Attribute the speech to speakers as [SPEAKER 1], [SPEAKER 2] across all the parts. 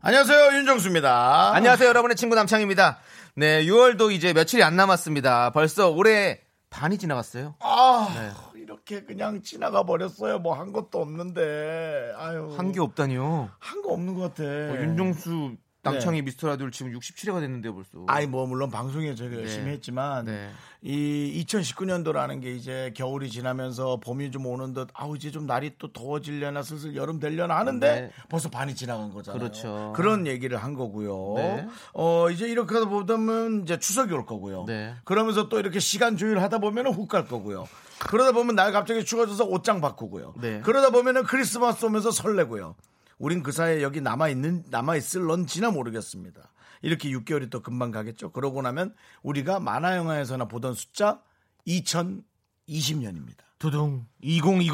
[SPEAKER 1] 안녕하세요 윤정수입니다.
[SPEAKER 2] 안녕하세요, 여러분의 친구 남창입니다. 네, 6월도 이제 며칠이 안 남았습니다. 벌써 올해 반이 지나갔어요.
[SPEAKER 1] 아 이렇게 그냥 지나가 버렸어요. 뭐 한 것도 없는데 아유
[SPEAKER 2] 한 게 없다니요. 네.
[SPEAKER 1] 한 거 없는 것 같아.
[SPEAKER 2] 어, 윤종수 남창희 미스터라디오 지금 67회가 됐는데요, 벌써.
[SPEAKER 1] 아이 뭐 물론 방송에 저희가 열심히 했지만
[SPEAKER 2] 네.
[SPEAKER 1] 이 2019년도라는 게 이제 겨울이 지나면서 봄이 좀 오는 듯 아우 이제 좀 날이 또 더워지려나 슬슬 여름 되려나 하는데
[SPEAKER 2] 네.
[SPEAKER 1] 벌써 반이 지나간 거잖아요.
[SPEAKER 2] 그렇죠.
[SPEAKER 1] 런 얘기를 한 거고요.
[SPEAKER 2] 네.
[SPEAKER 1] 어 이제 이렇게 하다 보면 이제 추석이 올 거고요.
[SPEAKER 2] 네.
[SPEAKER 1] 그러면서 또 이렇게 시간 조율하다 보면은 훅 갈 거고요. 그러다 보면 날 갑자기 추워져서 옷장 바꾸고요.
[SPEAKER 2] 네.
[SPEAKER 1] 그러다 보면은 크리스마스 오면서 설레고요. 우린 그 사이에 여기 남아 있는 남아 있을런지나 모르겠습니다. 이렇게 6개월이 또 금방 가겠죠. 그러고 나면 우리가 만화 영화에서나 보던 숫자 2020년입니다.
[SPEAKER 2] 두둥.
[SPEAKER 1] 2020.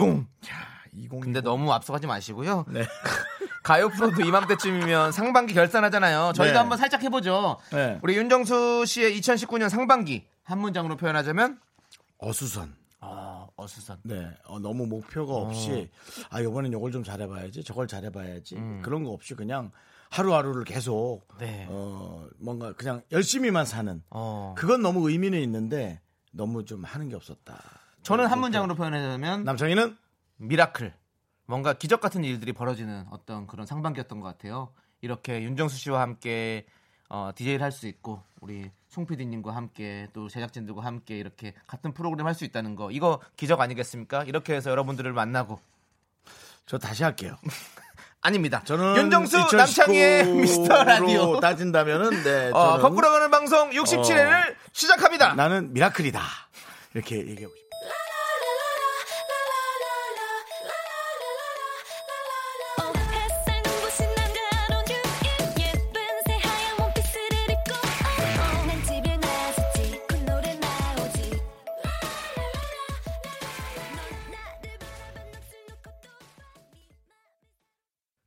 [SPEAKER 1] 야, 2020.
[SPEAKER 2] 근데 너무 앞서가지 마시고요.
[SPEAKER 1] 네.
[SPEAKER 2] 가요 프로도 이맘때쯤이면 상반기 결산하잖아요. 저희도
[SPEAKER 1] 네.
[SPEAKER 2] 한번 살짝 해보죠.
[SPEAKER 1] 네.
[SPEAKER 2] 우리 윤정수 씨의 2019년 상반기 한 문장으로 표현하자면
[SPEAKER 1] 어수선.
[SPEAKER 2] 아, 어수선.
[SPEAKER 1] 네, 어, 너무 목표가 없이 아 이번엔 요걸 좀 잘해봐야지, 저걸 잘해봐야지 그런 거 없이 그냥 하루하루를 계속
[SPEAKER 2] 네.
[SPEAKER 1] 어 뭔가 그냥 열심히만 사는
[SPEAKER 2] 어.
[SPEAKER 1] 그건 너무 의미는 있는데 너무 좀 하는 게 없었다.
[SPEAKER 2] 저는 한 문장으로 표현하자면
[SPEAKER 1] 남창희는
[SPEAKER 2] 미라클. 뭔가 기적 같은 일들이 벌어지는 어떤 그런 상반기였던 것 같아요. 이렇게 윤정수 씨와 함께 어, DJ를 할 수 있고 우리 송 PD님과 함께 또 제작진들과 함께 이렇게 같은 프로그램 할 수 있다는 거 이거 기적 아니겠습니까? 이렇게 해서 여러분들을 만나고
[SPEAKER 1] 저 다시 할게요.
[SPEAKER 2] 아닙니다.
[SPEAKER 1] 저는
[SPEAKER 2] 윤정수
[SPEAKER 1] 2019
[SPEAKER 2] 남창희의 미스터 라디오
[SPEAKER 1] 로 따진다면은 네,
[SPEAKER 2] 어,
[SPEAKER 1] 저는 어.
[SPEAKER 2] 거꾸로 가는 방송 67회를 시작합니다.
[SPEAKER 1] 나는 미라클이다 이렇게 얘기하고 싶어요.
[SPEAKER 3] 어, 햇살 눈부신 남자 온 주인 예쁜 새하얀 원피스를 입고 어, 어, 난 집에 나서 찍고 노래 나오지 넌 나를 바라보는 눈 것도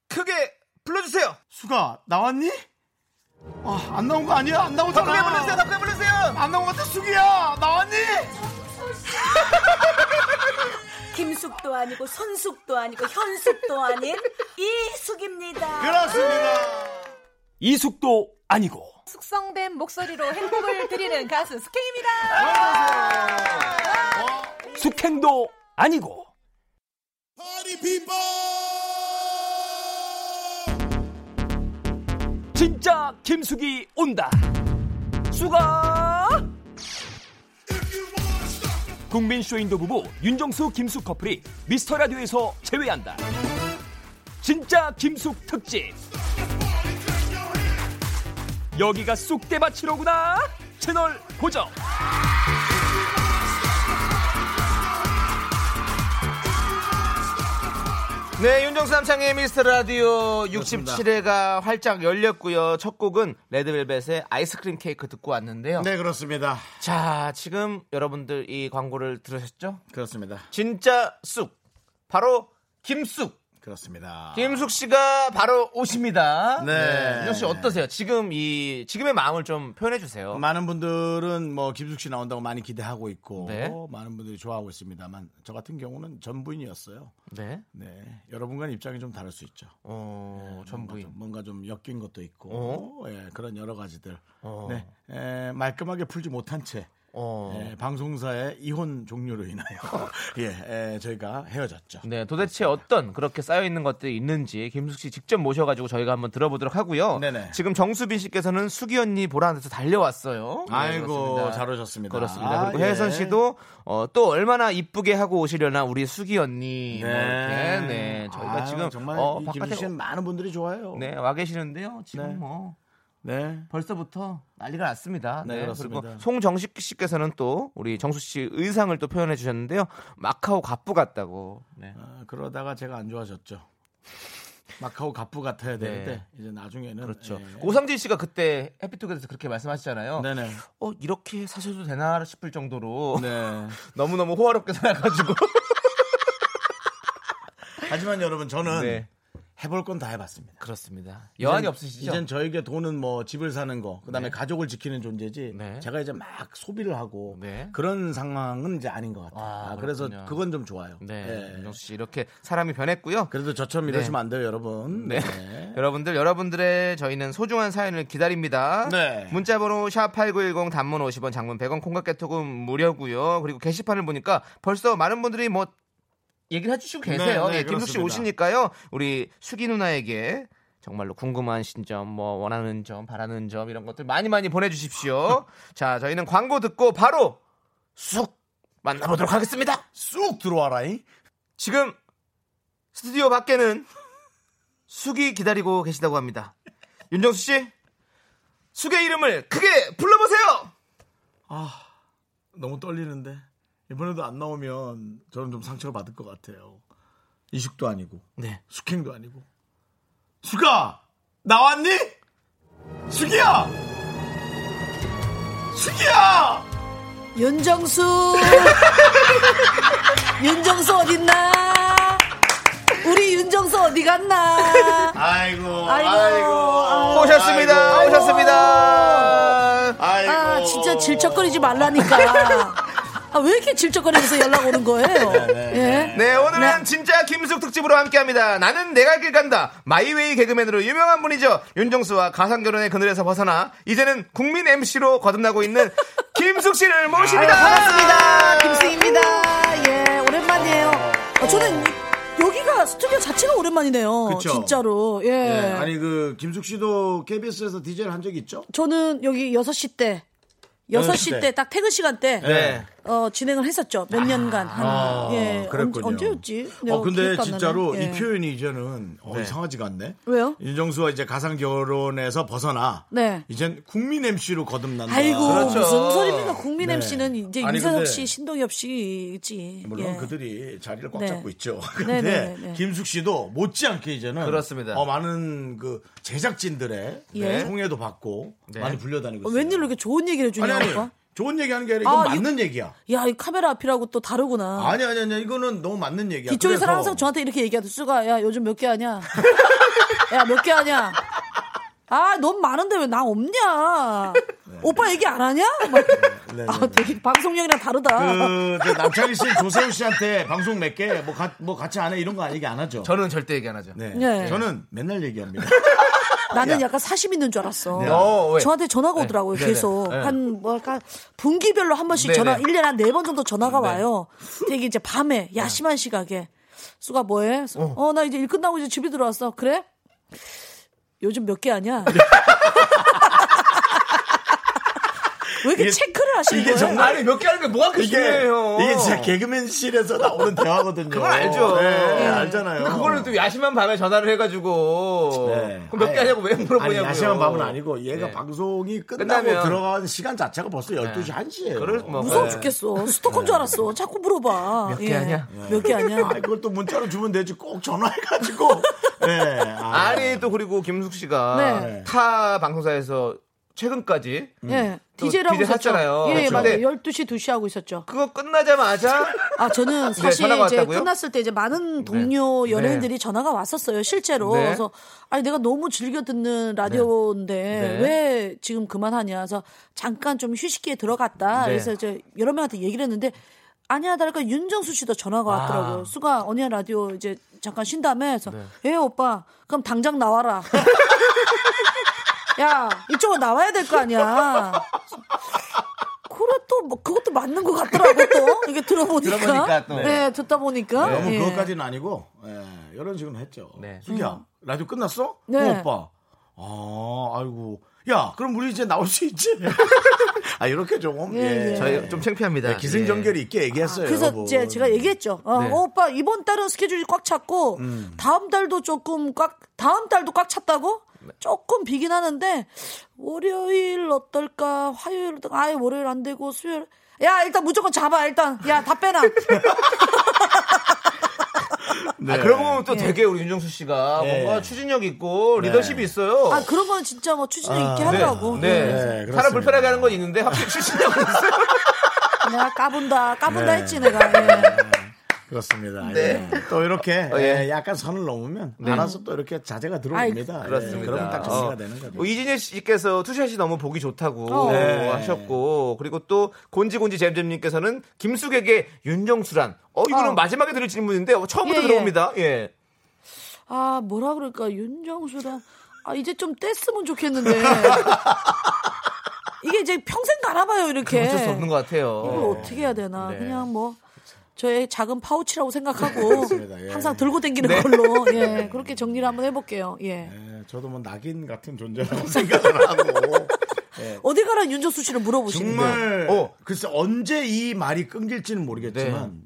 [SPEAKER 2] 크게 불러주세요.
[SPEAKER 1] 수가 나왔니? 아, 안 나온 거 아니야? 안 나오잖아.
[SPEAKER 2] 크게 불러주세요. 더 크게 불러주세요.
[SPEAKER 1] 안 나온 것 같아 수기야 나왔니?
[SPEAKER 4] 김숙도 아니고 손숙도 아니고 현숙도 아닌 이숙입니다.
[SPEAKER 1] 그렇습니다.
[SPEAKER 5] 이숙도 아니고
[SPEAKER 6] 숙성된 목소리로 행복을 드리는 가수 스케입니다.
[SPEAKER 5] 숙행도 아니고 진짜 김숙이 온다 수가 국민 쇼인도 부부 윤정수 김숙 커플이 미스터 라디오에서 제외한다 진짜 김숙 특집 여기가 쑥대밭이로구나 채널 고정
[SPEAKER 2] 네, 윤정수 남창의 미스터 라디오 67회가 활짝 열렸고요. 첫 곡은 레드벨벳의 아이스크림 케이크 듣고 왔는데요.
[SPEAKER 1] 네 그렇습니다.
[SPEAKER 2] 자, 지금 여러분들 이 광고를 들으셨죠?
[SPEAKER 1] 그렇습니다.
[SPEAKER 2] 진짜 쑥. 바로 김쑥.
[SPEAKER 1] 그렇습니다.
[SPEAKER 2] 김숙 씨가 바로 오십니다.
[SPEAKER 1] 네.
[SPEAKER 2] 윤정 씨 어떠세요? 지금 이 지금의 마음을 좀 표현해 주세요.
[SPEAKER 1] 많은 분들은 뭐 김숙 씨 나온다고 많이 기대하고 있고
[SPEAKER 2] 네.
[SPEAKER 1] 많은 분들이 좋아하고 있습니다만 저 같은 경우는 전부인이었어요.
[SPEAKER 2] 네.
[SPEAKER 1] 네, 여러분과는 입장이 좀 다를 수 있죠. 뭐,
[SPEAKER 2] 어,
[SPEAKER 1] 뭔가
[SPEAKER 2] 전부인.
[SPEAKER 1] 좀, 뭔가 좀 엮인 것도 있고 예, 그런 여러 가지들
[SPEAKER 2] 어.
[SPEAKER 1] 네, 에, 말끔하게 풀지 못한 채
[SPEAKER 2] 어.
[SPEAKER 1] 예, 방송사의 이혼 종료로 인하여 예, 에, 저희가 헤어졌죠.
[SPEAKER 2] 네, 도대체 어떤 그렇게 쌓여 있는 것들이 있는지 김숙 씨 직접 모셔가지고 저희가 한번 들어보도록 하고요.
[SPEAKER 1] 네네.
[SPEAKER 2] 지금 정수빈 씨께서는 수기 언니 보라한테서 달려왔어요. 네,
[SPEAKER 1] 아이고,
[SPEAKER 2] 그렇습니다.
[SPEAKER 1] 잘 오셨습니다.
[SPEAKER 2] 그렇습니다. 그리고
[SPEAKER 1] 아, 예.
[SPEAKER 2] 혜선 씨도 어, 또 얼마나 이쁘게 하고 오시려나 우리 수기 언니. 뭐 이렇게. 네, 저희가
[SPEAKER 1] 네. 아유,
[SPEAKER 2] 지금
[SPEAKER 1] 정말
[SPEAKER 2] 어,
[SPEAKER 1] 이
[SPEAKER 2] 바깥에
[SPEAKER 1] 김숙 씨는 많은 분들이 좋아해요.
[SPEAKER 2] 네, 와 계시는데요. 지금
[SPEAKER 1] 네.
[SPEAKER 2] 뭐
[SPEAKER 1] 네.
[SPEAKER 2] 벌써부터 난리가 났습니다.
[SPEAKER 1] 네, 그렇습니다.
[SPEAKER 2] 그리고 송정식 씨께서는 또 우리 정수 씨 의상을 또 표현해 주셨는데요. 마카오 갑부 같다고. 네.
[SPEAKER 1] 아, 그러다가 제가 안 좋아졌죠. 마카오 가프 같아야 되는데
[SPEAKER 2] 네.
[SPEAKER 1] 이제 나중에는
[SPEAKER 2] 그렇죠.
[SPEAKER 1] 예.
[SPEAKER 2] 오상진 씨가 그때 해피투게더에서 그렇게 말씀하시잖아요.
[SPEAKER 1] 네네.
[SPEAKER 2] 어 이렇게 사셔도 되나 싶을 정도로
[SPEAKER 1] 네.
[SPEAKER 2] 너무 너무 호화롭게 살아가지고
[SPEAKER 1] 하지만 여러분 저는
[SPEAKER 2] 네.
[SPEAKER 1] 해볼 건 다 해봤습니다.
[SPEAKER 2] 그렇습니다. 여한이 없으시죠?
[SPEAKER 1] 이젠 네. 저에게 돈은 뭐 집을 사는 거, 그다음에 가족을 지키는 존재지.
[SPEAKER 2] 네.
[SPEAKER 1] 제가 이제 막 소비를 하고
[SPEAKER 2] 네.
[SPEAKER 1] 그런 상황은 이제 아닌 것 같아요.
[SPEAKER 2] 아,
[SPEAKER 1] 아, 그래서
[SPEAKER 2] 그렇군요.
[SPEAKER 1] 그건 좀 좋아요.
[SPEAKER 2] 네,
[SPEAKER 1] 예.
[SPEAKER 2] 윤정수 씨 이렇게 사람이 변했고요.
[SPEAKER 1] 그래도 저처럼 이러시면 안 돼요, 여러분.
[SPEAKER 2] 네.
[SPEAKER 1] 네.
[SPEAKER 2] 여러분들 여러분들의 저희는 소중한 사연을 기다립니다.
[SPEAKER 1] 네.
[SPEAKER 2] 문자번호 샵8910 단문 50원 장문 100원 콩깍개톡은 무료고요. 그리고 게시판을 보니까 벌써 많은 분들이 뭐 얘기를 해주시고 계세요.
[SPEAKER 1] 네, 네,
[SPEAKER 2] 예, 김숙 씨
[SPEAKER 1] 그렇습니다.
[SPEAKER 2] 오시니까요. 우리 수기 누나에게 정말로 궁금하신 점, 뭐 원하는 점, 바라는 점 이런 것들 많이 많이 보내주십시오. 자, 저희는 광고 듣고 바로 쑥 만나보도록 하겠습니다.
[SPEAKER 1] 쑥 들어와라잉.
[SPEAKER 2] 지금 스튜디오 밖에는 숙이 기다리고 계시다고 합니다. 윤정수 씨, 숙의 이름을 크게 불러보세요.
[SPEAKER 1] 너무 떨리는데 이번에도 안 나오면 저는 좀 상처를 받을 것 같아요. 이식도 아니고
[SPEAKER 2] 네.
[SPEAKER 1] 숙행도 아니고 수가 나왔니? 수기야! 수기야!
[SPEAKER 4] 윤정수 윤정수 어딨나 우리 윤정수 어디 갔나
[SPEAKER 1] 아이고
[SPEAKER 4] 아이고,
[SPEAKER 1] 아이고
[SPEAKER 2] 오셨습니다.
[SPEAKER 1] 아이고,
[SPEAKER 2] 오셨습니다.
[SPEAKER 1] 아이고.
[SPEAKER 4] 아 진짜 질척거리지 말라니까 아 왜 이렇게 질척거리면서 연락 오는 거예요 예?
[SPEAKER 2] 네, 오늘은 진짜 김숙 특집으로 함께합니다. 나는 내가 길 간다. 마이웨이 개그맨으로 유명한 분이죠. 윤정수와 가상 결혼의 그늘에서 벗어나 이제는 국민 MC로 거듭나고 있는 김숙 씨를 모십니다.
[SPEAKER 4] 반갑습니다
[SPEAKER 1] 아,
[SPEAKER 4] 김승입니다 예 오랜만이에요 아, 저는 이- 여기가 스튜디오 자체가 오랜만이네요
[SPEAKER 1] 그쵸?
[SPEAKER 4] 진짜로 예
[SPEAKER 1] 예, 아니 그 김숙 씨도 KBS에서 DJ를 한 적이 있죠?
[SPEAKER 4] 저는 여기 6시 때
[SPEAKER 1] 여섯
[SPEAKER 4] 6시
[SPEAKER 1] 시
[SPEAKER 4] 때 딱 퇴근 시간 때
[SPEAKER 1] 네. 아,
[SPEAKER 4] 어, 진행을 했었죠. 몇 년간. 한, 예.
[SPEAKER 1] 그랬군요.
[SPEAKER 4] 언제, 언제였지?
[SPEAKER 1] 어,
[SPEAKER 4] 내가
[SPEAKER 1] 근데
[SPEAKER 4] 기억도 안 나네.
[SPEAKER 1] 진짜로
[SPEAKER 4] 예.
[SPEAKER 1] 이 표현이 이제는 어, 이상하지가 않네.
[SPEAKER 4] 왜요?
[SPEAKER 1] 윤정수와 이제 가상 결혼에서 벗어나.
[SPEAKER 4] 네.
[SPEAKER 1] 이젠 국민 MC로 거듭난다.
[SPEAKER 4] 아이고,
[SPEAKER 2] 그렇죠.
[SPEAKER 4] 무슨 소리입니까? 국민
[SPEAKER 1] 네.
[SPEAKER 4] MC는 이제
[SPEAKER 1] 아니,
[SPEAKER 4] 이사석
[SPEAKER 1] 근데-
[SPEAKER 4] 씨, 신동엽 씨지.
[SPEAKER 1] 물론
[SPEAKER 4] 예.
[SPEAKER 1] 그들이 자리를 꽉
[SPEAKER 4] 네.
[SPEAKER 1] 잡고 있죠. 근데
[SPEAKER 4] 네, 네, 네.
[SPEAKER 1] 김숙 씨도 못지않게 이제는
[SPEAKER 2] 그렇습니다.
[SPEAKER 1] 어, 많은 그 제작진들의
[SPEAKER 4] 예.
[SPEAKER 1] 홍해도 받고
[SPEAKER 2] 네.
[SPEAKER 1] 많이 불려다니고
[SPEAKER 4] 어,
[SPEAKER 1] 있어요.
[SPEAKER 4] 웬일로 이렇게 좋은 얘기를
[SPEAKER 1] 아니
[SPEAKER 4] 해주냐,
[SPEAKER 1] 아니
[SPEAKER 4] 오빠?
[SPEAKER 1] 좋은 얘기하는 게 아니라 이건
[SPEAKER 4] 아,
[SPEAKER 1] 맞는 얘기야.
[SPEAKER 4] 야, 이 카메라 앞이라고 또 다르구나.
[SPEAKER 1] 아니 아니 아니 이거는 너무 맞는 얘기야.
[SPEAKER 4] 이쪽에서
[SPEAKER 1] 그래서-
[SPEAKER 4] 항상 저한테 이렇게 얘기하듯, 수가, 야, 요즘 몇 개 하냐? 야, 몇 개 하냐? 아, 넌 많은데 왜 나 없냐? 오빠 얘기 안 하냐? 막.
[SPEAKER 1] 네, 네,
[SPEAKER 4] 아,
[SPEAKER 1] 네.
[SPEAKER 4] 되게 방송력이랑 다르다.
[SPEAKER 1] 그, 저 남창희 씨, 조세호 씨한테 방송 몇 개, 뭐, 가- 뭐 같이 안 해, 이런 거 얘기 안 하죠?
[SPEAKER 2] 저는 절대 얘기 안 하죠.
[SPEAKER 1] 네.
[SPEAKER 4] 예.
[SPEAKER 1] 저는 맨날 얘기합니다.
[SPEAKER 4] 나는 약간 사심 있는 줄 알았어.
[SPEAKER 1] 네.
[SPEAKER 2] 어, 왜?
[SPEAKER 4] 저한테 전화가 오더라고요,
[SPEAKER 2] 네,
[SPEAKER 4] 계속.
[SPEAKER 2] 네, 네.
[SPEAKER 4] 한, 뭐, 약간, 분기별로 한 번씩
[SPEAKER 2] 네,
[SPEAKER 4] 전화,
[SPEAKER 2] 네.
[SPEAKER 4] 1년에 한 네 번 정도 전화가 와요. 되게 이제 밤에, 야심한 시각에. 수가 뭐해? 그래서, 어, 나 이제 일 끝나고 이제 집에 들어왔어. 그래? 요즘 몇 개 하냐? 왜 이렇게
[SPEAKER 1] 이게-
[SPEAKER 4] 체크를 하시는
[SPEAKER 1] 이게
[SPEAKER 4] 거예요?
[SPEAKER 1] 정말-
[SPEAKER 2] 아니 몇 개 하는 게 뭐가 그렇게
[SPEAKER 1] 이게,
[SPEAKER 2] 중요해요.
[SPEAKER 1] 이게 진짜 개그맨실에서 나오는 대화거든요.
[SPEAKER 2] 그건 알죠.
[SPEAKER 1] 네,
[SPEAKER 2] 예.
[SPEAKER 1] 알잖아요.
[SPEAKER 2] 근데 그걸로 또 야심한 밤에 전화를 해가지고
[SPEAKER 1] 네.
[SPEAKER 2] 그럼 몇 개
[SPEAKER 1] 아니,
[SPEAKER 2] 하냐고 왜 물어보냐고요.
[SPEAKER 1] 아니, 야심한 밤은 아니고, 얘가
[SPEAKER 2] 네.
[SPEAKER 1] 방송이 끝나고
[SPEAKER 2] 끝나면-
[SPEAKER 1] 들어간 시간 자체가 벌써 12시, 1시예요
[SPEAKER 2] 그럴 뭐
[SPEAKER 4] 무서워
[SPEAKER 2] 네.
[SPEAKER 4] 죽겠어. 스토커인 줄 알았어. 자꾸 물어봐. 예.
[SPEAKER 2] 몇개 하냐?
[SPEAKER 4] 몇 개 하냐?
[SPEAKER 1] 아, 그걸 또 문자로 주면 되지. 꼭 전화해가지고. 네. 아,
[SPEAKER 2] 아니 또 그리고 김숙 씨가
[SPEAKER 4] 네.
[SPEAKER 2] 타 방송사에서 최근까지
[SPEAKER 4] 예.
[SPEAKER 2] 음. 또
[SPEAKER 4] DJ라고
[SPEAKER 2] DJ 했잖아요.
[SPEAKER 4] 예,
[SPEAKER 2] 그렇죠.
[SPEAKER 4] 맞아요.
[SPEAKER 2] 근데-
[SPEAKER 4] 12시, 2시 하고 있었죠.
[SPEAKER 2] 그거 끝나자마자
[SPEAKER 4] 아 저는 사실
[SPEAKER 2] 네, 전화가
[SPEAKER 4] 이제
[SPEAKER 2] 왔다고요?
[SPEAKER 4] 끝났을 때 이제 많은 동료
[SPEAKER 2] 네.
[SPEAKER 4] 연예인들이 전화가 왔었어요 실제로
[SPEAKER 2] 네.
[SPEAKER 4] 그래서 아니 내가 너무 즐겨 듣는 라디오인데
[SPEAKER 2] 네.
[SPEAKER 4] 왜 지금 그만하냐 그래서 잠깐 좀 휴식기에 들어갔다
[SPEAKER 2] 네.
[SPEAKER 4] 그래서 이제 여러 명한테 얘기를 했는데 아니야 다를까 윤정수 씨도 전화가
[SPEAKER 2] 아.
[SPEAKER 4] 왔더라고요 수가 언니야 라디오 이제 잠깐 쉰 다음에 해서
[SPEAKER 2] 네.
[SPEAKER 4] 예 오빠 그럼 당장 나와라 야 이쪽으로 나와야 될 거 아니야 그래 또 뭐 그것도 맞는 것 같더라고 또 이게 들어보니까,
[SPEAKER 2] 들어보니까 또.
[SPEAKER 4] 네 듣다 보니까
[SPEAKER 1] 너무
[SPEAKER 4] 예.
[SPEAKER 1] 그것까지는 아니고, 예, 이런 식으로 했죠.
[SPEAKER 2] 네.
[SPEAKER 1] 수기야, 라디오 끝났어?
[SPEAKER 4] 음. 네.
[SPEAKER 1] 어, 오빠. 아, 아이고. 야, 그럼 우리 이제 나올 수 있지? 아, 이렇게 조금.
[SPEAKER 4] 예,
[SPEAKER 1] 예.
[SPEAKER 4] 예. 아,
[SPEAKER 2] 저희 좀 창피합니다.
[SPEAKER 1] 네, 기승전결이 있게 얘기했어요.
[SPEAKER 4] 그래서
[SPEAKER 1] 여러분.
[SPEAKER 4] 이제 제가 얘기했죠 어,
[SPEAKER 2] 네.
[SPEAKER 4] 어, 오빠 이번 달은 스케줄이 꽉 찼고 다음 달도 조금 꽉 다음 달도 꽉 찼다고
[SPEAKER 1] 네.
[SPEAKER 4] 조금 비긴 하는데 월요일 어떨까 화요일 어떨까 아예 월요일 안 되고 수요일 야 일단 무조건 잡아 일단 야 다 빼놔
[SPEAKER 2] 아, 그러고 보면
[SPEAKER 4] 예.
[SPEAKER 2] 또 되게 우리 윤정수 씨가
[SPEAKER 1] 네. 예. 네.
[SPEAKER 2] 뭔가 추진력 있고 리더십이 있어요.
[SPEAKER 4] 아 그런 거는 진짜 뭐 추진력 있게 하려고.
[SPEAKER 2] 네.
[SPEAKER 4] 예.
[SPEAKER 1] 아, 네, 그렇습니다.
[SPEAKER 2] 사람 불편하게 하는 건 있는데 확실히 추진력은 있어요.
[SPEAKER 4] 내가 까본다 까본다
[SPEAKER 2] 네.
[SPEAKER 4] 했지 내가. 예.
[SPEAKER 1] 그렇습니다.
[SPEAKER 4] 네.
[SPEAKER 1] 예. 또 이렇게
[SPEAKER 2] 예. 네.
[SPEAKER 1] 예, 약간 선을 넘으면 알아서 또 이렇게 자제가 들어옵니다.
[SPEAKER 2] 그렇습니다.
[SPEAKER 1] 예, 그러면 딱 정리가 되는
[SPEAKER 2] 어,
[SPEAKER 1] 거죠.
[SPEAKER 2] 이진혜 씨께서 투샷이 너무 보기 좋다고
[SPEAKER 4] 어.
[SPEAKER 1] 네.
[SPEAKER 2] 하셨고 그리고 또 곤지곤지 잼잼님께서는 김숙에게 윤정수란 어 이거는
[SPEAKER 4] 어.
[SPEAKER 2] 마지막에 들을 질문인데 어, 처음부터
[SPEAKER 4] 예, 예.
[SPEAKER 2] 들어옵니다. 예.
[SPEAKER 4] 아 뭐라 그럴까 윤정수랑 아 이제 좀 뗐으면 좋겠는데 이게 이제 평생 가나봐요 이렇게
[SPEAKER 2] 어쩔 수 없는 것
[SPEAKER 4] 이걸
[SPEAKER 2] 같아요.
[SPEAKER 4] 예. 어떻게 해야 되나
[SPEAKER 2] 네.
[SPEAKER 4] 그냥 뭐 저의 작은 파우치라고 생각하고
[SPEAKER 1] 그렇습니다. 예.
[SPEAKER 4] 항상 들고 다니는
[SPEAKER 2] 네.
[SPEAKER 4] 걸로 예 그렇게 정리를 한번 해볼게요 예
[SPEAKER 1] 예, 저도 뭐 낙인 같은 존재라고 생각을 하고
[SPEAKER 4] 어디 가라 윤정수 씨를 물어보시는
[SPEAKER 1] 정말
[SPEAKER 2] 어.
[SPEAKER 1] 네. 글쎄 언제 이 말이 끊길지는 모르겠지만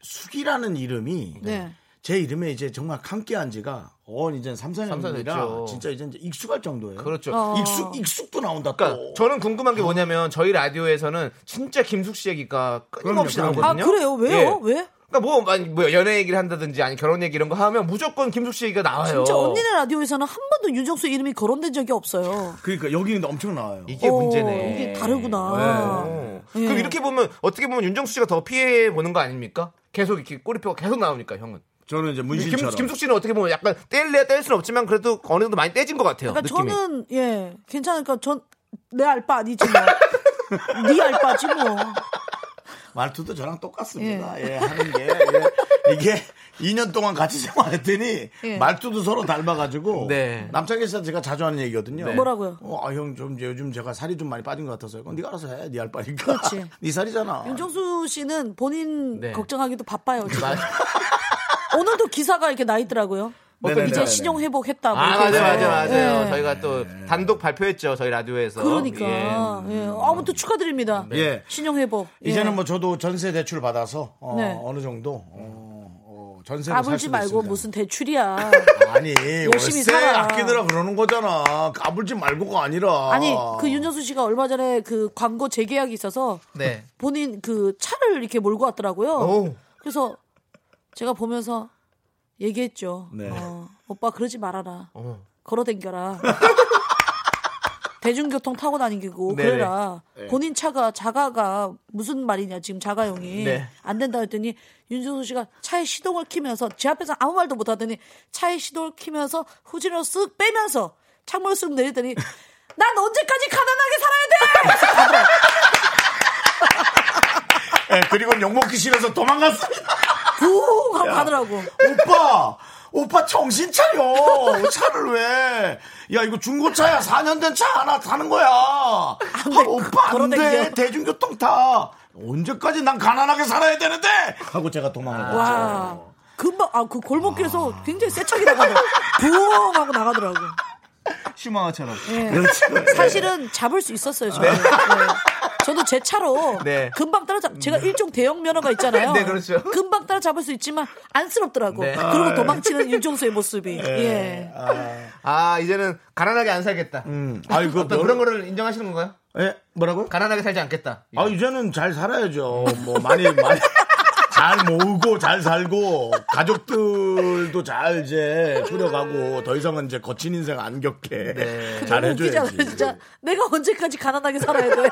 [SPEAKER 1] 숙이라는 이름이
[SPEAKER 4] 네.
[SPEAKER 1] 제 이름에 이제 정말 함께한 지가 어 이제 삼사년이라
[SPEAKER 2] 됐죠.
[SPEAKER 1] 진짜 이제 이제 익숙할 정도예요.
[SPEAKER 2] 그렇죠.
[SPEAKER 1] 익숙 익숙도 나온다.
[SPEAKER 2] 그러니까
[SPEAKER 1] 또.
[SPEAKER 2] 저는 궁금한 게 뭐냐면 저희 라디오에서는 진짜 김숙 씨 얘기가 끊임없이
[SPEAKER 1] 그럼요,
[SPEAKER 2] 나오거든요.
[SPEAKER 4] 아 그래요 왜요
[SPEAKER 2] 예.
[SPEAKER 4] 왜
[SPEAKER 2] 그러니까 뭐, 아니, 뭐 연애 얘기를 한다든지 아니 결혼 얘기 이런 거 하면 무조건 김숙 씨 얘기가 나와요.
[SPEAKER 4] 진짜 언니네 라디오에서는 한 번도 윤정수 이름이 거론된 적이 없어요
[SPEAKER 1] 그러니까 여기는 엄청 나와요.
[SPEAKER 2] 이게
[SPEAKER 4] 어,
[SPEAKER 2] 문제네.
[SPEAKER 4] 이게 다르구나
[SPEAKER 2] 어.
[SPEAKER 4] 예.
[SPEAKER 2] 그럼 이렇게 보면 어떻게 보면 윤정수 씨가 더 피해 보는 거 아닙니까? 계속 이렇게 꼬리표가 계속 나오니까 형은.
[SPEAKER 1] 저는 이제
[SPEAKER 2] 김,
[SPEAKER 1] 문신처럼
[SPEAKER 2] 김숙 씨는 어떻게 보면 약간 뗄래야 뗄 수는 없지만 그래도 어느 정도 많이 떼진 것 같아요.
[SPEAKER 4] 그러니까
[SPEAKER 2] 느낌이.
[SPEAKER 4] 저는 예 괜찮으니까 전 내 알바 아니지 뭐. 네 알바지 뭐.
[SPEAKER 1] 말투도 저랑 똑같습니다. 예, 하는 게 예. 이게 2년 동안 같이 생활했더니
[SPEAKER 4] 예.
[SPEAKER 1] 말투도 서로 닮아가지고
[SPEAKER 2] 네.
[SPEAKER 1] 남창희 씨한테 제가 자주 하는 얘기거든요.
[SPEAKER 4] 네. 뭐라고요?
[SPEAKER 1] 어, 아, 형좀 요즘 제가 살이 좀 많이 빠진 것 같아서요. 그럼 네가 알아서 해. 네알 바니까.
[SPEAKER 4] 그렇지.
[SPEAKER 1] 네 살이잖아.
[SPEAKER 4] 윤정수 씨는 본인
[SPEAKER 2] 네.
[SPEAKER 4] 걱정하기도 바빠요. 지금.
[SPEAKER 2] 맞아.
[SPEAKER 4] 오늘도 기사가 이렇게 나 있더라고요.
[SPEAKER 1] 네네네.
[SPEAKER 4] 이제 신용 회복했다고. 뭐
[SPEAKER 2] 아
[SPEAKER 4] 이렇게
[SPEAKER 2] 맞아 맞아
[SPEAKER 4] 해서.
[SPEAKER 2] 맞아요.
[SPEAKER 4] 예.
[SPEAKER 2] 저희가 또 단독 발표했죠 저희 라디오에서.
[SPEAKER 4] 그러니까 예. 아무튼
[SPEAKER 2] 음,
[SPEAKER 4] 축하드립니다.
[SPEAKER 2] 네.
[SPEAKER 1] 예.
[SPEAKER 4] 신용 회복. 예.
[SPEAKER 1] 이제는 뭐 저도 전세 대출 받아서 어,
[SPEAKER 4] 네.
[SPEAKER 1] 느 정도 어, 어, 전세를 살
[SPEAKER 4] 까불지
[SPEAKER 1] 수도
[SPEAKER 4] 말고
[SPEAKER 1] 있습니다.
[SPEAKER 4] 무슨 대출이야.
[SPEAKER 1] 아니
[SPEAKER 4] 열심히
[SPEAKER 1] 월세
[SPEAKER 4] 살아.
[SPEAKER 1] 아끼느라 그러는 거잖아. 까불지 말고가 아니라
[SPEAKER 4] 아니 그 윤정수 씨가 얼마 전에 그 광고 재계약이 있어서
[SPEAKER 2] 네.
[SPEAKER 4] 본인 그 차를 이렇게 몰고 왔더라고요.
[SPEAKER 2] 오.
[SPEAKER 4] 그래서 제가 보면서 얘기했죠.
[SPEAKER 1] 네.
[SPEAKER 4] 어, 오빠 그러지 말아라.
[SPEAKER 2] 어.
[SPEAKER 4] 걸어댕겨라. 대중교통 타고 다니고
[SPEAKER 2] 네네.
[SPEAKER 4] 그래라. 본인 차가 자가가 무슨 말이냐 지금 자가용이
[SPEAKER 2] 네.
[SPEAKER 4] 안 된다 했더니 윤정수 씨가 차에 시동을 키면서 제 앞에서 아무 말도 못 하더니 차에 시동을 키면서 후진을 쓱 빼면서 창문을 쓱 내리더니 난 언제까지 가난하게 살아야 돼?
[SPEAKER 1] 예, 그리고 욕먹기 싫어서 도망갔습니다.
[SPEAKER 4] 부웅 하고 가더라고.
[SPEAKER 1] 오빠! 오빠 정신 차려! 차를 왜! 야, 이거 중고차야. 4년 된 차 하나 타는 거야! 아, 오빠 안 돼!
[SPEAKER 4] 그 걸어다니죠.
[SPEAKER 1] 대중교통 타! 언제까지 난 가난하게 살아야 되는데! 하고 제가 도망을 갔죠.
[SPEAKER 4] 와. 금방 아 그 골목길에서 굉장히 세차게 나가더라고. 부엉 하고 나가더라고.
[SPEAKER 2] 슈마처럼.
[SPEAKER 4] 예.
[SPEAKER 2] 네.
[SPEAKER 1] 그렇죠.
[SPEAKER 4] 사실은 잡을 수 있었어요, 저는. 예. 저도 제 차로
[SPEAKER 2] 네.
[SPEAKER 4] 금방 따라잡 제가 일종 대형 면허가 있잖아요.
[SPEAKER 2] 네, 그렇죠.
[SPEAKER 4] 금방 따라잡을 수 있지만 안쓰럽더라고.
[SPEAKER 2] 네.
[SPEAKER 4] 그리고 도망치는 윤종수의 모습이. 예.
[SPEAKER 2] 아 이제는 가난하게 안 살겠다.
[SPEAKER 1] 아, 이거
[SPEAKER 2] 어떤 그런 거를 인정하시는 건가요?
[SPEAKER 1] 예? 뭐라고요?
[SPEAKER 2] 가난하게 살지 않겠다. 음.
[SPEAKER 1] 아, 이제는 잘 살아야죠. 뭐, 많이, 많이. 잘 모으고, 잘 살고, 가족들도 잘 이제 꾸려가고, 더 이상은 이제 거친 인생 안 겪게. 잘
[SPEAKER 4] 네. 웃기잖아,
[SPEAKER 1] 해줘야지.
[SPEAKER 4] 진짜. 내가 언제까지 가난하게 살아야 돼.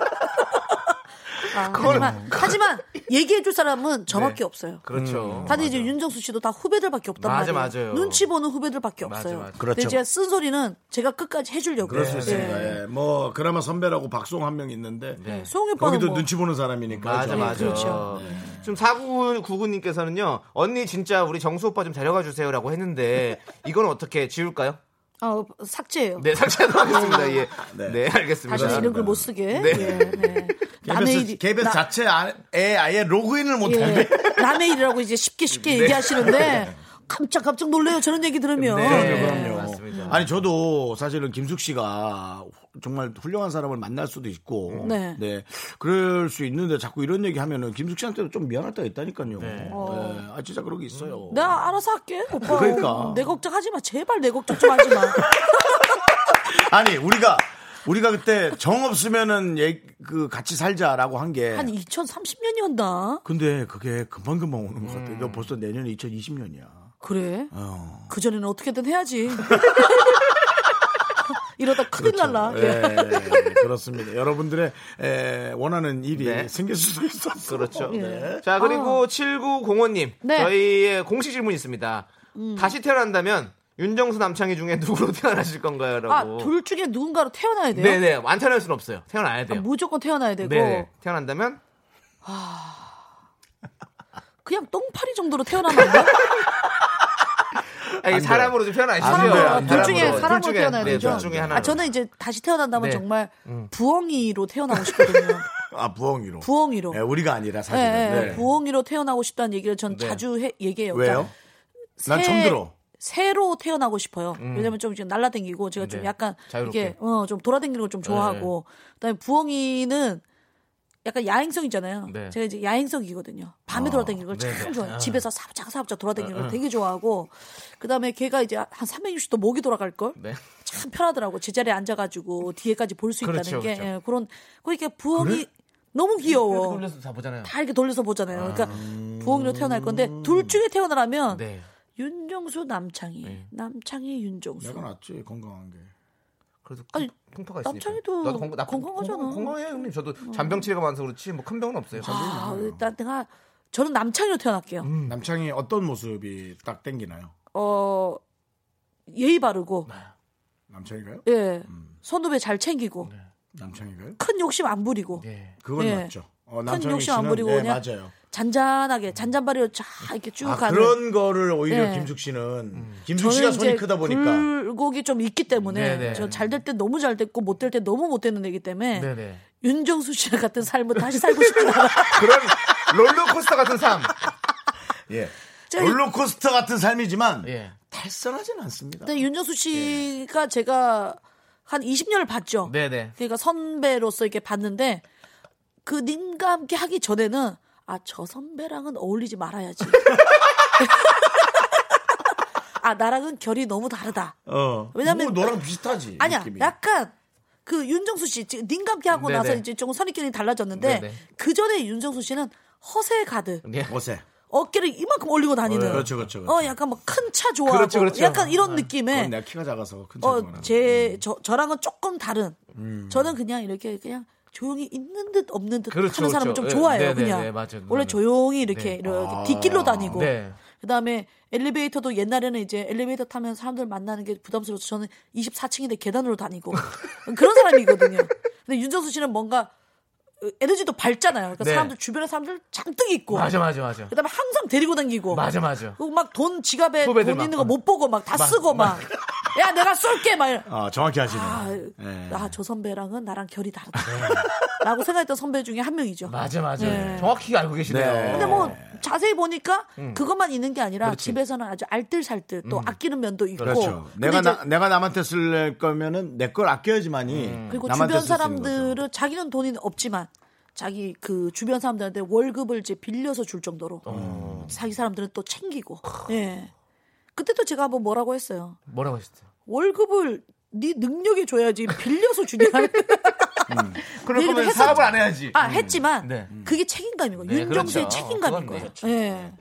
[SPEAKER 4] 아, 하지만, 하지만 얘기해줄 사람은 저밖에
[SPEAKER 2] 네.
[SPEAKER 4] 없어요.
[SPEAKER 2] 그렇죠.
[SPEAKER 4] 다들 이제 윤정수 씨도 다 후배들밖에 없단
[SPEAKER 2] 맞아,
[SPEAKER 4] 말이에요.
[SPEAKER 2] 맞아요.
[SPEAKER 4] 눈치 보는 후배들밖에 없어요.
[SPEAKER 2] 맞아.
[SPEAKER 1] 그렇죠.
[SPEAKER 4] 근데 제가 쓴 소리는 제가 끝까지 해주려고.
[SPEAKER 1] 그럴
[SPEAKER 2] 네.
[SPEAKER 1] 수 있습니다.
[SPEAKER 4] 예.
[SPEAKER 1] 예. 뭐 그나마 선배라고 박송 한 명 있는데
[SPEAKER 4] 송혜 오빠는
[SPEAKER 1] 거기도
[SPEAKER 4] 뭐-
[SPEAKER 1] 눈치 보는 사람이니까
[SPEAKER 2] 네. 맞아
[SPEAKER 1] 그죠?
[SPEAKER 2] 맞아.
[SPEAKER 4] 그렇죠.
[SPEAKER 2] 지금 사구구구님께서는요 언니 진짜 우리 정수 오빠 좀 데려가 주세요라고 했는데 이건 어떻게 지울까요?
[SPEAKER 4] 아, 삭제예요.
[SPEAKER 2] 네 삭제하도록 하겠습니다. 예. 네. 알겠습니다.
[SPEAKER 4] 다시 이런 걸 못 쓰게.
[SPEAKER 2] 네.
[SPEAKER 4] 예, 네. 남의
[SPEAKER 1] KBS,
[SPEAKER 4] 일
[SPEAKER 1] KBS 자체 아예, 아예 로그인을 못하게
[SPEAKER 4] 예, 남의 일이라고 이제 쉽게 쉽게 얘기하시는데 깜짝 깜짝 놀래요. 저런 얘기 들으면.
[SPEAKER 2] 네.
[SPEAKER 1] 어. 그럼요.
[SPEAKER 2] 맞습니다.
[SPEAKER 1] 아니 저도 사실은 김숙 씨가 후- 정말 훌륭한 사람을 만날 수도 있고,
[SPEAKER 4] 네.
[SPEAKER 1] 그럴 수 있는데 자꾸 이런 얘기 하면은 김숙 씨한테도 좀 미안할 때가 있다니까요. 네. 아 진짜 그런 게 있어요.
[SPEAKER 4] 내가 알아서 할게, 오빠.
[SPEAKER 1] 그러니까.
[SPEAKER 4] 내 걱정하지 마. 제발 내 걱정 좀 하지 마.
[SPEAKER 1] 아니 우리가 우리가 그때 정 없으면은 얘- 그 같이 살자라고 한 게
[SPEAKER 4] 한 2030년이었나? 음.
[SPEAKER 1] 근데 그게 금방금방 오는 것 같아요. 이거 벌써 내년 2020년이야.
[SPEAKER 4] 그래?
[SPEAKER 1] 어.
[SPEAKER 4] 그 전에는 어떻게든 해야지. 이러다 큰일 날라. 예.
[SPEAKER 1] 예, 그렇습니다. 여러분들의 에, 원하는 일이
[SPEAKER 2] 네.
[SPEAKER 1] 생길 수도 있었어.
[SPEAKER 2] 그렇죠.
[SPEAKER 1] 네.
[SPEAKER 2] 자 그리고 7905님
[SPEAKER 4] 네. 음.
[SPEAKER 2] 저희의 공식 질문이 있습니다. 다시 태어난다면 윤정수 남창희 중에 누구로 태어나실 건가요?라고.
[SPEAKER 4] 아, 둘 중에 누군가로 태어나야 돼요?
[SPEAKER 2] 네네 안 태어날 수는 없어요.
[SPEAKER 4] 아,
[SPEAKER 2] 태어나야 돼요.
[SPEAKER 4] 무조건 태어나야 되고
[SPEAKER 2] 네 태어난다면
[SPEAKER 4] 그냥 똥파리 정도로 태어나면 안 돼요?
[SPEAKER 2] 아, 이게 사람으로 좀 태어나시죠.
[SPEAKER 1] 안 돼요, 안 돼요.
[SPEAKER 4] 둘 중에
[SPEAKER 1] 사람으로,
[SPEAKER 4] 사람으로 태어나야
[SPEAKER 2] 네,
[SPEAKER 4] 되죠.
[SPEAKER 2] 둘 중에 하나.
[SPEAKER 4] 아, 저는 이제 다시 태어난다면
[SPEAKER 2] 네.
[SPEAKER 4] 정말 부엉이로 태어나고 싶거든요.
[SPEAKER 1] 아 부엉이로.
[SPEAKER 4] 부엉이로.
[SPEAKER 1] 예, 우리가 아니라
[SPEAKER 4] 예,
[SPEAKER 1] 사실은.
[SPEAKER 4] 예,
[SPEAKER 1] 네.
[SPEAKER 4] 부엉이로 태어나고 싶다는 얘기를 전
[SPEAKER 2] 네.
[SPEAKER 4] 자주 해- 얘기해요. 그러니까
[SPEAKER 1] 왜요? 난
[SPEAKER 4] 새-
[SPEAKER 1] 처음 들어.
[SPEAKER 4] 새로 태어나고 싶어요. 왜냐면 좀 지금 날라댕기고 제가 좀
[SPEAKER 2] 음. 네.
[SPEAKER 4] 약간
[SPEAKER 2] 자유롭게. 네.
[SPEAKER 4] 이게 어, 좀 돌아댕기는 걸 좀 좋아하고 그다음에 부엉이는 약간 야행성이잖아요.
[SPEAKER 2] 네.
[SPEAKER 4] 제가 이제 야행성이거든요. 밤에 돌아다니는 걸 참 좋아해요. 집에서 사부작 사부작 돌아다니는 걸 되게 좋아하고 그다음에 걔가 이제 한 360도 목이 돌아갈 걸.
[SPEAKER 2] 네.
[SPEAKER 4] 참 편하다라고 제자리에 앉아가지고 뒤에까지 볼 수
[SPEAKER 2] 그렇죠,
[SPEAKER 4] 있다는 게
[SPEAKER 2] 그렇죠.
[SPEAKER 4] 예, 그런 그러니까 부엉이 너무 귀여워.
[SPEAKER 2] 돌려서 다 보잖아요.
[SPEAKER 4] 다 이렇게 돌려서 보잖아요. 그러니까 부엉이로 태어날 건데 둘 중에 태어나라면
[SPEAKER 2] 네.
[SPEAKER 4] 윤정수 남창희 남창희 윤정수
[SPEAKER 1] 내가 낫지 건강한 게.
[SPEAKER 2] 그래도
[SPEAKER 4] 아니,
[SPEAKER 2] 풍파가 있으니까.
[SPEAKER 4] 남창희도
[SPEAKER 2] 나도 건강- 나
[SPEAKER 4] 건강하잖아. 어.
[SPEAKER 2] 건강- 건강해요, 형님. 저도 잔병치레가 많아서 그렇지 뭐 큰 병은 없어요.
[SPEAKER 4] 아 일단 내가 저는 남창희로 태어날게요
[SPEAKER 1] 남창이 어떤 모습이 딱 땡기나요?
[SPEAKER 4] 어 예의 바르고
[SPEAKER 1] 네. 남창이가요?
[SPEAKER 4] 예
[SPEAKER 1] 음.
[SPEAKER 4] 선후배 잘 챙기고
[SPEAKER 1] 네. 남창이가요?
[SPEAKER 4] 큰 욕심 안 부리고
[SPEAKER 2] 네.
[SPEAKER 1] 그건
[SPEAKER 4] 네.
[SPEAKER 1] 맞죠. 어,
[SPEAKER 4] 큰
[SPEAKER 1] 남창이
[SPEAKER 4] 욕심 안
[SPEAKER 1] 씨는
[SPEAKER 4] 부리고
[SPEAKER 1] 네,
[SPEAKER 4] 그냥
[SPEAKER 1] 맞아요.
[SPEAKER 4] 잔잔하게 잔잔바리로 쫙 이렇게 쭉
[SPEAKER 1] 아,
[SPEAKER 4] 가는
[SPEAKER 1] 그런 거를 오히려
[SPEAKER 4] 네.
[SPEAKER 1] 김숙 씨는 김숙 씨가 손이 크다 보니까
[SPEAKER 4] 굴곡이 좀 있기 때문에
[SPEAKER 2] 네네.
[SPEAKER 4] 저 잘 될 때 너무 잘 됐고 못 될 때 너무 못 되는 애기 때문에
[SPEAKER 2] 네네.
[SPEAKER 4] 윤정수 씨랑 같은 삶을 다시 살고 싶지 않아.
[SPEAKER 2] 그런 롤러코스터 같은 삶.
[SPEAKER 1] 예.
[SPEAKER 4] 저기-
[SPEAKER 1] 롤러코스터 같은 삶이지만
[SPEAKER 2] 예.
[SPEAKER 1] 탈선하진 않습니다.
[SPEAKER 4] 근데 네, 윤정수 씨가 제가 한 20년을 봤죠.
[SPEAKER 2] 네네.
[SPEAKER 4] 그러니까 선배로서 이렇게 봤는데 그 님과 함께 하기 전에는 아 저 선배랑은 어울리지 말아야지. 아 나랑은 결이 너무 다르다.
[SPEAKER 1] 어.
[SPEAKER 4] 왜냐면-
[SPEAKER 1] 뭐 너랑 비슷하지.
[SPEAKER 4] 아니야,
[SPEAKER 1] 느낌이.
[SPEAKER 4] 약간 그 윤정수 씨 지금 님과 함께 하고
[SPEAKER 2] 네네.
[SPEAKER 4] 나서 이제 조금 선입견이 달라졌는데
[SPEAKER 2] 네네.
[SPEAKER 4] 그 전에 윤정수 씨는 허세 가득
[SPEAKER 2] 네.
[SPEAKER 1] 어세.
[SPEAKER 4] 어깨를 이만큼 올리고 다니는.
[SPEAKER 1] 음. 그렇죠, 그렇죠, 그렇죠.
[SPEAKER 4] 어, 약간 막 큰 차 좋아하고
[SPEAKER 2] 그렇죠, 그렇죠.
[SPEAKER 4] 약간 이런
[SPEAKER 1] 그건
[SPEAKER 4] 느낌의
[SPEAKER 1] 내가 키가 작아서 큰 차이가
[SPEAKER 4] 어,
[SPEAKER 1] 많아.
[SPEAKER 2] 음.
[SPEAKER 4] 제, 저, 저랑은 조금 다른. 저는 그냥 이렇게 그냥 조용히 있는 듯 없는 듯
[SPEAKER 2] 그렇죠,
[SPEAKER 4] 하는 사람을
[SPEAKER 2] 그렇죠. 예,
[SPEAKER 4] 좀 좋아해요,
[SPEAKER 2] 네, 네,
[SPEAKER 4] 그냥.
[SPEAKER 2] 네, 맞아요,
[SPEAKER 4] 원래
[SPEAKER 2] 그거는.
[SPEAKER 4] 조용히 이렇게,
[SPEAKER 2] 네.
[SPEAKER 4] 이렇게 뒷길로 다니고.
[SPEAKER 2] 네.
[SPEAKER 4] 그 다음에 엘리베이터도 옛날에는 이제 엘리베이터 타면 사람들 만나는 게 부담스러워서 저는 24층인데 계단으로 다니고. 그런 사람이거든요. 근데 윤정수 씨는 뭔가 에너지도 밝잖아요. 그러니까
[SPEAKER 2] 네.
[SPEAKER 4] 사람들, 주변에 사람들 잔뜩 있고.
[SPEAKER 2] 맞아 맞아 맞아.
[SPEAKER 4] 그 다음에 항상 데리고 다니고.
[SPEAKER 2] 맞아 맞아.
[SPEAKER 4] 막 돈 지갑에 돈
[SPEAKER 2] 후배들
[SPEAKER 4] 있는
[SPEAKER 2] 막,
[SPEAKER 4] 거 못 보고 막 다 쓰고 막. 야 내가 쏠게 막. 이래.
[SPEAKER 1] 아, 정확히 하시네.
[SPEAKER 4] 아,
[SPEAKER 1] 예.
[SPEAKER 4] 아, 저 선배랑은 나랑 결이 다르다. 라고 생각했던 선배 중에 한 명이죠.
[SPEAKER 2] 맞아 맞아.
[SPEAKER 4] 네.
[SPEAKER 2] 정확히 알고 계시네요.
[SPEAKER 1] 네.
[SPEAKER 4] 근데 뭐 자세히 보니까
[SPEAKER 1] 음.
[SPEAKER 4] 그것만 있는 게 아니라 집에서는 아주 알뜰살뜰 또 아끼는 면도 있고.
[SPEAKER 1] 그렇죠.
[SPEAKER 4] 근데
[SPEAKER 1] 내가
[SPEAKER 4] 이제
[SPEAKER 1] 나, 내가 남한테 쓸 거면은 내 걸 아껴야지만이
[SPEAKER 4] 음. 그리고
[SPEAKER 1] 남한테
[SPEAKER 4] 주변
[SPEAKER 1] 쓸수 있는 거죠.
[SPEAKER 4] 사람들은 자기는 돈이 없지만 자기 그 주변 사람들한테 월급을 이제 빌려서 줄 정도로
[SPEAKER 1] 어.
[SPEAKER 4] 자기 사람들은 또 챙기고. 예. 그때 또 제가 한번 뭐라고 했어요.
[SPEAKER 2] 뭐라고 하셨어요?
[SPEAKER 4] 월급을 네 능력에 줘야지 빌려서 주냐.
[SPEAKER 2] 그럴
[SPEAKER 4] 얘기도
[SPEAKER 2] 거면
[SPEAKER 4] 했었죠.
[SPEAKER 2] 사업을 안 해야지.
[SPEAKER 4] 아 했지만
[SPEAKER 2] 네.
[SPEAKER 4] 그게 책임감이고
[SPEAKER 2] 네,
[SPEAKER 4] 윤정수의
[SPEAKER 2] 그렇죠.
[SPEAKER 4] 책임감인
[SPEAKER 2] 그건
[SPEAKER 4] 거예요.
[SPEAKER 2] 그렇죠.
[SPEAKER 4] 예.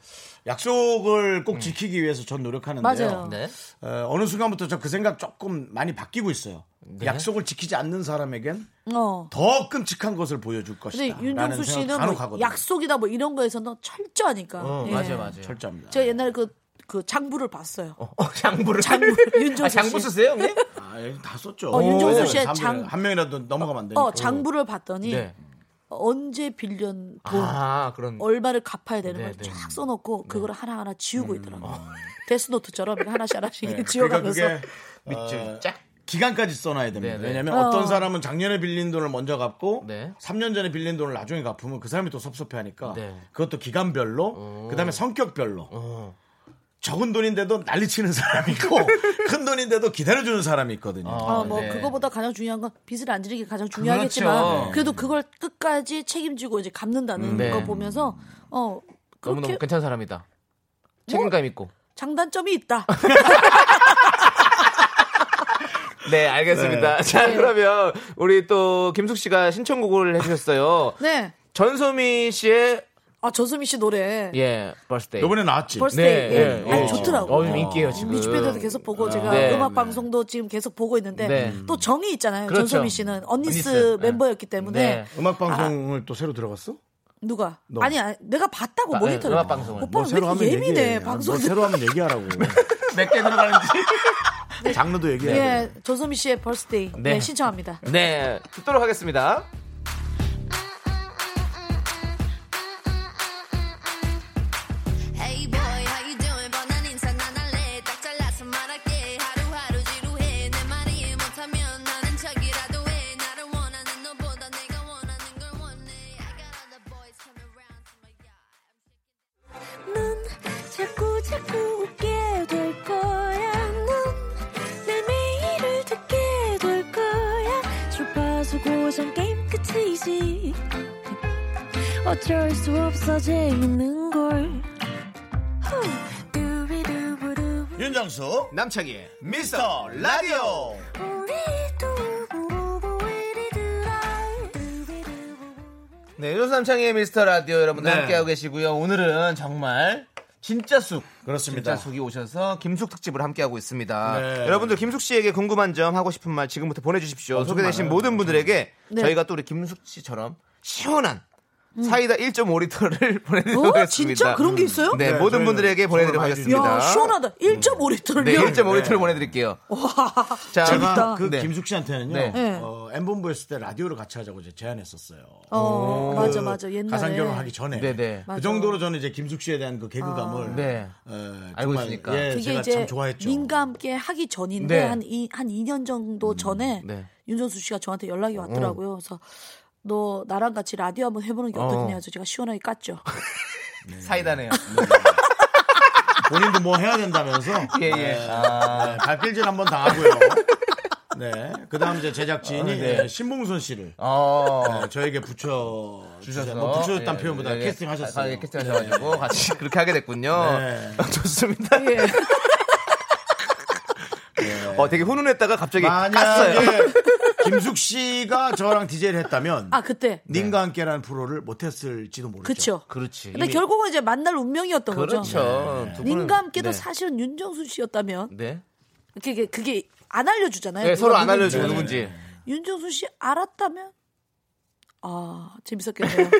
[SPEAKER 1] 약속을 꼭 지키기 위해서 전 노력하는데요.
[SPEAKER 4] 음. 맞아요.
[SPEAKER 2] 네.
[SPEAKER 1] 어, 어느 순간부터 저 그 생각 조금 많이 바뀌고 있어요.
[SPEAKER 4] 네.
[SPEAKER 1] 약속을 지키지 않는 사람에겐
[SPEAKER 4] 어.
[SPEAKER 1] 더 끔찍한 것을 보여줄 것이다.
[SPEAKER 4] 근데 윤정수
[SPEAKER 1] 라는 생각
[SPEAKER 4] 씨는
[SPEAKER 1] 간혹
[SPEAKER 4] 뭐
[SPEAKER 1] 하거든요.
[SPEAKER 4] 약속이다 뭐 이런 거에서는 철저하니까.
[SPEAKER 2] 어,
[SPEAKER 4] 예.
[SPEAKER 2] 맞아 맞아.
[SPEAKER 1] 철저합니다.
[SPEAKER 4] 제가 옛날에 그, 그 장부를 봤어요.
[SPEAKER 2] 어, 어, 장부를
[SPEAKER 4] 장부, 윤정수
[SPEAKER 2] 아, 장부
[SPEAKER 4] 씨.
[SPEAKER 2] 쓰세요, 형님?
[SPEAKER 1] 아, 예, 다 썼죠.
[SPEAKER 4] 어, 윤정수 씨의
[SPEAKER 1] 사람들은
[SPEAKER 4] 장-
[SPEAKER 1] 한 명이라도 넘어가면 안 되니까.
[SPEAKER 4] 어 장부를 봤더니
[SPEAKER 2] 네.
[SPEAKER 4] 언제 빌린 돈
[SPEAKER 2] 아, 그런
[SPEAKER 4] 얼마를 갚아야 되는
[SPEAKER 2] 네,
[SPEAKER 4] 걸
[SPEAKER 2] 네.
[SPEAKER 4] 쫙 써놓고 그걸 하나하나 지우고 있더라고. 요 데스노트처럼 이렇게 하나씩 하나씩
[SPEAKER 1] 네.
[SPEAKER 4] 지워가면서
[SPEAKER 1] 그러니까 그게
[SPEAKER 2] 밑줄
[SPEAKER 1] 어,
[SPEAKER 2] 쫙.
[SPEAKER 1] 기간까지 써놔야 됩니다.
[SPEAKER 2] 네네.
[SPEAKER 1] 왜냐하면
[SPEAKER 4] 어.
[SPEAKER 1] 어. 떤 사람은 작년에 빌린 돈을 먼저 갚고
[SPEAKER 2] 네.
[SPEAKER 1] 3년 전에 빌린 돈을 나중에 갚으면 그 사람이 또 섭섭해하니까
[SPEAKER 2] 네.
[SPEAKER 1] 그것도 기간별로 그다음에 성격별로
[SPEAKER 2] 어.
[SPEAKER 1] 적은 돈인데도 난리치는 사람이 있고 큰 돈인데도 기다려주는 사람이 있거든요.
[SPEAKER 4] 어, 뭐
[SPEAKER 2] 네.
[SPEAKER 4] 그거보다 가장 중요한 건 빚을 안 지르기 가장 중요하겠지만
[SPEAKER 2] 그렇죠.
[SPEAKER 4] 그래도 그걸 끝까지 책임지고 이제 갚는다는
[SPEAKER 2] 네.
[SPEAKER 4] 거 보면서 어 그렇게 뭐
[SPEAKER 2] 너무너무 괜찮은 사람이다. 책임감 있고.
[SPEAKER 4] 장단점이 있다.
[SPEAKER 2] 네, 알겠습니다. 자, 그러면 우리 또 김숙 씨가 신청곡을 해주셨어요.
[SPEAKER 4] 네.
[SPEAKER 2] 전소미 씨의
[SPEAKER 4] 아 저수미 씨 노래
[SPEAKER 2] 예, 버스데이.
[SPEAKER 1] 요번에 나왔지.
[SPEAKER 4] 벌써
[SPEAKER 2] 네,
[SPEAKER 4] 예.
[SPEAKER 2] 예,
[SPEAKER 4] 아니,
[SPEAKER 2] 예.
[SPEAKER 4] 좋더라고.
[SPEAKER 2] 어, 지금 인기예요, 지금.
[SPEAKER 4] 뮤직비디오도 계속 보고 제가
[SPEAKER 2] 네.
[SPEAKER 4] 음악 방송도 지금 계속 보고 있는데
[SPEAKER 2] 네.
[SPEAKER 4] 또 정이 있잖아요.
[SPEAKER 2] 그렇죠.
[SPEAKER 4] 전소미 씨는 언니스,
[SPEAKER 2] 언니스.
[SPEAKER 4] 멤버였기 때문에
[SPEAKER 2] 네.
[SPEAKER 4] 아.
[SPEAKER 1] 음악 방송을 또 새로 들어갔어?
[SPEAKER 4] 누가
[SPEAKER 1] 너.
[SPEAKER 4] 아니 아니, 내가 봤다고
[SPEAKER 2] 아,
[SPEAKER 4] 모니터를
[SPEAKER 2] 네, 음악 방송을.
[SPEAKER 1] 뭐
[SPEAKER 4] 오빠는 왜
[SPEAKER 1] 새로 하면
[SPEAKER 4] 이렇게 예민해
[SPEAKER 1] 얘기해.
[SPEAKER 4] 방송
[SPEAKER 1] 뭐 새로 하면 얘기하라고.
[SPEAKER 2] 몇 개 들어가는지.
[SPEAKER 1] 장르도 얘기해.
[SPEAKER 4] 예 조소미 씨의 벌스데이 네.
[SPEAKER 2] 네.
[SPEAKER 4] 신청합니다.
[SPEAKER 2] 네, 듣도록 하겠습니다.
[SPEAKER 3] Hey boy, how you doing? 뻔한 인사 난 할래. 딱 잘라서 말할게. 하루하루 지루해. 내 말이 못하면 나는 척이라도 해. 나를 원하는 너보다 내가 원하는 걸 원해. I got all the boys coming round to my yard.
[SPEAKER 7] 넌 자꾸 자꾸 웃게 될 거야. 넌내 매일을 듣게 될 거야. 주파수 고정 게임 끝이지. 어쩔 수 없어 재밌는 걸. 후. 두비두부두.
[SPEAKER 1] 윤정수
[SPEAKER 2] 남창희 미스터 라디오.
[SPEAKER 7] 우리 두부부부 우리들아. 두비두부부.
[SPEAKER 2] 네, 윤수 남창희 미스터 라디오 여러분들
[SPEAKER 1] 네.
[SPEAKER 2] 함께하고 계시고요. 오늘은 정말 진짜 쑥.
[SPEAKER 1] 그렇습니다.
[SPEAKER 2] 진짜 쑥이 오셔서 김숙 특집을 함께하고 있습니다.
[SPEAKER 1] 네.
[SPEAKER 2] 여러분들 김숙 씨에게 궁금한 점 하고 싶은 말 지금부터 보내주십시오. 소개되신 모든 분들에게
[SPEAKER 4] 네.
[SPEAKER 2] 저희가 또 우리 김숙 씨처럼 시원한 사이다 1.5리터를 보내드리도록
[SPEAKER 4] 어
[SPEAKER 2] 하겠습니다.
[SPEAKER 4] 진짜 그런 게 있어요?
[SPEAKER 2] 네,
[SPEAKER 1] 네,
[SPEAKER 2] 모든
[SPEAKER 1] 저희는
[SPEAKER 2] 분들에게 보내드리도록
[SPEAKER 1] 선물 많이
[SPEAKER 2] 하겠습니다.
[SPEAKER 4] 야 시원하다 1.5리터를요.
[SPEAKER 2] 네, 1.5리터를 보내드릴게요.
[SPEAKER 1] 제가
[SPEAKER 2] 자,
[SPEAKER 4] 재밌다.
[SPEAKER 1] 어, 그
[SPEAKER 2] 네.
[SPEAKER 1] 김숙 씨한테는요.
[SPEAKER 2] 네.
[SPEAKER 4] 네.
[SPEAKER 1] 어, M본부 했을 때 라디오를 같이 하자고 이제 제안했었어요. 그
[SPEAKER 4] 어 맞아 맞아 옛날에
[SPEAKER 1] 가상 결혼하기 전에. 그
[SPEAKER 2] 네네.
[SPEAKER 4] 맞아. 아.
[SPEAKER 1] 정도로 저는 이제 김숙 씨에 대한 그 개그감을
[SPEAKER 2] 네.
[SPEAKER 1] 어,
[SPEAKER 2] 알고 있으니까.
[SPEAKER 1] 예,
[SPEAKER 4] 그게
[SPEAKER 1] 제가
[SPEAKER 4] 이제
[SPEAKER 1] 참 좋아했죠.
[SPEAKER 4] 민가 함께 하기 전인데
[SPEAKER 2] 네.
[SPEAKER 4] 한, 이, 한 2년 정도 전에
[SPEAKER 2] 네.
[SPEAKER 4] 윤정수 씨가 저한테 연락이 왔더라고요. 그래서 너 나랑 같이 라디오 한번 해보는 게 어떻겠냐 해서 제가 시원하게 깠죠.
[SPEAKER 2] 사이다네요.
[SPEAKER 1] 본인도 뭐 해야 된다면서.
[SPEAKER 2] 예, 예.
[SPEAKER 1] 네,
[SPEAKER 2] 아.
[SPEAKER 1] 네, 발길질 한번 당하고요. 네. 그 다음 이제 제작진이 예, 신봉선 씨를
[SPEAKER 2] 네. 어.
[SPEAKER 1] 어, 저에게 붙여
[SPEAKER 2] 주셔서
[SPEAKER 1] 주셔서 뭐 붙여줬다는 표현보다
[SPEAKER 2] 예, 예.
[SPEAKER 1] 캐스팅하셨어요.
[SPEAKER 2] 아, 예, 캐스팅하셔가지고 어, 같이 그렇게 하게 됐군요. 아,
[SPEAKER 1] 네.
[SPEAKER 2] 좋습니다.
[SPEAKER 4] 예.
[SPEAKER 2] 어, 되게 훈훈했다가 갑자기 깠어요.
[SPEAKER 1] 만약에 김숙 씨가 저랑 DJ를 했다면
[SPEAKER 4] 아 그때
[SPEAKER 1] 님과 함께라는 프로를 못했을지도 모르죠.
[SPEAKER 4] 그쵸.
[SPEAKER 2] 그렇지.
[SPEAKER 4] 근데 결국은 이제 만날 운명이었던 거죠.
[SPEAKER 2] 그렇죠. 두 분은-
[SPEAKER 4] 민가 함께도
[SPEAKER 2] 네.
[SPEAKER 4] 사실은 윤정수 씨였다면
[SPEAKER 2] 네.
[SPEAKER 4] 그게 그게 안 알려주잖아요.
[SPEAKER 2] 네,
[SPEAKER 4] 누가
[SPEAKER 2] 서로 안
[SPEAKER 4] 누군지.
[SPEAKER 2] 알려주고 누군지.
[SPEAKER 1] 네.
[SPEAKER 4] 윤정수 씨 알았다면 아 재밌었겠네요.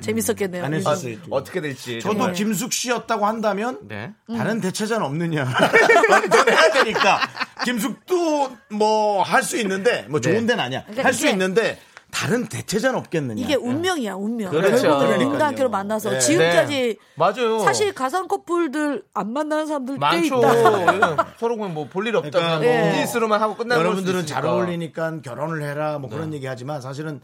[SPEAKER 4] 재밌었겠네요.
[SPEAKER 2] 음,
[SPEAKER 1] 안
[SPEAKER 4] 윤정수.
[SPEAKER 1] 했을 수도 있고.
[SPEAKER 2] 어떻게 될지.
[SPEAKER 1] 저도
[SPEAKER 2] 정말.
[SPEAKER 1] 김숙 씨였다고 한다면
[SPEAKER 2] 네.
[SPEAKER 4] 음.
[SPEAKER 1] 다른 대체자는 없느냐. 넌 해야 되니까. 김숙도 뭐 할 수 있는데 뭐 좋은 데는 아니야.
[SPEAKER 4] 그러니까
[SPEAKER 1] 할 수
[SPEAKER 4] 이게-
[SPEAKER 1] 있는데 다른 대체자는 없겠느냐.
[SPEAKER 4] 이게 운명이야 운명.
[SPEAKER 2] 예. 그렇죠.
[SPEAKER 4] 결국은
[SPEAKER 2] 그러니까요.
[SPEAKER 4] 인간계로 만나서
[SPEAKER 1] 네.
[SPEAKER 4] 지금까지
[SPEAKER 2] 네. 맞아요.
[SPEAKER 4] 사실 가상 커플들 안 만나는 사람들 꽤
[SPEAKER 2] 많죠.
[SPEAKER 4] 있다.
[SPEAKER 2] 예, 서로 그냥 뭐 볼 일
[SPEAKER 1] 그러니까
[SPEAKER 2] 없다가
[SPEAKER 1] 뭐
[SPEAKER 2] 뭐 비즈니스로만 하고 끝나는
[SPEAKER 1] 여러분들은
[SPEAKER 2] 걸 수도
[SPEAKER 1] 잘
[SPEAKER 2] 있으니까.
[SPEAKER 1] 어울리니까 결혼을 해라 뭐 그런 얘기 하지만 사실은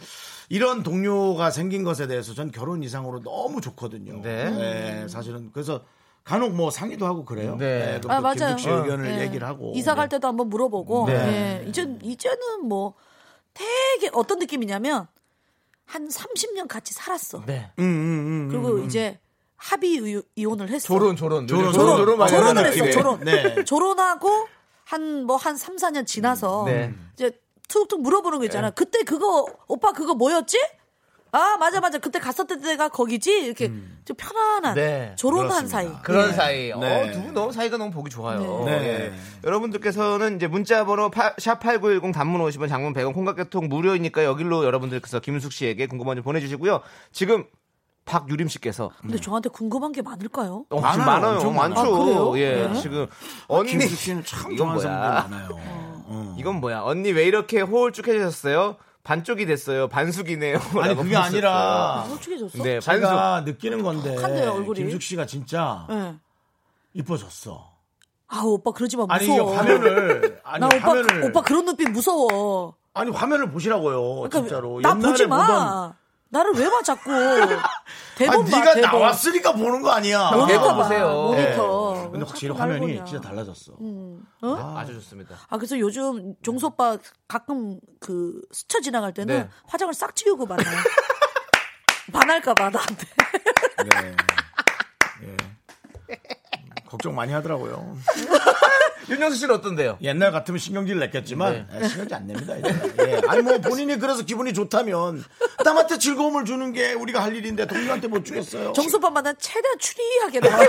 [SPEAKER 1] 이런 동료가 생긴 것에 대해서 전 결혼 이상으로 너무 좋거든요.
[SPEAKER 2] 네.
[SPEAKER 1] 사실은 그래서 간혹 뭐 상의도 하고 그래요.
[SPEAKER 2] 네.
[SPEAKER 1] 그럼
[SPEAKER 4] 아
[SPEAKER 1] 또
[SPEAKER 4] 맞아요.
[SPEAKER 1] 김숙 씨 의견을
[SPEAKER 4] 예.
[SPEAKER 1] 얘기를 하고
[SPEAKER 4] 이사 갈 때도 한번 물어보고
[SPEAKER 1] 네.
[SPEAKER 4] 예. 이제 이제는 뭐 되게 어떤 느낌이냐면 한 30년 같이 살았어.
[SPEAKER 2] 네.
[SPEAKER 1] 음, 음, 음.
[SPEAKER 4] 그리고 이제 합의 의- 이혼을 했어.
[SPEAKER 2] 조론, 조론.
[SPEAKER 1] 조론,
[SPEAKER 2] 조론,
[SPEAKER 1] 조론
[SPEAKER 2] 조론 많이
[SPEAKER 1] 조론을
[SPEAKER 2] 하는
[SPEAKER 4] 결혼을
[SPEAKER 1] 느낌이에요.
[SPEAKER 4] 했어.
[SPEAKER 2] 느낌이에요.
[SPEAKER 4] 결혼.
[SPEAKER 1] 네.
[SPEAKER 4] 결혼하고 한 뭐 한 3, 4년 지나서
[SPEAKER 2] 네.
[SPEAKER 1] 음.
[SPEAKER 4] 이제 툭툭 물어보는 거
[SPEAKER 1] 네.
[SPEAKER 4] 있잖아. 그때 그거 오빠 그거 뭐였지? 아 맞아 맞아 그때 갔었던 데가 거기지 이렇게 좀 편안한
[SPEAKER 2] 네,
[SPEAKER 4] 조론한
[SPEAKER 1] 음. 그렇습니다.
[SPEAKER 4] 사이
[SPEAKER 2] 그런 사이.
[SPEAKER 1] 네.
[SPEAKER 2] 어, 두 분 너무 사이가 너무 보기 좋아요.
[SPEAKER 1] 네.
[SPEAKER 2] 예. 여러분들께서는 이제 문자번호 샵8910 단문 50원 장문 100원 콩각개통 무료이니까 여기로 여러분들께서 김숙 씨에게 궁금한 점 보내주시고요. 지금 박유림 씨께서
[SPEAKER 1] 음.
[SPEAKER 4] 근데 저한테 궁금한 게 많을까요?
[SPEAKER 2] 어,
[SPEAKER 1] 많아요.
[SPEAKER 2] 지금 많아요.
[SPEAKER 1] 엄청
[SPEAKER 2] 많죠.
[SPEAKER 1] 많아요.
[SPEAKER 4] 아, 그래요?
[SPEAKER 2] 예,
[SPEAKER 4] 네.
[SPEAKER 2] 지금 언니
[SPEAKER 1] 김숙 씨는 참
[SPEAKER 2] 이건
[SPEAKER 1] 좋아하는
[SPEAKER 2] 뭐야?
[SPEAKER 1] 사람들 많아요. 어.
[SPEAKER 2] 이건 뭐야? 언니 왜 이렇게 호울쭉해졌어요? 반쪽이 됐어요. 반숙이네요.
[SPEAKER 1] 아니
[SPEAKER 2] 라고
[SPEAKER 1] 그게 아니라
[SPEAKER 4] 못 추게줬어?
[SPEAKER 2] 네, 반숙.
[SPEAKER 1] 제가 느끼는 건데
[SPEAKER 4] 촉촉한데요, 얼굴이.
[SPEAKER 1] 김숙 씨가 진짜
[SPEAKER 4] 예.
[SPEAKER 1] 이뻐졌어.
[SPEAKER 4] 아 오빠 그러지 마
[SPEAKER 1] 아니 이게
[SPEAKER 4] 무서워.
[SPEAKER 1] 화면을 아니
[SPEAKER 4] 나 오빠
[SPEAKER 1] 화면을
[SPEAKER 4] 오빠 그런 눈빛 무서워.
[SPEAKER 1] 아니 화면을 보시라고요.
[SPEAKER 4] 그러니까
[SPEAKER 1] 아, 진짜로
[SPEAKER 4] 나
[SPEAKER 1] 옛날에
[SPEAKER 4] 보지 마.
[SPEAKER 1] 보던
[SPEAKER 4] 나를 왜 봐 자꾸. 대본
[SPEAKER 1] 아니,
[SPEAKER 4] 봐.
[SPEAKER 1] 네가
[SPEAKER 4] 대본.
[SPEAKER 1] 나왔으니까 보는 거 아니야.
[SPEAKER 4] 모니터
[SPEAKER 2] 대본
[SPEAKER 4] 봐.
[SPEAKER 2] 보세요.
[SPEAKER 4] 모니터.
[SPEAKER 1] 예. 근데 확실히
[SPEAKER 4] 네. 자꾸 날
[SPEAKER 1] 화면이
[SPEAKER 4] 보냐. 음.
[SPEAKER 1] 진짜 달라졌어.
[SPEAKER 2] 아주 좋습니다.
[SPEAKER 4] 아 그래서 요즘 종수 오빠 가끔 그 스쳐 지나갈 때는
[SPEAKER 2] 네.
[SPEAKER 4] 화장을 싹 치우고 만나. 반할까봐 나한테.
[SPEAKER 1] 네. 예. 걱정 많이 하더라고요.
[SPEAKER 2] 윤정수 씨는 어떤데요?
[SPEAKER 1] 옛날 아, 같으면 신경질 냈겠지만 예, 신경질 안 냅니다. 이제. 예. 아니 뭐 본인이 그래서 기분이 좋다면 남한테 즐거움을 주는 게 우리가 할 일인데 동료한테 못 주겠어요.
[SPEAKER 4] 정수오빠만은 최대한 추리하게 나와.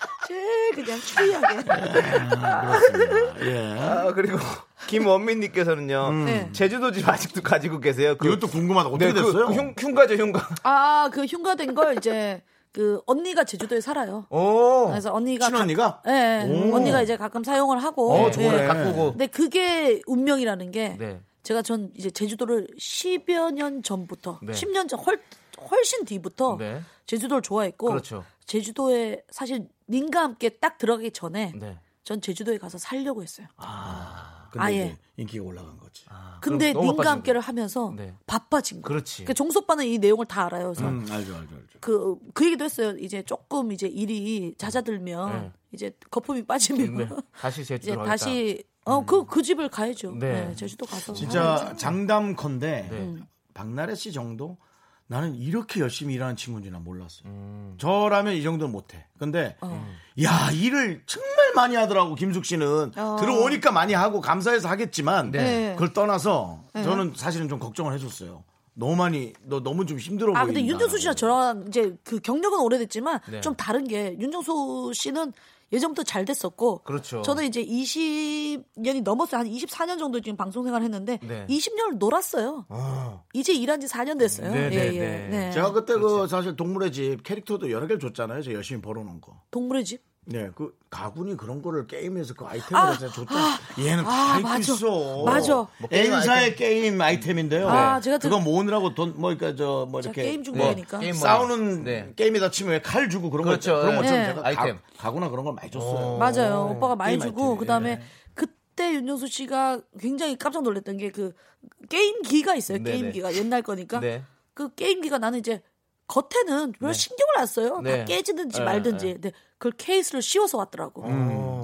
[SPEAKER 4] 제 그냥 추리하게.
[SPEAKER 1] 예.
[SPEAKER 2] 아, 그리고 김원민님께서는요.
[SPEAKER 4] 네.
[SPEAKER 2] 제주도 집 아직도 가지고 계세요. 그,
[SPEAKER 1] 이것도 궁금하다. 어떻게
[SPEAKER 2] 네, 그
[SPEAKER 1] 됐어요?
[SPEAKER 2] 흉, 흉가죠, 흉가.
[SPEAKER 4] 아, 그 흉가된 걸 이제 그 언니가 제주도에 살아요.
[SPEAKER 2] 오.
[SPEAKER 4] 그래서 언니가
[SPEAKER 1] 친언니가?
[SPEAKER 4] 예, 예.
[SPEAKER 1] 오.
[SPEAKER 4] 언니가 이제 가끔 사용을 하고.
[SPEAKER 1] 어,
[SPEAKER 4] 예.
[SPEAKER 1] 좋네.
[SPEAKER 2] 바꾸고.
[SPEAKER 4] 근데 그게 운명이라는 게
[SPEAKER 2] 네.
[SPEAKER 4] 제가 전 이제 제주도를 10여 년 전부터
[SPEAKER 2] 네.
[SPEAKER 4] 10년 전 훨, 훨씬 뒤부터
[SPEAKER 2] 네.
[SPEAKER 4] 제주도를 좋아했고
[SPEAKER 2] 그렇죠.
[SPEAKER 4] 제주도에 사실 님과 함께 딱 들어가기 전에
[SPEAKER 2] 네. 아,
[SPEAKER 4] 전 제주도에 가서 살려고 했어요.
[SPEAKER 1] 근데
[SPEAKER 4] 아예.
[SPEAKER 1] 이제 인기가 올라간 거지.
[SPEAKER 4] 근데
[SPEAKER 2] 그럼 너무
[SPEAKER 4] 님과
[SPEAKER 2] 바빠진
[SPEAKER 4] 함께를 하면서
[SPEAKER 2] 네.
[SPEAKER 4] 바빠진 거예요.
[SPEAKER 2] 그렇지.
[SPEAKER 4] 그러니까 정수 오빠는 이 내용을 다 알아요. 그래서
[SPEAKER 1] 음, 알죠, 알죠, 알죠.
[SPEAKER 4] 그, 그 얘기도 했어요. 이제 조금 이제 일이 잦아들면
[SPEAKER 2] 네.
[SPEAKER 4] 이제 거품이 빠지면
[SPEAKER 2] 네. 다시
[SPEAKER 4] 이제
[SPEAKER 2] 제주도 가겠다. 음.
[SPEAKER 4] 다시 어 그 그 집을 가야죠.
[SPEAKER 2] 네.
[SPEAKER 4] 네, 제주도 가서
[SPEAKER 1] 아, 진짜 장담컨대
[SPEAKER 2] 네.
[SPEAKER 4] 음.
[SPEAKER 1] 박나래 씨 정도 나는 이렇게 열심히 일하는 친구인지 난 몰랐어요. 저라면 이 정도는 못해. 근데
[SPEAKER 4] 어.
[SPEAKER 1] 야 일을 정말 많이 하더라고 김숙 씨는
[SPEAKER 4] 어.
[SPEAKER 1] 들어오니까 많이 하고 감사해서 하겠지만
[SPEAKER 4] 네.
[SPEAKER 1] 그걸 떠나서 저는 사실은 좀 걱정을 해줬어요. 너무 많이 너 너무 좀 힘들어 보인다.
[SPEAKER 4] 아 근데 윤정수 씨랑 저랑 이제 그 경력은 오래됐지만
[SPEAKER 2] 네.
[SPEAKER 4] 좀 다른 게 윤정수 씨는 예전부터 잘 됐었고
[SPEAKER 2] 그렇죠.
[SPEAKER 4] 저는 이제 20년이 넘었어요. 한 24년 정도 지금 방송 생활을 했는데
[SPEAKER 2] 네.
[SPEAKER 4] 20년을 놀았어요.
[SPEAKER 2] 어.
[SPEAKER 4] 이제 일한 지 4년 됐어요.
[SPEAKER 2] 네, 네,
[SPEAKER 4] 예, 예.
[SPEAKER 2] 네.
[SPEAKER 4] 네.
[SPEAKER 1] 제가 그때 그 사실 동물의 집 캐릭터도 여러 개를 줬잖아요. 제가 열심히 벌어놓은 거.
[SPEAKER 4] 동물의 집.
[SPEAKER 1] 네, 그 가군이 그런 거를 게임에서 그 아이템으로
[SPEAKER 4] 아,
[SPEAKER 1] 해서 줬죠.
[SPEAKER 4] 아,
[SPEAKER 1] 얘는 다
[SPEAKER 4] 아,
[SPEAKER 1] 입고
[SPEAKER 4] 맞아.
[SPEAKER 1] 있어.
[SPEAKER 4] 맞아.
[SPEAKER 1] 뭐 게임 엔사의 아이템. 네. 게임 아이템인데요.
[SPEAKER 4] 아, 제가
[SPEAKER 1] 그거
[SPEAKER 4] 들-
[SPEAKER 1] 모으느라고 돈, 뭐, 그러니까 저, 뭐,
[SPEAKER 4] 제가
[SPEAKER 1] 이렇게.
[SPEAKER 4] 게임
[SPEAKER 1] 뭐
[SPEAKER 4] 중독이니까.
[SPEAKER 2] 게임 뭐-
[SPEAKER 1] 싸우는
[SPEAKER 2] 네.
[SPEAKER 1] 게임에다 치면 왜 칼 주고 그런
[SPEAKER 2] 그렇죠.
[SPEAKER 1] 거. 있죠. 그런
[SPEAKER 2] 네.
[SPEAKER 1] 것처럼 제가
[SPEAKER 2] 아이템.
[SPEAKER 1] 가, 구나 그런 걸 많이 줬어요. 음. 네.
[SPEAKER 4] 맞아요. 오빠가 많이
[SPEAKER 1] 게임 예. 아이템.
[SPEAKER 4] 주고 그다음에 그때 윤정수 씨가 굉장히 깜짝 놀랐던 게 그 게임기가 있어요.
[SPEAKER 2] 네네.
[SPEAKER 4] 게임기가 옛날 거니까
[SPEAKER 2] 네.
[SPEAKER 4] 그 게임기가 나는 이제 겉에는 별로 신경을 안 써요.
[SPEAKER 2] 네.
[SPEAKER 4] 다 깨지든지
[SPEAKER 2] 네,
[SPEAKER 4] 말든지. 근데 그걸 케이스를 씌워서 왔더라고.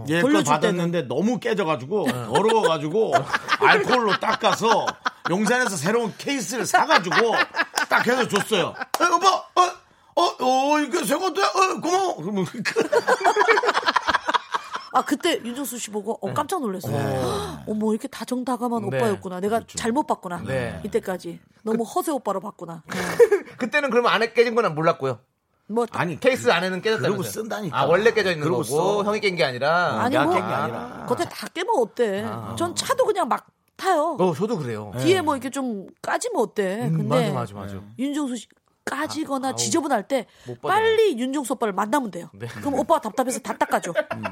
[SPEAKER 1] 예, 그걸
[SPEAKER 4] 돌려줄
[SPEAKER 1] 받았는데 너무 깨져가지고, 더러워가지고, 알코올로 닦아서, 용산에서 새로운 케이스를 사가지고, 딱 해서 줬어요. 에, 오빠! 어, 어, 어, 이거 새 것도, 어, 고마워! 그러면
[SPEAKER 4] 아 그때 윤정수 씨 보고
[SPEAKER 1] 네.
[SPEAKER 4] 어, 깜짝 놀랐어요. 헉, 어머 이렇게 다정다감한
[SPEAKER 2] 네.
[SPEAKER 4] 오빠였구나. 내가
[SPEAKER 1] 그렇죠.
[SPEAKER 4] 잘못 봤구나.
[SPEAKER 2] 네.
[SPEAKER 4] 이때까지
[SPEAKER 1] 그
[SPEAKER 4] 너무 허세 오빠로 봤구나.
[SPEAKER 2] 그때는 그러면 안에 깨진 건 몰랐고요.
[SPEAKER 4] 뭐
[SPEAKER 1] 아니,
[SPEAKER 2] 케이스 안에는 깨졌다면서요.
[SPEAKER 1] 그러고 쓴다니까.
[SPEAKER 2] 아, 원래 깨져 있는
[SPEAKER 1] 그러고
[SPEAKER 2] 거고 음.
[SPEAKER 1] 써.
[SPEAKER 2] 형이 깬 게 아니라.
[SPEAKER 4] 아니
[SPEAKER 1] 내가
[SPEAKER 4] 뭐
[SPEAKER 1] 깬게 아니라. 아.
[SPEAKER 4] 겉에 다 깨면 어때? 전 차도 그냥 막 타요.
[SPEAKER 2] 어, 저도 그래요.
[SPEAKER 4] 뒤에 뭐 이렇게 좀 까지면 어때? 근데
[SPEAKER 2] 음, 맞아 맞아 맞아.
[SPEAKER 4] 윤종수 씨 까지거나 지저분할 때
[SPEAKER 2] 못 받아요. 네.
[SPEAKER 4] 빨리 윤종수 오빠를 만나면 돼요. 그럼 오빠가 답답해서 다 닦아줘.
[SPEAKER 2] 음,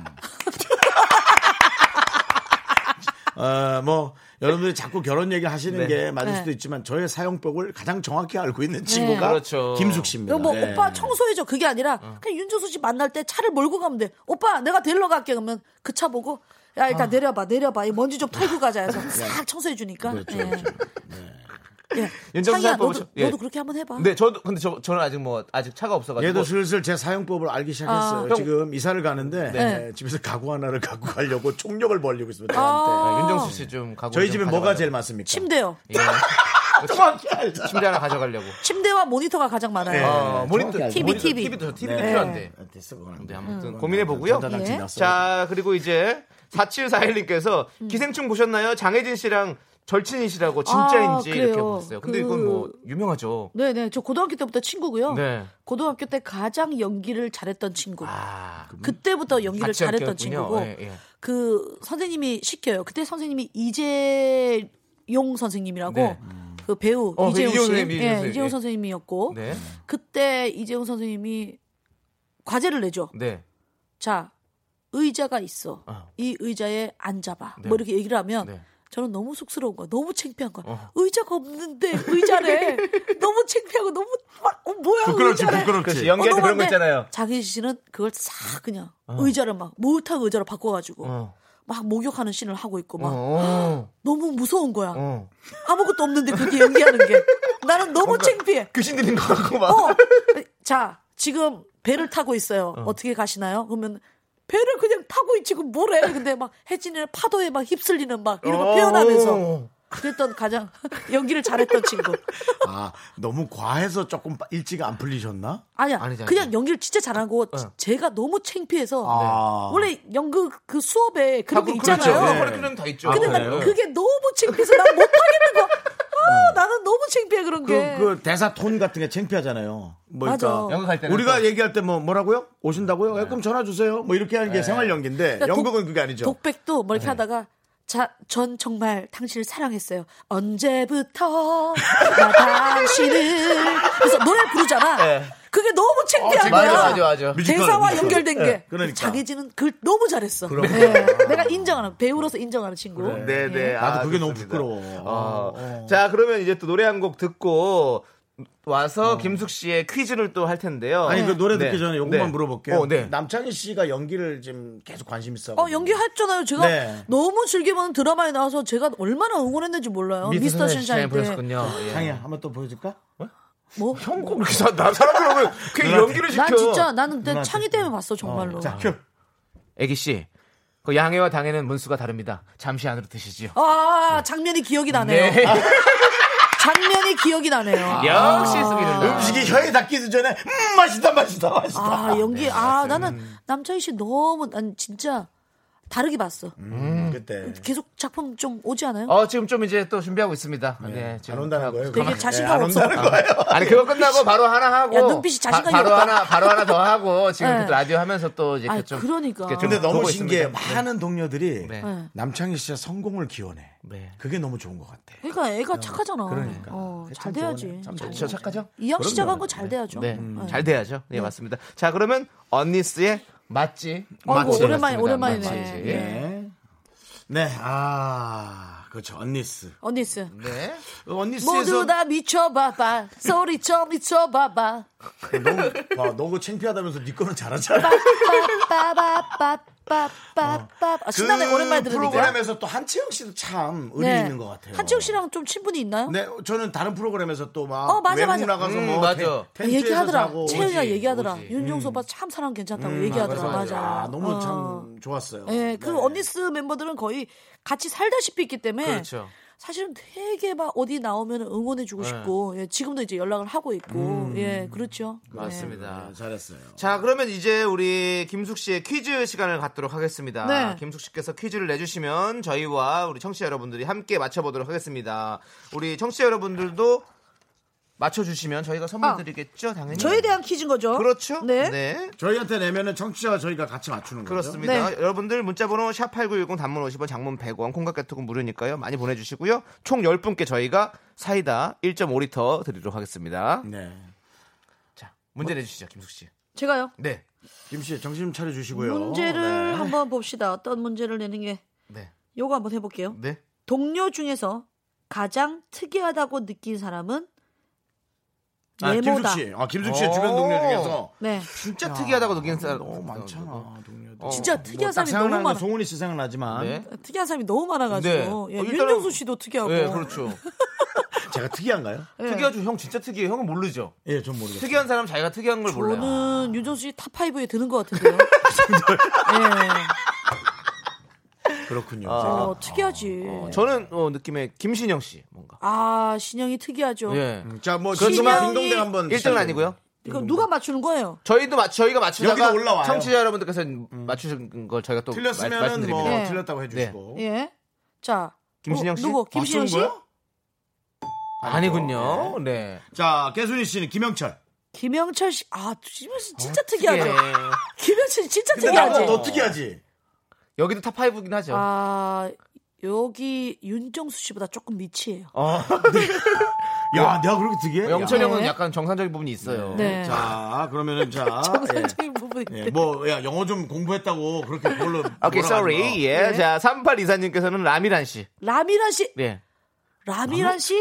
[SPEAKER 1] 어, 뭐 여러분들이 자꾸 결혼 얘기 하시는
[SPEAKER 2] 네.
[SPEAKER 1] 게 맞을
[SPEAKER 4] 네.
[SPEAKER 1] 수도 있지만 저의 사용법을 가장 정확히 알고 있는 친구가
[SPEAKER 2] 그렇죠.
[SPEAKER 1] 김숙 씨입니다.
[SPEAKER 4] 그럼 뭐
[SPEAKER 1] 네.
[SPEAKER 4] 오빠 청소해줘 그게 아니라
[SPEAKER 2] 어.
[SPEAKER 4] 그냥 윤종수 씨 만날 때 차를 몰고 가면 돼. 오빠 내가 데리러 갈게 그러면 그 차 보고 야 일단
[SPEAKER 2] 아.
[SPEAKER 4] 내려봐 내려봐 이 먼지 좀 털고 가자 해서
[SPEAKER 2] 네.
[SPEAKER 4] 싹 청소해 주니까.
[SPEAKER 1] 그렇죠,
[SPEAKER 4] 예.
[SPEAKER 1] 그렇죠.
[SPEAKER 4] 예.
[SPEAKER 2] 윤정수
[SPEAKER 4] 창희야
[SPEAKER 2] 씨 한번
[SPEAKER 4] 너도,
[SPEAKER 2] 보죠. 예.
[SPEAKER 4] 너도 그렇게 한번 해봐.
[SPEAKER 2] 네, 저도 근데 저 저는 아직 뭐 아직 차가 없어가지고.
[SPEAKER 1] 얘도 슬슬 제 사용법을 알기 시작했어요.
[SPEAKER 2] 아.
[SPEAKER 1] 지금 이사를 가는데
[SPEAKER 4] 네.
[SPEAKER 1] 예, 집에서 가구 하나를 갖고 가려고 총력을 벌리고 있습니다.
[SPEAKER 4] 아.
[SPEAKER 1] 저한테.
[SPEAKER 2] 아, 윤정수 씨 좀 가고.
[SPEAKER 1] 저희
[SPEAKER 2] 좀
[SPEAKER 1] 집에 뭐가
[SPEAKER 2] 가져가려고.
[SPEAKER 1] 제일 많습니까?
[SPEAKER 4] 침대요.
[SPEAKER 2] 예. 네.
[SPEAKER 1] 정확히 알죠.
[SPEAKER 2] 침대 하나 가져가려고.
[SPEAKER 4] 침대와 모니터가 가장 많아요.
[SPEAKER 1] 네,
[SPEAKER 2] 어, 모니터,
[SPEAKER 1] 정확히 알죠.
[SPEAKER 4] TV,
[SPEAKER 2] 모니터,
[SPEAKER 4] TV.
[SPEAKER 2] TV도 TV도
[SPEAKER 1] 네.
[SPEAKER 2] 필요한데.
[SPEAKER 1] 됐어, 그건 안
[SPEAKER 2] 네,
[SPEAKER 1] 돼.
[SPEAKER 2] 아무튼
[SPEAKER 1] 그건
[SPEAKER 2] 고민해 보고요.
[SPEAKER 1] 전자 단지
[SPEAKER 4] 예.
[SPEAKER 1] 났어요.
[SPEAKER 2] 자, 그리고 이제 4741님께서
[SPEAKER 4] 음.
[SPEAKER 2] 기생충 보셨나요? 장혜진 씨랑 절친이시라고 진짜인지
[SPEAKER 4] 아, 그래요.
[SPEAKER 2] 이렇게 물었어요. 근데
[SPEAKER 4] 그- 어.
[SPEAKER 2] 이건 뭐 유명하죠.
[SPEAKER 4] 네네 저 고등학교 때부터 친구고요.
[SPEAKER 2] 네.
[SPEAKER 4] 고등학교 때 가장 연기를 잘했던 친구.
[SPEAKER 2] 아,
[SPEAKER 4] 그때부터 연기를
[SPEAKER 2] 같이
[SPEAKER 4] 잘했던
[SPEAKER 2] 연기였군요.
[SPEAKER 4] 친구고
[SPEAKER 2] 예, 예.
[SPEAKER 4] 그 선생님이 시켜요. 그때 선생님이 이재용 선생님이라고
[SPEAKER 2] 네.
[SPEAKER 4] 그 배우
[SPEAKER 2] 어,
[SPEAKER 4] 이재용 씨,
[SPEAKER 2] 이재용 선생님, 이재용
[SPEAKER 4] 예,
[SPEAKER 2] 선생님.
[SPEAKER 4] 이재용
[SPEAKER 2] 예.
[SPEAKER 4] 선생님이었고
[SPEAKER 2] 네.
[SPEAKER 4] 그때 이재용 선생님이 과제를 내죠.
[SPEAKER 2] 네.
[SPEAKER 4] 자 의자가 있어.
[SPEAKER 2] 어.
[SPEAKER 4] 이 의자에 앉아봐.
[SPEAKER 2] 네.
[SPEAKER 4] 뭐 이렇게 얘기를 하면
[SPEAKER 2] 네. 어.
[SPEAKER 4] 저는 너무 쑥스러운 거야. 너무 창피한 거야. 의자가 없는데 의자래. 너무 창피하고 너무 막 어, 뭐야
[SPEAKER 1] 부끄럽지,
[SPEAKER 4] 의자래.
[SPEAKER 2] 그렇지.
[SPEAKER 1] 부끄럽지.
[SPEAKER 4] 어,
[SPEAKER 2] 연기할 때 그런 거
[SPEAKER 4] 너무한데
[SPEAKER 2] 있잖아요.
[SPEAKER 4] 장혜진 씨는 그걸 싹 그냥 의자를 막 목욕탕 의자로 바꿔가지고
[SPEAKER 2] 어.
[SPEAKER 4] 막 목욕하는 씬을 하고 있고
[SPEAKER 2] 어,
[SPEAKER 4] 막
[SPEAKER 2] 어.
[SPEAKER 4] 너무 무서운 거야.
[SPEAKER 2] 어.
[SPEAKER 4] 아무것도 없는데 그렇게 연기하는 게 나는 너무 창피해.
[SPEAKER 2] 귀신 들린 거 같고 막.
[SPEAKER 4] 어, 자 지금 배를 타고 있어요. 어. 떻게 가시나요? 그러면 배를 그냥 타고 있지 그 뭐래? 근데 막 혜진이는 파도에 막 휩쓸리는 막 이런 거
[SPEAKER 2] 어.
[SPEAKER 4] 표현하면서 그랬던 가장 연기를 잘했던 친구.
[SPEAKER 1] 아, 너무 과해서 조금 일찍 안 풀리셨나?
[SPEAKER 4] 아니야.
[SPEAKER 2] 아니지, 아니지.
[SPEAKER 4] 그냥 연기를 진짜 잘하고 지- 제가 너무 창피해서
[SPEAKER 1] 어. 아.
[SPEAKER 4] 원래 연극 그 수업에 그런 게
[SPEAKER 2] 그렇죠.
[SPEAKER 1] 예.
[SPEAKER 4] 있잖아요. 그러니까 그
[SPEAKER 2] 네. 커리큘럼 다 있죠.
[SPEAKER 4] 근데
[SPEAKER 2] 네.
[SPEAKER 4] 난 그게 너무 창피해서 난 못하겠는 거. 아, 나는 나는 너무 창피해 그런 게.
[SPEAKER 1] 어. 그, 그 대사 톤 같은 게 창피하잖아요.
[SPEAKER 4] 예. 맞아.
[SPEAKER 2] 연극 할 때는
[SPEAKER 1] 우리가
[SPEAKER 2] 또 네.
[SPEAKER 1] 얘기할 때 뭐 뭐라고요? 오신다고요? 예, 그럼 전화 주세요. 뭐 이렇게 하는 게 생활 연기인데
[SPEAKER 4] 그러니까
[SPEAKER 1] 연극은
[SPEAKER 4] 독-
[SPEAKER 1] 그게 아니죠. 예.
[SPEAKER 4] 독백도 뭐 이렇게 하다가 자, 전 정말 당신을 사랑했어요. 언제부터 나 당신을 그래서 노래 부르잖아. 그게 너무 창피한
[SPEAKER 1] 예. 어,
[SPEAKER 4] 거야.
[SPEAKER 1] 맞아,
[SPEAKER 2] 맞아, 맞아.
[SPEAKER 1] 뮤지컬,
[SPEAKER 4] 대사와
[SPEAKER 1] 뮤지컬.
[SPEAKER 4] 연결된 게.
[SPEAKER 1] 예, 그러니까.
[SPEAKER 4] 자기지는 글 너무 잘했어.
[SPEAKER 1] 그럼.
[SPEAKER 4] 예, 내가 인정하는 배우로서 인정하는 친구.
[SPEAKER 1] 네, 네.
[SPEAKER 4] 예.
[SPEAKER 1] 나도
[SPEAKER 2] 아,
[SPEAKER 1] 그게 너무
[SPEAKER 2] 좋습니다.
[SPEAKER 1] 부끄러워.
[SPEAKER 2] 어. 자, 그러면 이제 또 노래 한 곡 듣고 와서 김숙 씨의 퀴즈를 또 할 텐데요.
[SPEAKER 1] 어. 아니 그 노래 듣기
[SPEAKER 2] 네.
[SPEAKER 1] 전에 요것만
[SPEAKER 2] 네.
[SPEAKER 1] 물어볼게요.
[SPEAKER 2] 어, 네.
[SPEAKER 1] 남창희 씨가 연기를 지금 계속 관심 있어.
[SPEAKER 4] 어, 연기했잖아요. 제가
[SPEAKER 1] 네.
[SPEAKER 4] 너무 즐겨보는 드라마에 나와서 제가 얼마나 응원했는지 몰라요. 어, 미스터
[SPEAKER 2] 샤인
[SPEAKER 4] 션샤인 때.
[SPEAKER 2] 보셨군요. 예.
[SPEAKER 1] 창희야 한번 또 보여줄까?
[SPEAKER 4] 뭐?
[SPEAKER 2] 형꼭 이렇게 사- 나 사람들 오면 그 연기를
[SPEAKER 4] 난 진짜 나는 그때 창의 때문에 봤어 정말로.
[SPEAKER 1] 자, 큐.
[SPEAKER 2] 애기 씨, 그 양해와 당해는 문수가 다릅니다. 잠시 안으로 드시지요.
[SPEAKER 4] 아 장면이 기억이 나네요.
[SPEAKER 2] 네.
[SPEAKER 1] 아.
[SPEAKER 4] 장면이 기억이 나네요.
[SPEAKER 2] 역시 수비를.
[SPEAKER 1] 음식이 혀에 닿기 전에 음 맛있다 맛있다 맛있다.
[SPEAKER 4] 아 연기 아 나는 남창희 씨 너무 난 진짜 다르게 봤어.
[SPEAKER 1] 음, 그때
[SPEAKER 4] 계속 작품 좀 오지 않아요?
[SPEAKER 2] 어 지금 좀 이제 또 준비하고 있습니다. 네, 지금
[SPEAKER 1] 안 온다는
[SPEAKER 2] 하고
[SPEAKER 1] 거예요.
[SPEAKER 4] 되게
[SPEAKER 1] 그러면? 네,
[SPEAKER 4] 자신감
[SPEAKER 1] 안
[SPEAKER 4] 없어.
[SPEAKER 1] 온다는 거예요.
[SPEAKER 2] 아니 그거 끝나고 바로 하나 하고
[SPEAKER 4] 야, 눈빛이 자신감이
[SPEAKER 2] 바, 로
[SPEAKER 4] 없다.
[SPEAKER 2] 하나 바로 하나 더 하고 지금
[SPEAKER 4] 네.
[SPEAKER 2] 또 라디오 하면서 또 이제
[SPEAKER 4] 아니,
[SPEAKER 2] 좀
[SPEAKER 4] 그러니까.
[SPEAKER 2] 이렇게 좀
[SPEAKER 1] 근데 너무
[SPEAKER 2] 보고
[SPEAKER 1] 신기해.
[SPEAKER 2] 있습니다.
[SPEAKER 1] 많은 동료들이
[SPEAKER 2] 네.
[SPEAKER 4] 네.
[SPEAKER 1] 남창희 씨의 성공을 기원해.
[SPEAKER 2] 네.
[SPEAKER 1] 그게 너무 좋은 것 같아.
[SPEAKER 4] 그러니까 애가 착하잖아. 어, 잘
[SPEAKER 1] 참
[SPEAKER 4] 돼야지.
[SPEAKER 1] 좋네. 참
[SPEAKER 2] 저 착하죠?
[SPEAKER 4] 이왕 시작한 거 잘 돼야죠.
[SPEAKER 2] 네,
[SPEAKER 4] 네.
[SPEAKER 2] 잘 돼야죠. 네, 맞습니다. 자 그러면 언니스의 맞지?
[SPEAKER 4] 아이고, 오랜만이-
[SPEAKER 2] 맞습니다.
[SPEAKER 4] 오랜만이네.
[SPEAKER 2] 맞지. 예,
[SPEAKER 4] 네.
[SPEAKER 1] 네. 네. 아, 그렇죠. 언니스.
[SPEAKER 4] 언니스.
[SPEAKER 2] 네.
[SPEAKER 1] 언니스에서
[SPEAKER 4] 모두 다 미쳐봐봐. 소리쳐 미쳐봐봐.
[SPEAKER 1] 너무 봐, 너그 창피하다면서 네 거는 잘하잖아.
[SPEAKER 4] 빠빠빠빠빠빠. 아, 신나네
[SPEAKER 1] 그
[SPEAKER 4] 오랜만에 들으니까.
[SPEAKER 1] 프로그램에서 또 한채영 씨도 참 의미 있는 것 같아요.
[SPEAKER 4] 한지영 씨랑 좀 친분이 있나요?
[SPEAKER 1] 네, 저는 다른 프로그램에서 또 막
[SPEAKER 4] 어, 맞아,
[SPEAKER 1] 외국
[SPEAKER 4] 맞아.
[SPEAKER 1] 나가서
[SPEAKER 2] 음,
[SPEAKER 1] 뭐
[SPEAKER 2] 맞아.
[SPEAKER 1] 텐- 텐트에서
[SPEAKER 4] 얘기하더라.
[SPEAKER 1] 자고
[SPEAKER 4] 채은이가
[SPEAKER 1] 오지.
[SPEAKER 4] 얘기하더라.
[SPEAKER 1] 오지. 음,
[SPEAKER 4] 윤종수 오빠 참 사람 괜찮다고 얘기하더라.
[SPEAKER 1] 맞아, 맞아.
[SPEAKER 4] 맞아.
[SPEAKER 1] 아, 너무
[SPEAKER 4] 어.
[SPEAKER 1] 참 좋았어요. 네.
[SPEAKER 4] 예, 그 언니스 멤버들은 거의 같이 살다시피 있기 때문에
[SPEAKER 2] 그렇죠.
[SPEAKER 4] 사실은 되게 막 어디 나오면
[SPEAKER 1] 네.
[SPEAKER 4] 응원해주고 싶고 예, 지금도 이제 연락을 하고 있고
[SPEAKER 1] 음.
[SPEAKER 4] 예 그렇죠.
[SPEAKER 2] 맞습니다.
[SPEAKER 1] 네, 잘했어요.
[SPEAKER 2] 자, 그러면 이제 우리 김숙 씨의 퀴즈 시간을 갖도록 하겠습니다.
[SPEAKER 4] 네.
[SPEAKER 2] 김숙 씨께서 퀴즈를 내주시면 저희와 우리 청취자 여러분들이 함께 맞춰보도록 하겠습니다. 우리 청취자 여러분들도 맞춰주시면 저희가 선물
[SPEAKER 4] 아.
[SPEAKER 2] 드리겠죠,
[SPEAKER 1] 네.
[SPEAKER 2] 당연히.
[SPEAKER 4] 저에 대한 퀴즈인 거죠.
[SPEAKER 2] 그렇죠?
[SPEAKER 4] 네.
[SPEAKER 1] 저희한테 내면은 청취자와 저희가 같이 맞추는 거죠.
[SPEAKER 2] 그렇습니다.
[SPEAKER 4] 네.
[SPEAKER 2] 여러분들 문자번호 샵8910 단문 50원 장문 100원 콩깍개톡은 무료니까요. 많이 보내주시고요. 총 10분께 저희가 사이다 1.5리터 드리도록 하겠습니다.
[SPEAKER 1] 네.
[SPEAKER 2] 자, 문제 내주시죠, 김숙 씨.
[SPEAKER 4] 제가요.
[SPEAKER 2] 네.
[SPEAKER 1] 김 씨, 정신 좀 차려 주시고요. 네.
[SPEAKER 4] 문제를 한번 봅시다. 어떤 문제를 내는 게
[SPEAKER 2] 네.
[SPEAKER 4] 요거 한번 해볼게요.
[SPEAKER 2] 네.
[SPEAKER 4] 동료 중에서 가장 특이하다고 느낀 사람은
[SPEAKER 1] 아, 김숙
[SPEAKER 4] 네모다.
[SPEAKER 1] 씨. 아, 김숙 씨의 주변 동료 중에서
[SPEAKER 4] 네.
[SPEAKER 2] 진짜 특이하다고 느끼는 사람 어.
[SPEAKER 1] 너무 많잖아, 동료들.
[SPEAKER 4] 진짜 특이한
[SPEAKER 1] 딱
[SPEAKER 4] 사람이 너무
[SPEAKER 1] 생각나는 건
[SPEAKER 4] 많아.
[SPEAKER 1] 송은이 씨 생각나지만
[SPEAKER 2] 네.
[SPEAKER 4] 특이한 사람이 너무 많아가지고
[SPEAKER 2] 네.
[SPEAKER 4] 예,
[SPEAKER 2] 어, 일단은-
[SPEAKER 4] 윤정수 씨도 특이하고
[SPEAKER 2] 예, 그렇죠.
[SPEAKER 1] 제가 특이한가요?
[SPEAKER 4] 예.
[SPEAKER 2] 특이하죠. 형 진짜 특이해. 형은 모르죠.
[SPEAKER 1] 예, 좀 모르겠어요.
[SPEAKER 2] 특이한 사람 자기가 특이한 걸 몰라요. 아.
[SPEAKER 4] 저는 윤정수 씨탑 5에 드는 것 같은데요.
[SPEAKER 2] 네.
[SPEAKER 4] 예.
[SPEAKER 1] 그렇군요.
[SPEAKER 2] 아.
[SPEAKER 4] 어, 특이하지.
[SPEAKER 2] 저는 어, 느낌에 김신영 씨 뭔가.
[SPEAKER 4] 아 신영이 특이하죠.
[SPEAKER 2] 예.
[SPEAKER 1] 자, 뭐
[SPEAKER 4] 그렇지만
[SPEAKER 1] 진동댕 한번
[SPEAKER 2] 1등은 아니고요.
[SPEAKER 4] 이거 누가 맞추는 거예요?
[SPEAKER 2] 저희도 맞 저희가 맞추다가
[SPEAKER 1] 여기도 올라와요. 음.
[SPEAKER 2] 청취자 여러분들께서 맞추신 걸 저희가 또 말-
[SPEAKER 1] 틀렸으면은 뭐
[SPEAKER 2] 말씀드립니다.
[SPEAKER 4] 예.
[SPEAKER 1] 틀렸다고 해주시고.
[SPEAKER 4] 예. 자
[SPEAKER 2] 어? 김신영
[SPEAKER 4] 어,
[SPEAKER 2] 씨?
[SPEAKER 4] 누구? 김신영 씨?
[SPEAKER 1] 맞춘 거예요?
[SPEAKER 2] 아니군요.
[SPEAKER 1] 예.
[SPEAKER 2] 네.
[SPEAKER 1] 자, 깨순이 씨는 김영철.
[SPEAKER 4] 김영철 씨. 아 김영철 씨 진짜
[SPEAKER 2] 예.
[SPEAKER 4] 특이하죠. 김영철 씨 진짜
[SPEAKER 1] 근데 나보다
[SPEAKER 4] 특이하지.
[SPEAKER 1] 너 특이하지.
[SPEAKER 2] 여기도 탑 5긴 하죠.
[SPEAKER 4] 아 여기 윤정수 씨보다 조금 밑이에요.
[SPEAKER 2] 어,
[SPEAKER 1] 야, 내가 그렇게 특이해?
[SPEAKER 2] 영철
[SPEAKER 1] 야.
[SPEAKER 2] 형은
[SPEAKER 4] 네.
[SPEAKER 2] 약간 정상적인 부분이 있어요.
[SPEAKER 4] 네.
[SPEAKER 1] 자, 그러면은 자.
[SPEAKER 4] 정상적인 부분인데.
[SPEAKER 1] 예. 예, 뭐, 야, 영어 좀 공부했다고 그렇게 그걸로. 몰아가지
[SPEAKER 2] 오케이,
[SPEAKER 1] 마.
[SPEAKER 2] sorry.
[SPEAKER 4] 네.
[SPEAKER 2] 예. 자, 38 이사님께서는 라미란 씨.
[SPEAKER 4] 라미란 씨,
[SPEAKER 2] 네.
[SPEAKER 4] 라미란 씨,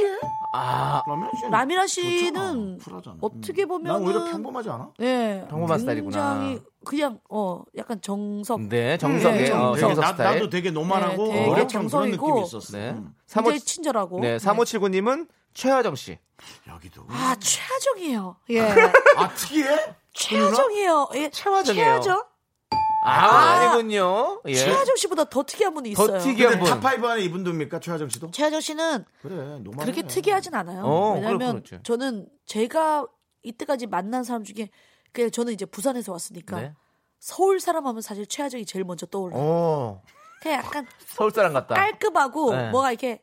[SPEAKER 2] 아,
[SPEAKER 1] 라면 씨는
[SPEAKER 4] 라미란 씨는
[SPEAKER 1] 좋잖아. 쿨하잖아. 음.
[SPEAKER 4] 어떻게 보면
[SPEAKER 1] 난 오히려 평범하지 않아?
[SPEAKER 4] 예,
[SPEAKER 2] 평범한 스타일이구나.
[SPEAKER 4] 굉장히 그냥 어 약간 정석.
[SPEAKER 2] 네, 정석의
[SPEAKER 4] 예,
[SPEAKER 2] 어,
[SPEAKER 1] 되게
[SPEAKER 2] 정석
[SPEAKER 1] 음. 나,
[SPEAKER 2] 스타일.
[SPEAKER 1] 나도 되게 노만하고
[SPEAKER 4] 네, 되게
[SPEAKER 1] 어렵게 그런
[SPEAKER 4] 정성이고.
[SPEAKER 1] 느낌이 있었어.
[SPEAKER 2] 네.
[SPEAKER 1] 음.
[SPEAKER 2] 삼오
[SPEAKER 4] 굉장히 친절하고.
[SPEAKER 2] 네, 3579님은 최하정 씨.
[SPEAKER 1] 여기도.
[SPEAKER 4] 아 최하정이에요. 예,
[SPEAKER 1] 아, 특이해?
[SPEAKER 4] 최하정이에요. 예,
[SPEAKER 2] 최하정이에요.
[SPEAKER 4] 최하정.
[SPEAKER 2] 아, 아니군요. 예.
[SPEAKER 4] 최하정 씨보다 더 특이한 분이 있어요.
[SPEAKER 2] 더 특이한
[SPEAKER 1] 근데
[SPEAKER 2] 분.
[SPEAKER 1] 탑5 안에 이분 돕니까? 최하정 씨도?
[SPEAKER 4] 최하정 씨는
[SPEAKER 1] 그래, 노만해.
[SPEAKER 4] 그렇게 특이하진 않아요.
[SPEAKER 2] 어, 그렇-
[SPEAKER 4] 왜냐하면
[SPEAKER 2] 그렇죠.
[SPEAKER 4] 저는 제가 이때까지 만난 사람 중에 그 저는 이제 부산에서 왔으니까
[SPEAKER 2] 네. 어.
[SPEAKER 4] 서울 사람 하면 사실 최하정이 제일 먼저 떠올라요.
[SPEAKER 2] 오,
[SPEAKER 4] 그냥 약간 아,
[SPEAKER 2] 서울 사람 같다.
[SPEAKER 4] 깔끔하고
[SPEAKER 2] 아, 네. 어,
[SPEAKER 4] 뭐가 이렇게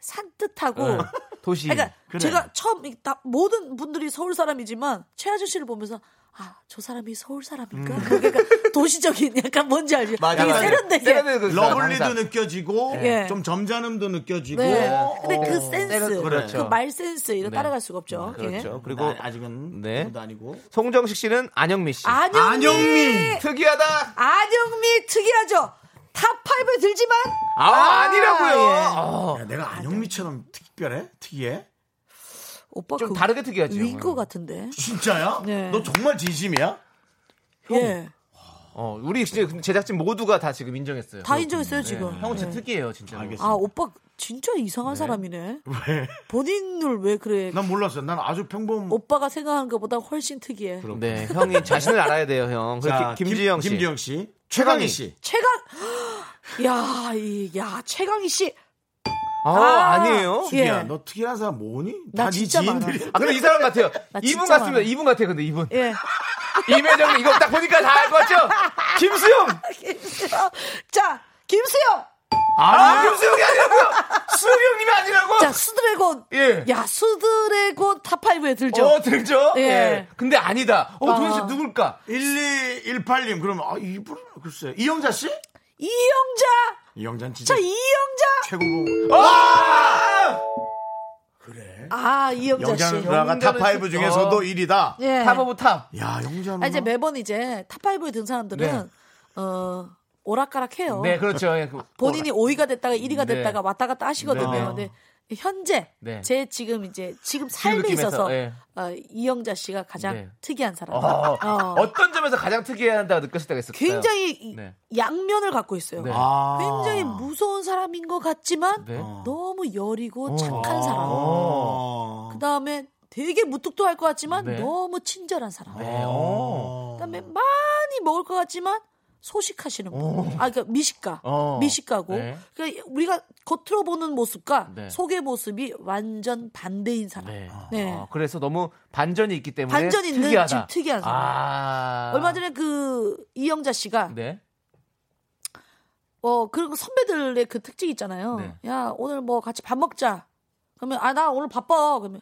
[SPEAKER 4] 산뜻하고
[SPEAKER 2] 도시.
[SPEAKER 4] 그러니까
[SPEAKER 2] 그래.
[SPEAKER 4] 제가 처음 이- 다 모든 분들이 서울 사람이지만 최 아저씨를 보면서 아 저 사람이 서울
[SPEAKER 2] 음.
[SPEAKER 4] 사람인가? 그러니까 도시적인 약간 뭔지 알죠?
[SPEAKER 1] 맞아,
[SPEAKER 4] 되게
[SPEAKER 1] 맞아.
[SPEAKER 4] 세련되게.
[SPEAKER 2] 세련된 그
[SPEAKER 1] 네. 러블리도
[SPEAKER 2] 항상.
[SPEAKER 1] 느껴지고
[SPEAKER 4] 예.
[SPEAKER 1] 좀 점잖음도 느껴지고
[SPEAKER 4] 네.
[SPEAKER 1] 어,
[SPEAKER 4] 근데 그 센스,
[SPEAKER 2] 세련-
[SPEAKER 4] 그
[SPEAKER 2] 그렇죠.
[SPEAKER 4] 말 센스 이런
[SPEAKER 2] 네.
[SPEAKER 4] 따라갈 수가 없죠.
[SPEAKER 2] 그렇죠.
[SPEAKER 1] 그리고
[SPEAKER 2] 그리고
[SPEAKER 1] 아직은
[SPEAKER 2] 네.
[SPEAKER 1] 그것도 아니고
[SPEAKER 2] 송정식 씨는 안영미 씨.
[SPEAKER 4] 안영미,
[SPEAKER 1] 안영미!
[SPEAKER 4] 안영미,
[SPEAKER 2] 아, 특이하다.
[SPEAKER 4] 특이하죠. 탑 5에 들지만
[SPEAKER 2] 아, 아니라고요. 어,
[SPEAKER 1] 야, 내가 안영미처럼 특별해? 특이해?
[SPEAKER 4] 오빠
[SPEAKER 2] 좀
[SPEAKER 4] 그
[SPEAKER 2] 다르게 특이하죠.
[SPEAKER 4] 윙크 같은데.
[SPEAKER 1] 진짜야?
[SPEAKER 4] 네.
[SPEAKER 1] 너 정말 진심이야?
[SPEAKER 4] 예,
[SPEAKER 2] 어, 우리 진짜 제작진 모두가 다 지금 인정했어요.
[SPEAKER 4] 다 인정했어요 지금.
[SPEAKER 2] 네. 형은 진짜
[SPEAKER 4] 예.
[SPEAKER 2] 특이해요, 진짜.
[SPEAKER 1] 알겠습니다.
[SPEAKER 4] 아 오빠 진짜 이상한 사람이네.
[SPEAKER 1] 왜?
[SPEAKER 4] 본인을 왜 그래?
[SPEAKER 1] 난 몰랐어. 난 아주 평범.
[SPEAKER 4] 오빠가 생각하는 것보다 훨씬 특이해.
[SPEAKER 2] 네, 형이 자신을 알아야 돼요, 형.
[SPEAKER 1] 자,
[SPEAKER 2] 자, 김, 지영 씨.
[SPEAKER 1] 김지영 씨. 최강희 씨.
[SPEAKER 4] 최강, 야, 이, 야, 최강희 씨.
[SPEAKER 2] 아, 아니에요.
[SPEAKER 4] 예.
[SPEAKER 1] 야, 너 특이한 사람 뭐니?
[SPEAKER 4] 나
[SPEAKER 1] 다 네
[SPEAKER 4] 진짜
[SPEAKER 1] 지인들이.
[SPEAKER 2] 아, 근데 이 사람 같아요.
[SPEAKER 4] 나 진짜
[SPEAKER 2] 이분 같습니다.
[SPEAKER 4] 많아.
[SPEAKER 2] 이분 같아요, 근데 이분.
[SPEAKER 4] 예.
[SPEAKER 2] 이매정 이거 딱 보니까 다 알 것 같죠? 김수영!
[SPEAKER 4] 자, 김수영.
[SPEAKER 2] 아, 김수영이 아니라고요! 수영이 형님이 아니라고!
[SPEAKER 4] 자, 수드래곤.
[SPEAKER 2] 예.
[SPEAKER 4] 야, 수드래곤 탑5에 들죠.
[SPEAKER 2] 어, 들죠?
[SPEAKER 4] 예.
[SPEAKER 2] 예. 근데 아니다. 어, 도대체 누굴까?
[SPEAKER 1] 1218님. 그러면 아, 이분 글쎄. 이영자 씨?
[SPEAKER 4] 이영자.
[SPEAKER 1] 이영자는 진짜
[SPEAKER 4] 자, 이영자.
[SPEAKER 1] 최고고.
[SPEAKER 4] 아, 이영자 씨.
[SPEAKER 1] 영자는 누나가
[SPEAKER 2] 영자는
[SPEAKER 1] 탑5
[SPEAKER 2] 진짜-
[SPEAKER 1] 중에서도 1위다.
[SPEAKER 4] 예.
[SPEAKER 2] 탑 오브 탑.
[SPEAKER 1] 야, 영자 누나.
[SPEAKER 2] 음.
[SPEAKER 4] 아, 이제 매번 이제 탑5에 든 사람들은, 어, 오락가락 해요.
[SPEAKER 2] 네, 그렇죠. 예, 그-
[SPEAKER 4] 본인이 5위가 됐다가 1위가
[SPEAKER 2] 네.
[SPEAKER 4] 됐다가 왔다 갔다 하시거든요.
[SPEAKER 2] 네.
[SPEAKER 4] 근데 현재
[SPEAKER 2] 네.
[SPEAKER 4] 제 지금 이제 지금 삶에
[SPEAKER 2] 느낌에서,
[SPEAKER 4] 있어서
[SPEAKER 2] 예.
[SPEAKER 4] 어, 이영자 씨가 가장
[SPEAKER 2] 네.
[SPEAKER 4] 특이한 사람.
[SPEAKER 2] 어,
[SPEAKER 4] 어.
[SPEAKER 2] 어떤 점에서 가장 특이하다고 느꼈을 때가 있었어요?
[SPEAKER 4] 굉장히 이-
[SPEAKER 2] 네.
[SPEAKER 4] 양면을 갖고 있어요.
[SPEAKER 2] 네.
[SPEAKER 1] 아.
[SPEAKER 4] 굉장히 무서운 사람인 것 같지만
[SPEAKER 2] 네.
[SPEAKER 4] 너무 여리고 착한 사람.
[SPEAKER 1] 어.
[SPEAKER 4] 그 다음에 되게 무뚝뚝할 것 같지만
[SPEAKER 2] 네.
[SPEAKER 4] 너무 친절한 사람.
[SPEAKER 2] 네, 어.
[SPEAKER 4] 그 다음에 많이 먹을 것 같지만 소식하시는 분. 아, 그러니까 미식가.
[SPEAKER 2] 어.
[SPEAKER 4] 미식가고.
[SPEAKER 2] 네.
[SPEAKER 4] 그러니까 우리가 겉으로 보는 모습과
[SPEAKER 2] 네.
[SPEAKER 4] 속의 모습이 완전 반대인 사람.
[SPEAKER 2] 네.
[SPEAKER 1] 어.
[SPEAKER 4] 네.
[SPEAKER 2] 아, 그래서 너무 반전이 있기 때문에
[SPEAKER 4] 반전이 있는
[SPEAKER 2] 특이하다.
[SPEAKER 4] 지금 특이한 사람.
[SPEAKER 2] 아.
[SPEAKER 4] 얼마 전에 그 이영자 씨가
[SPEAKER 2] 네.
[SPEAKER 4] 어, 그리고 선배들의 그 특징 있잖아요.
[SPEAKER 2] 네.
[SPEAKER 4] 야, 오늘 뭐 같이 밥 먹자. 그러면, 아, 나 오늘 바빠. 그러면,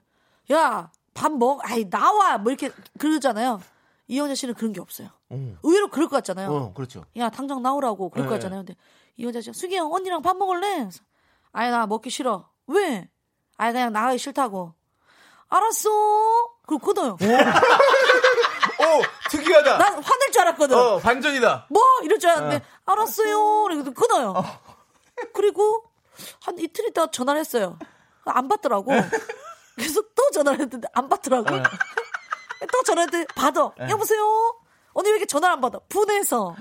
[SPEAKER 4] 야, 밥 먹, 아이, 나와. 뭐 이렇게 그러잖아요. 이영자 씨는 그런 게 없어요.
[SPEAKER 2] 음.
[SPEAKER 4] 의외로 그럴 것 같잖아요.
[SPEAKER 2] 어, 그렇죠.
[SPEAKER 4] 야, 당장 나오라고 그럴 것
[SPEAKER 2] 네.
[SPEAKER 4] 같잖아요. 근데 이영자 씨가, 수기 형, 언니랑 밥 먹을래? 그래서, 아이, 나 먹기 싫어. 왜? 아이, 그냥 나가기 싫다고. 알았어. 그리고 끊어요.
[SPEAKER 2] 오, 특이하다.
[SPEAKER 4] 난 화낼 줄 알았거든.
[SPEAKER 2] 어, 반전이다.
[SPEAKER 4] 뭐 이럴 줄 알았는데 알았어요. 그리고 끊어요. 그리고 한 이틀 있다가 전화를 했어요. 안 받더라고. 그래서 또 전화를 했는데 안 받더라고. 또 전화했더니 받아. 여보세요. 언니 왜 이렇게 전화를 안 받아? 분해서.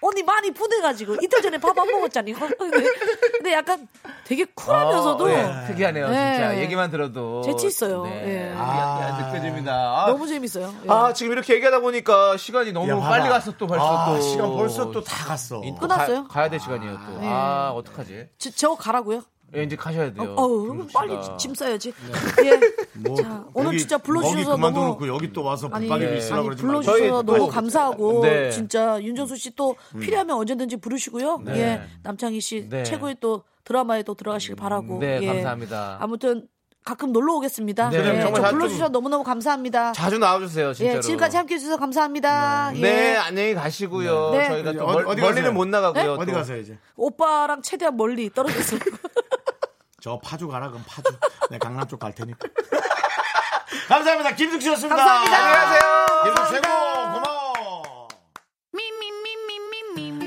[SPEAKER 4] 언니 많이 분해가지고 이틀 전에 밥 안 먹었잖니. 근데, 근데 약간 되게 쿨하면서도
[SPEAKER 2] 어, 예. 특이하네요,
[SPEAKER 4] 네.
[SPEAKER 2] 진짜. 얘기만 들어도.
[SPEAKER 4] 재치 있어요. 예.
[SPEAKER 2] 네. 아, 느껴집니다. 아,
[SPEAKER 4] 너무 재밌어요. 예.
[SPEAKER 2] 아, 지금 이렇게 얘기하다 보니까 시간이 너무
[SPEAKER 1] 야, 봐봐.
[SPEAKER 2] 빨리 갔어, 또 벌써
[SPEAKER 1] 아,
[SPEAKER 2] 또.
[SPEAKER 1] 시간 벌써 또 다 갔어.
[SPEAKER 2] 인-
[SPEAKER 4] 끝났어요? 네.
[SPEAKER 2] 가, 야될 시간이에요, 또. 아, 어떡하지?
[SPEAKER 4] 저, 저 가라고요?
[SPEAKER 2] 예, 이제 가셔야 돼요.
[SPEAKER 4] 어우,
[SPEAKER 2] 김숙 씨가.
[SPEAKER 4] 빨리 짐 싸야지. 예.
[SPEAKER 1] 뭐,
[SPEAKER 4] 자, 오늘
[SPEAKER 1] 거기-
[SPEAKER 4] 진짜 불러주셔서
[SPEAKER 1] 거기 그만둬
[SPEAKER 4] 너무-
[SPEAKER 1] 놓고 여기 또 와서
[SPEAKER 4] 아니,
[SPEAKER 1] 붙박이도 있으라고
[SPEAKER 4] 아니
[SPEAKER 1] 그러지 말고.
[SPEAKER 4] 불러주셔서
[SPEAKER 2] 저희 또-
[SPEAKER 4] 너무 감사하고
[SPEAKER 2] 네. 음.
[SPEAKER 4] 진짜 윤정수 씨 또 필요하면 언제든지 부르시고요. 예, 남창희 씨
[SPEAKER 2] 네.
[SPEAKER 4] 최고의 또 드라마에 또 들어가시길 바라고.
[SPEAKER 2] 네,
[SPEAKER 4] 예.
[SPEAKER 2] 감사합니다.
[SPEAKER 4] 아무튼 가끔 놀러 오겠습니다.
[SPEAKER 2] 네,
[SPEAKER 4] 예,
[SPEAKER 2] 정말
[SPEAKER 4] 저
[SPEAKER 2] 자주-
[SPEAKER 4] 불러주셔서 너무너무 감사합니다.
[SPEAKER 2] 자주 나와주세요, 진짜로.
[SPEAKER 4] 예, 지금까지 함께 해주셔서 감사합니다.
[SPEAKER 2] 네,
[SPEAKER 4] 예.
[SPEAKER 2] 안녕히 가시고요.
[SPEAKER 4] 네.
[SPEAKER 2] 저희가 또
[SPEAKER 1] 어디- 어디
[SPEAKER 2] 멀,
[SPEAKER 1] 가세요? 네,
[SPEAKER 2] 멀리는 못 나가고요.
[SPEAKER 1] 어디
[SPEAKER 2] 또.
[SPEAKER 1] 가세요, 이제?
[SPEAKER 4] 오빠랑 최대한 멀리 떨어졌어요.
[SPEAKER 1] 저 파주 가라, 그럼 파주. 내 강남 쪽 갈 테니까. 감사합니다. 김숙씨였습니다.
[SPEAKER 4] 감사합니다.
[SPEAKER 1] 김숙 최고, 고마워.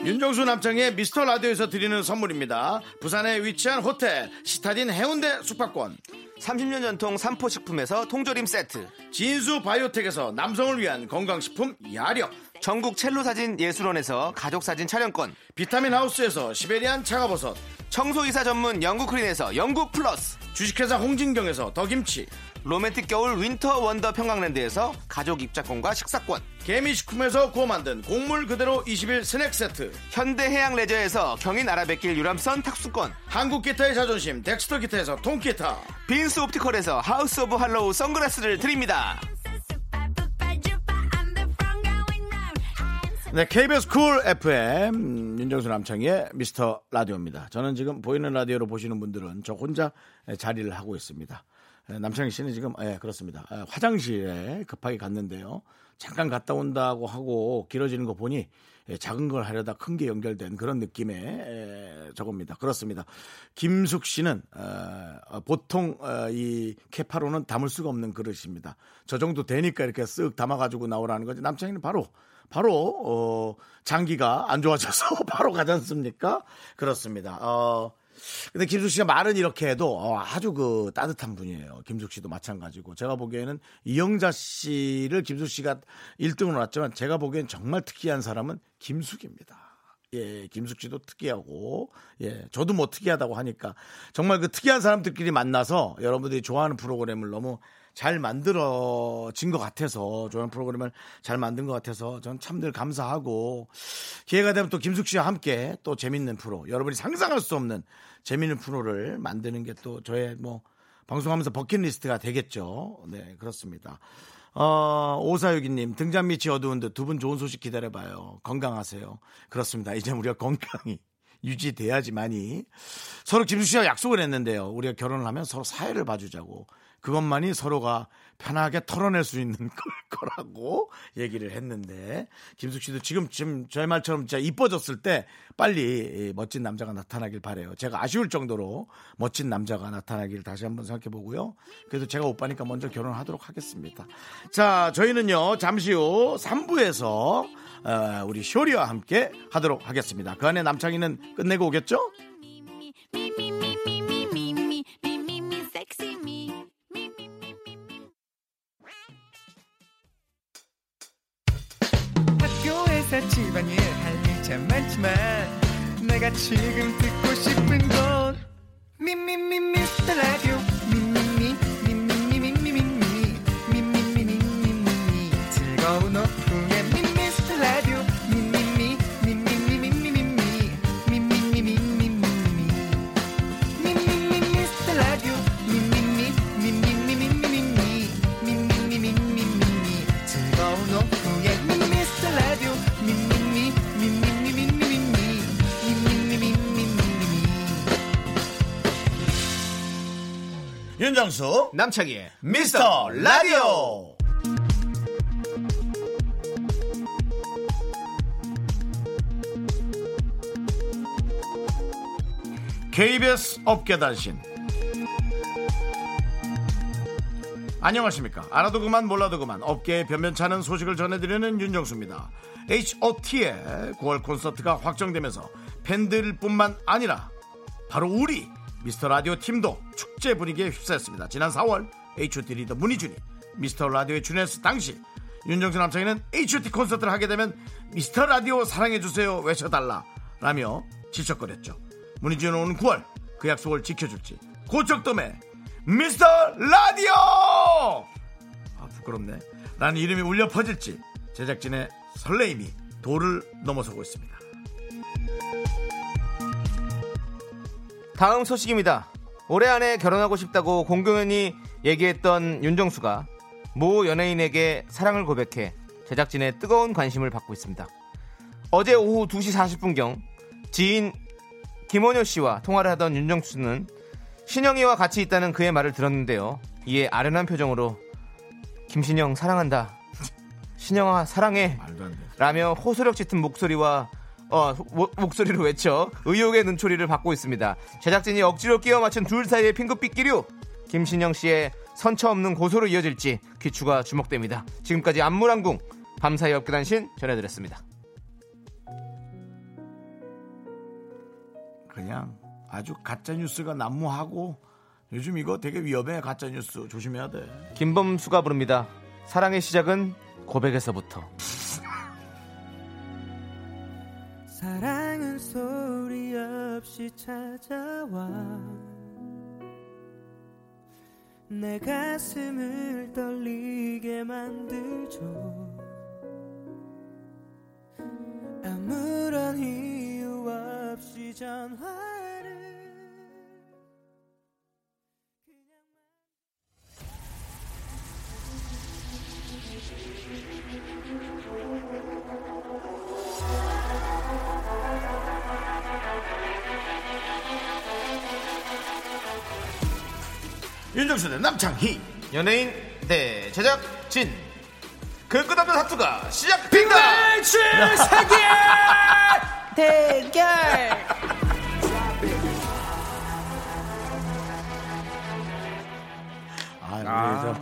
[SPEAKER 1] 윤정수 남창의 미스터 라디오에서 드리는 선물입니다. 부산에 위치한 호텔, 시타딘 해운대 숙박권,
[SPEAKER 2] 30년 전통 삼포식품에서 통조림 세트.
[SPEAKER 1] 진수 바이오텍에서 남성을 위한 건강식품 야력,
[SPEAKER 2] 전국 첼로 사진 예술원에서 가족 사진 촬영권.
[SPEAKER 1] 비타민 하우스에서 시베리안 차가버섯,
[SPEAKER 2] 청소이사 전문 영국 크린에서 영국 플러스.
[SPEAKER 1] 주식회사 홍진경에서 더김치,
[SPEAKER 2] 로맨틱 겨울 윈터 원더 평강랜드에서 가족 입자권과 식사권.
[SPEAKER 1] 개미식품에서 구워 만든 곡물 그대로 20일 스낵 세트,
[SPEAKER 2] 현대 해양 레저에서 경인 아라뱃길 유람선 탁수권.
[SPEAKER 1] 한국 기타의 자존심 덱스터 기타에서 통기타,
[SPEAKER 2] 빈스 옵티컬에서 하우스 오브 할로우 선글라스를 드립니다.
[SPEAKER 7] I'm the front going round. I'm so
[SPEAKER 1] 네, KBS 쿨 FM 음, 윤정수 남창희의 미스터 라디오입니다. 저는 지금 보이는 라디오로 보시는 분들은 저 혼자 에, 자리를 하고 있습니다. 에, 남창희 씨는 지금 예, 그렇습니다. 에, 화장실에 급하게 갔는데요. 잠깐 갔다 온다고 하고 길어지는 거 보니 예, 작은 걸 하려다 큰 게 연결된 그런 느낌의 에, 저겁니다. 그렇습니다. 김숙 씨는 어, 어, 보통 어, 이 케파로는 담을 수가 없는 그릇입니다. 저 정도 되니까 이렇게 쓱 담아가지고 나오라는 거지. 남창희는 바로 바로 어, 장기가 안 좋아져서 바로 가지 않습니까? 그렇습니다. 어, 근데 김숙 씨가 말은 이렇게 해도 어, 아주 그 따뜻한 분이에요. 김숙 씨도 마찬가지고 제가 보기에는 이영자 씨를 김숙 씨가 1등으로 놨지만 제가 보기엔 정말 특이한 사람은 김숙입니다. 예, 김숙 씨도 특이하고, 예, 저도 뭐 특이하다고 하니까 정말 그 특이한 사람들끼리 만나서 여러분들이 좋아하는 프로그램을 너무 잘 만들어진 것 같아서 좋아하는 프로그램을 잘 만든 것 같아서 저는 참 늘 감사하고 기회가 되면 또 김숙 씨와 함께 또 재밌는 프로 여러분이 상상할 수 없는 재밌는 프로를 만드는 게 또 저의 뭐 방송하면서 버킷리스트가 되겠죠. 네, 그렇습니다. 어, 오사유기님, 등잔 밑이 어두운 듯 두 분 좋은 소식 기다려봐요. 건강하세요. 그렇습니다. 이제 우리가 건강이 유지돼야지만이 서로 김수 씨와 약속을 했는데요. 우리가 결혼을 하면 서로 사회를 봐주자고. 그것만이 서로가 편하게 털어낼 수 있는 걸 거라고 얘기를 했는데 김숙 씨도 지금 지금 저의 말처럼 진짜 이뻐졌을 때 빨리 이 멋진 남자가 나타나길 바래요. 제가 아쉬울 정도로 멋진 남자가 나타나길 다시 한번 생각해 보고요. 그래도 제가 오빠니까 먼저 결혼하도록 하겠습니다. 자, 저희는요 잠시 후 3부에서 어, 우리 쇼리와 함께 하도록 하겠습니다. 그 안에 남창희는 끝내고 오겠죠?
[SPEAKER 8] 학교에서 집안일 할 일 참 많지만 내가 지금 듣고 싶은 건 미미미 미스터 라디오 미미미 미미미 미미미 미미미 미미미 즐거운 오후에 미스터 라디오 미미미 미미미 미미미 미미미 미미미
[SPEAKER 1] 윤정수
[SPEAKER 2] 남창희의
[SPEAKER 1] 미스터 라디오 KBS 업계단신 안녕하십니까 알아도 그만 몰라도 그만 업계에 변변찮은 소식을 전해드리는 윤정수입니다 H.O.T의 9월 콘서트가 확정되면서 팬들뿐만 아니라 바로 우리 미스터 라디오 팀도 축제 분위기에 휩싸였습니다. 지난 4월 H.O.T 리더 문희준이 미스터 라디오에 출연했을 당시 윤정수 남창희는 H.O.T 콘서트를 하게 되면 미스터 라디오 사랑해주세요 외쳐달라 라며 질척거렸죠. 문희준은 오는 9월 그 약속을 지켜줄지 고척돔에 미스터 라디오 아 부끄럽네 라는 이름이 울려 퍼질지 제작진의 설레임이 도를 넘어서고 있습니다.
[SPEAKER 2] 다음 소식입니다. 올해 안에 결혼하고 싶다고 공경연이 얘기했던 윤정수가 모 연예인에게 사랑을 고백해 제작진의 뜨거운 관심을 받고 있습니다. 어제 오후 2시 40분경 지인 김원효 씨와 통화를 하던 윤정수는 신영이와 같이 있다는 그의 말을 들었는데요. 이에 아련한 표정으로 김신영 사랑한다. 신영아 사랑해.
[SPEAKER 1] 말도 안 돼.
[SPEAKER 2] 라며 호소력 짙은 목소리와 어, 모- 목소리로 외쳐 의혹의 눈초리를 받고 있습니다. 제작진이 억지로 끼워 맞춘 둘 사이의 핑크빛끼류 김신영 씨의 선처 없는 고소로 이어질지 귀추가 주목됩니다. 지금까지 안무랑궁 밤사이 업계단신 전해드렸습니다.
[SPEAKER 1] 그냥 아주 가짜 뉴스가 난무하고 요즘 이거 되게 위험해 가짜 뉴스 조심해야 돼.
[SPEAKER 2] 김범수가 부릅니다. 사랑의 시작은 고백에서부터.
[SPEAKER 8] 사랑은 소리 없이 찾아와 내 가슴을 떨리게 만들죠 아무런 이유 없이 전화를
[SPEAKER 1] 윤정수의 남창희.
[SPEAKER 2] 연예인 대 제작진 그 끝없는 사투가 시작된다
[SPEAKER 6] 대결.
[SPEAKER 1] 아, 우리 저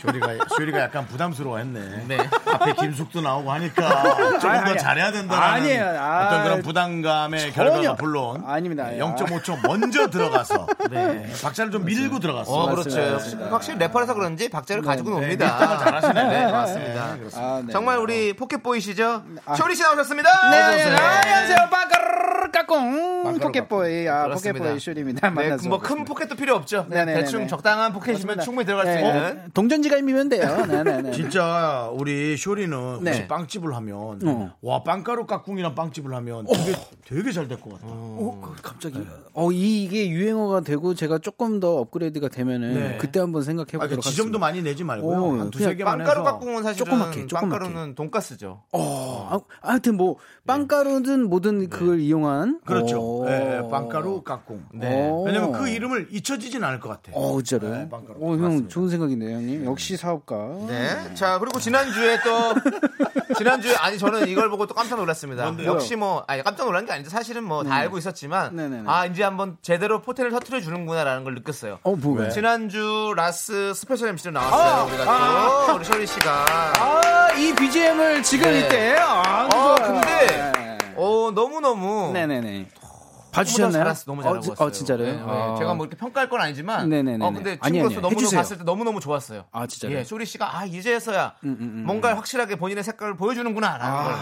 [SPEAKER 1] 쇼리가 쇼리가 약간 부담스러워했네.
[SPEAKER 2] 네.
[SPEAKER 1] 앞에 김숙도 나오고 하니까 조금 더
[SPEAKER 9] 아니,
[SPEAKER 1] 잘해야 된다라는
[SPEAKER 9] 아니에요. 아,
[SPEAKER 1] 어떤 그런 부담감의
[SPEAKER 9] 전혀.
[SPEAKER 1] 결과가 물론
[SPEAKER 9] 아닙니다.
[SPEAKER 1] 0.5초 먼저 들어갔어. 네. 박자를 좀 밀고
[SPEAKER 2] 어
[SPEAKER 1] 들어갔어. 네.
[SPEAKER 2] 그렇죠 역시,
[SPEAKER 5] 네.
[SPEAKER 2] 확실히 래퍼라서 그런지 박자를 가지고 놉니다
[SPEAKER 1] 잘하시네.
[SPEAKER 2] 네 맞습니다
[SPEAKER 9] 아, 네.
[SPEAKER 2] 정말 우리 포켓보이시죠
[SPEAKER 1] 아.
[SPEAKER 2] 쇼리 씨 나오셨습니다
[SPEAKER 9] 네,
[SPEAKER 2] 어서
[SPEAKER 9] 안녕하세요.
[SPEAKER 2] 오세요.
[SPEAKER 9] 안녕하세요. 빠까르르 까꿍.
[SPEAKER 2] 빠까르르
[SPEAKER 9] 포켓보이. 아,
[SPEAKER 2] 그렇습니다.
[SPEAKER 9] 포켓보이 슈리입니다.
[SPEAKER 2] 네,
[SPEAKER 9] 만나서.
[SPEAKER 2] 뭐큰 포켓도 필요 없죠
[SPEAKER 9] 네, 네,
[SPEAKER 2] 대충
[SPEAKER 9] 네, 네.
[SPEAKER 2] 적당한 포켓이면
[SPEAKER 9] 맞습니다.
[SPEAKER 2] 충분히 들어갈 수
[SPEAKER 9] 네,
[SPEAKER 2] 있는
[SPEAKER 9] 동전지갑이면 돼요. 네네네.
[SPEAKER 1] 진짜 우리 쇼리는 혹시
[SPEAKER 9] 네.
[SPEAKER 1] 빵집을 하면
[SPEAKER 9] 어.
[SPEAKER 1] 와 빵가루 깍꿍이랑 빵집을 하면 되게 되게 잘 될 것 같아.
[SPEAKER 9] 어, 그- 갑자기. 어, 이, 이게 유행어가 되고 제가 조금 더 업그레이드가 되면은
[SPEAKER 1] 네.
[SPEAKER 9] 그때 한번 생각해
[SPEAKER 1] 아, 그
[SPEAKER 9] 보도록
[SPEAKER 1] 지점도
[SPEAKER 9] 하겠습니다.
[SPEAKER 1] 많이 내지 말고요.
[SPEAKER 9] 오,
[SPEAKER 1] 한 두세
[SPEAKER 9] 그냥
[SPEAKER 1] 개만
[SPEAKER 2] 빵가루
[SPEAKER 1] 해서.
[SPEAKER 2] 깍꿍은 사실은
[SPEAKER 9] 조그맣게, 조그맣게.
[SPEAKER 2] 빵가루는 돈가스죠
[SPEAKER 9] 어, 아, 하여튼 뭐 빵가루든 뭐든 그걸 이용한 어.
[SPEAKER 1] 그렇죠.
[SPEAKER 9] 오.
[SPEAKER 1] 예, 예, 빵가루 깍꿍.
[SPEAKER 9] 오.
[SPEAKER 1] 왜냐면 그 이름을 잊혀지진 않을 것 같아.
[SPEAKER 9] 어, 진짜로.
[SPEAKER 1] 네, 빵가루.
[SPEAKER 9] 어, 형 좋은 생각이네요, 형님. 역시 사업가.
[SPEAKER 2] 네. 자, 그리고 지난주에 또, 지난주에, 아니, 저는 이걸 보고 또 깜짝 놀랐습니다. 역시 뭐, 아니, 깜짝 놀란 게 아니죠. 사실은 뭐, 다 알고 있었지만,
[SPEAKER 9] 음. 네네네.
[SPEAKER 2] 아, 이제 한번 제대로 포텐을 터트려 주는구나라는 걸 느꼈어요.
[SPEAKER 9] 어, 뭐가?
[SPEAKER 2] 지난주 라스 스페셜 MC로 나왔어요. 우리가 또, 우리 쇼리 씨가.
[SPEAKER 9] 아, 이 BGM을 지금
[SPEAKER 2] 네.
[SPEAKER 9] 이때. 아,
[SPEAKER 2] 어,
[SPEAKER 9] 좋아요.
[SPEAKER 2] 근데, 어, 너무너무.
[SPEAKER 9] 네네네.
[SPEAKER 2] 너무
[SPEAKER 9] 봐주셨나요?
[SPEAKER 2] 잘 알았어, 너무 잘하고
[SPEAKER 9] 어, 지-
[SPEAKER 2] 왔어요.
[SPEAKER 9] 어, 진짜로요?
[SPEAKER 2] 네, 네.
[SPEAKER 9] 아.
[SPEAKER 2] 제가 뭐 이렇게 평가할 건 아니지만,
[SPEAKER 9] 네네네네.
[SPEAKER 2] 어, 근데
[SPEAKER 9] 아니,
[SPEAKER 2] 친구로서
[SPEAKER 9] 아니요.
[SPEAKER 2] 너무너무
[SPEAKER 9] 해주세요.
[SPEAKER 2] 봤을 때 너무너무 좋았어요.
[SPEAKER 9] 아, 진짜로요?
[SPEAKER 2] 예, 쇼리 씨가 아 이제서야
[SPEAKER 9] 음,
[SPEAKER 2] 뭔가 확실하게 본인의 색깔을 보여주는구나라는 걸.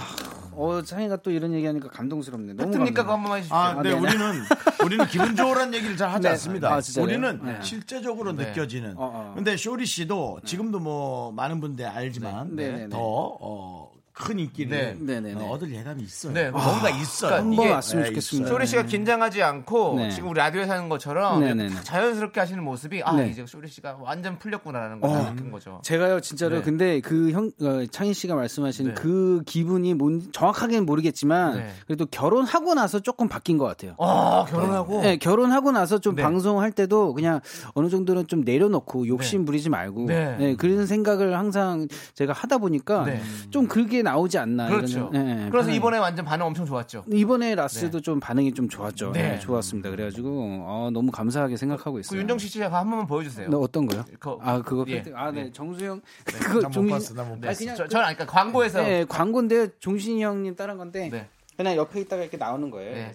[SPEAKER 9] 어, 창이가 또 이런 얘기하니까 감동스럽네. 너무
[SPEAKER 2] 팩트입니까? 그거
[SPEAKER 9] 감동.
[SPEAKER 2] 한 번만 해주십시오.
[SPEAKER 1] 아, 근데
[SPEAKER 9] 네, 네.
[SPEAKER 1] 우리는 우리는 기분 좋으란 얘기를 잘 하지
[SPEAKER 9] 네.
[SPEAKER 1] 않습니다.
[SPEAKER 9] 아, 진짜요?
[SPEAKER 1] 우리는
[SPEAKER 9] 네.
[SPEAKER 1] 실제적으로 느껴지는.
[SPEAKER 9] 어, 어.
[SPEAKER 1] 근데 쇼리 씨도 지금도 뭐 많은 분들 알지만
[SPEAKER 9] 네. 네, 네, 네.
[SPEAKER 1] 더 어, 큰 인기를
[SPEAKER 9] 네. 네, 네, 네.
[SPEAKER 1] 어, 얻을 예감이 있어요.
[SPEAKER 2] 네, 뭔가 있어요.
[SPEAKER 9] 한번
[SPEAKER 2] 이게
[SPEAKER 9] 왔으면
[SPEAKER 1] 네,
[SPEAKER 9] 좋겠습니다.
[SPEAKER 2] 아, 쇼리 씨가 긴장하지 않고
[SPEAKER 9] 네.
[SPEAKER 2] 지금 우리 라디오에서 하는 것처럼
[SPEAKER 9] 네, 네, 네.
[SPEAKER 2] 자연스럽게 하시는 모습이 아
[SPEAKER 9] 네. 어. 음.
[SPEAKER 2] 이제 쇼리 씨가 완전 풀렸구나라는 걸다 느낀 거죠.
[SPEAKER 9] 제가요 진짜로
[SPEAKER 2] 네.
[SPEAKER 9] 근데 그 형 창희 씨가 말씀하신
[SPEAKER 2] 네.
[SPEAKER 9] 그 기분이 뭔 정확하게는 모르겠지만
[SPEAKER 2] 네.
[SPEAKER 9] 그래도 결혼하고 나서 조금 바뀐 것 같아요.
[SPEAKER 2] 아 결혼하고
[SPEAKER 9] 네, 결혼하고 나서 좀
[SPEAKER 2] 네.
[SPEAKER 9] 방송할 때도 그냥 어느 정도는 좀 내려놓고 욕심 부리지 말고
[SPEAKER 2] 네.
[SPEAKER 9] 네. 그런 생각을 항상 제가 하다 보니까
[SPEAKER 2] 네.
[SPEAKER 9] 좀 그게 나오지 않나
[SPEAKER 2] 그렇죠.
[SPEAKER 9] 이런 네,
[SPEAKER 2] 그래서
[SPEAKER 9] 반응이.
[SPEAKER 2] 이번에 완전 반응 엄청 좋았죠.
[SPEAKER 9] 이번에 라스도 좀 반응이 좀 좋았죠.
[SPEAKER 2] 네.
[SPEAKER 9] 네, 좋았습니다. 그래가지고 어, 너무 감사하게 생각하고
[SPEAKER 2] 그
[SPEAKER 9] 있어요.
[SPEAKER 2] 윤정식 씨가 한 번만 보여주세요.
[SPEAKER 9] 너 어떤 거요?
[SPEAKER 2] 그거-
[SPEAKER 9] 아 그거
[SPEAKER 2] 예.
[SPEAKER 9] 팩트- 아 네, 정수영 그거
[SPEAKER 1] 난못
[SPEAKER 9] 종이-
[SPEAKER 1] 봤어, 난못
[SPEAKER 9] 아,
[SPEAKER 1] 봤어.
[SPEAKER 9] 그냥
[SPEAKER 2] 네. 저, 저는 아까 광고에서
[SPEAKER 9] 네, 광고인데 종신이 형님 따른 건데
[SPEAKER 2] 네.
[SPEAKER 9] 그냥 옆에 있다가 이렇게 나오는 거예요.
[SPEAKER 2] 네.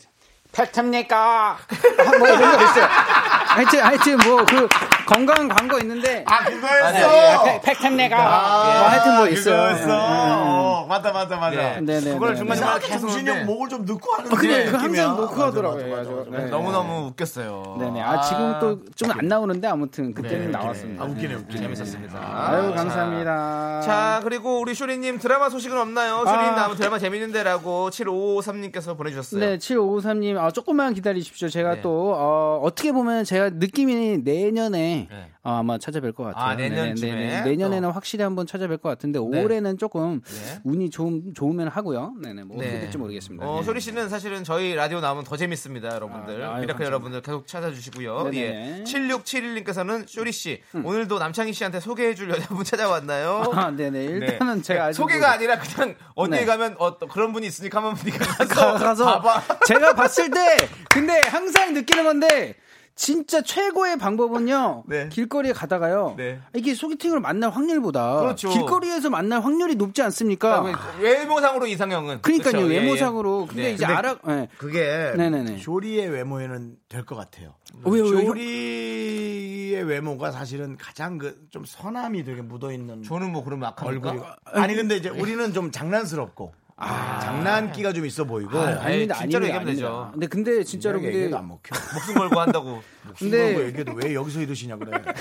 [SPEAKER 9] 팩트입니까? 아, 뭐 이런 거 있어요. 하여튼 하여튼 뭐 그 건강 광고 있는데
[SPEAKER 1] 아, 그거였어.
[SPEAKER 2] 네.
[SPEAKER 9] 팩트입니까? 뭐 하여튼 뭐 있어요.
[SPEAKER 1] 그거였어. 어, 맞다, 맞다, 맞아.
[SPEAKER 2] 예, 네.
[SPEAKER 9] 네, 네,
[SPEAKER 2] 그걸
[SPEAKER 9] 네,
[SPEAKER 2] 중간중간
[SPEAKER 1] 이상하게
[SPEAKER 2] 계속
[SPEAKER 1] 아, 정신형
[SPEAKER 2] 오는데
[SPEAKER 1] 목을 좀 넣고 하는
[SPEAKER 9] 어, 그래,
[SPEAKER 1] 느낌이야.
[SPEAKER 9] 그 항상 놓고
[SPEAKER 1] 맞아,
[SPEAKER 9] 하더라고요.
[SPEAKER 1] 맞아, 맞아,
[SPEAKER 9] 그래가지고.
[SPEAKER 1] 맞아.
[SPEAKER 9] 네.
[SPEAKER 2] 너무너무 웃겼어요.
[SPEAKER 9] 네네. 아, 지금 또 좀 안 나오는데 아무튼 그때는
[SPEAKER 2] 네,
[SPEAKER 9] 나왔습니다.
[SPEAKER 1] 아, 웃기네, 웃기네.
[SPEAKER 2] 재밌었습니다.
[SPEAKER 9] 아유 감사합니다.
[SPEAKER 2] 자, 그리고 우리 쇼리님 드라마 소식은 없나요? 쇼리님
[SPEAKER 9] 아.
[SPEAKER 2] 다음 드라마 재밌는데라고 7553님께서 보내주셨어요.
[SPEAKER 9] 네, 7553님, 아, 조금만 기다리십시오. 제가
[SPEAKER 2] 네.
[SPEAKER 9] 또, 어, 떻게 보면 제가 느낌이 내년에
[SPEAKER 2] 네.
[SPEAKER 9] 어, 아마 찾아뵐 것 같아요.
[SPEAKER 2] 아, 내년쯤에
[SPEAKER 9] 네네.
[SPEAKER 2] 또. 네.
[SPEAKER 9] 내년에는 확실히 한번 찾아뵐 것 같은데, 올해는 조금 운이 좋, 좋으면 하고요. 네네, 뭐 어떻게
[SPEAKER 2] 네.
[SPEAKER 9] 될지 모르겠습니다.
[SPEAKER 2] 어,
[SPEAKER 9] 네.
[SPEAKER 2] 쇼리 씨는 사실은 저희 라디오 나오면 더 재밌습니다, 여러분들.
[SPEAKER 9] 아, 아유,
[SPEAKER 2] 미라클
[SPEAKER 9] 감사합니다.
[SPEAKER 2] 여러분들 계속 찾아주시고요.
[SPEAKER 9] 네네. 음.
[SPEAKER 2] 예. 7671님께서는 쇼리 씨, 오늘도 남창희 씨한테 소개해줄 여자분 찾아왔나요?
[SPEAKER 9] 아, 네네. 일단은 제가 아직.
[SPEAKER 2] 소개가 아니라 그냥 어디 에
[SPEAKER 9] 네.
[SPEAKER 2] 가면 어, 그런 분이 있으니까 한번 네가 가서,
[SPEAKER 9] 가서
[SPEAKER 2] 봐봐.
[SPEAKER 9] 네. 제가 봤을 때, 근데 항상 느끼는 건데, 진짜 최고의 방법은요.
[SPEAKER 2] 네.
[SPEAKER 9] 길거리에 가다가요.
[SPEAKER 2] 네.
[SPEAKER 9] 이게 소개팅을 만날 확률보다
[SPEAKER 2] 그렇죠.
[SPEAKER 9] 길거리에서 만날 확률이 높지 않습니까?
[SPEAKER 2] 외모상으로 이상형은
[SPEAKER 9] 그러니까요
[SPEAKER 2] 그렇죠? 예, 예.
[SPEAKER 9] 외모상으로 근데
[SPEAKER 2] 네.
[SPEAKER 9] 이제
[SPEAKER 1] 근데
[SPEAKER 9] 알아 네.
[SPEAKER 1] 그게
[SPEAKER 9] 네네네. 어,
[SPEAKER 1] 쇼리의 외모에는 될 것 같아요.
[SPEAKER 9] 왜요, 왜요?
[SPEAKER 1] 쇼리의 외모가 사실은 가장 그 좀 선함이 되게 묻어 있는
[SPEAKER 2] 저는 뭐 그러면 악합니까?
[SPEAKER 1] 얼굴이. 아니 근데
[SPEAKER 9] 예.
[SPEAKER 1] 이제 우리는 좀 장난스럽고 장난기가 좀 있어 보이고
[SPEAKER 9] 아. 아닙니다
[SPEAKER 2] 아니, 진짜로
[SPEAKER 9] 아닙니다,
[SPEAKER 2] 얘기하면
[SPEAKER 9] 아닙니다.
[SPEAKER 2] 되죠.
[SPEAKER 9] 근데 근데 진짜로
[SPEAKER 1] 얘기해도
[SPEAKER 9] 근데
[SPEAKER 1] 안 먹혀.
[SPEAKER 2] 목숨 걸고 한다고.
[SPEAKER 1] 근데
[SPEAKER 9] 근데
[SPEAKER 1] 얘기해도 왜 여기서 이러시냐 그래.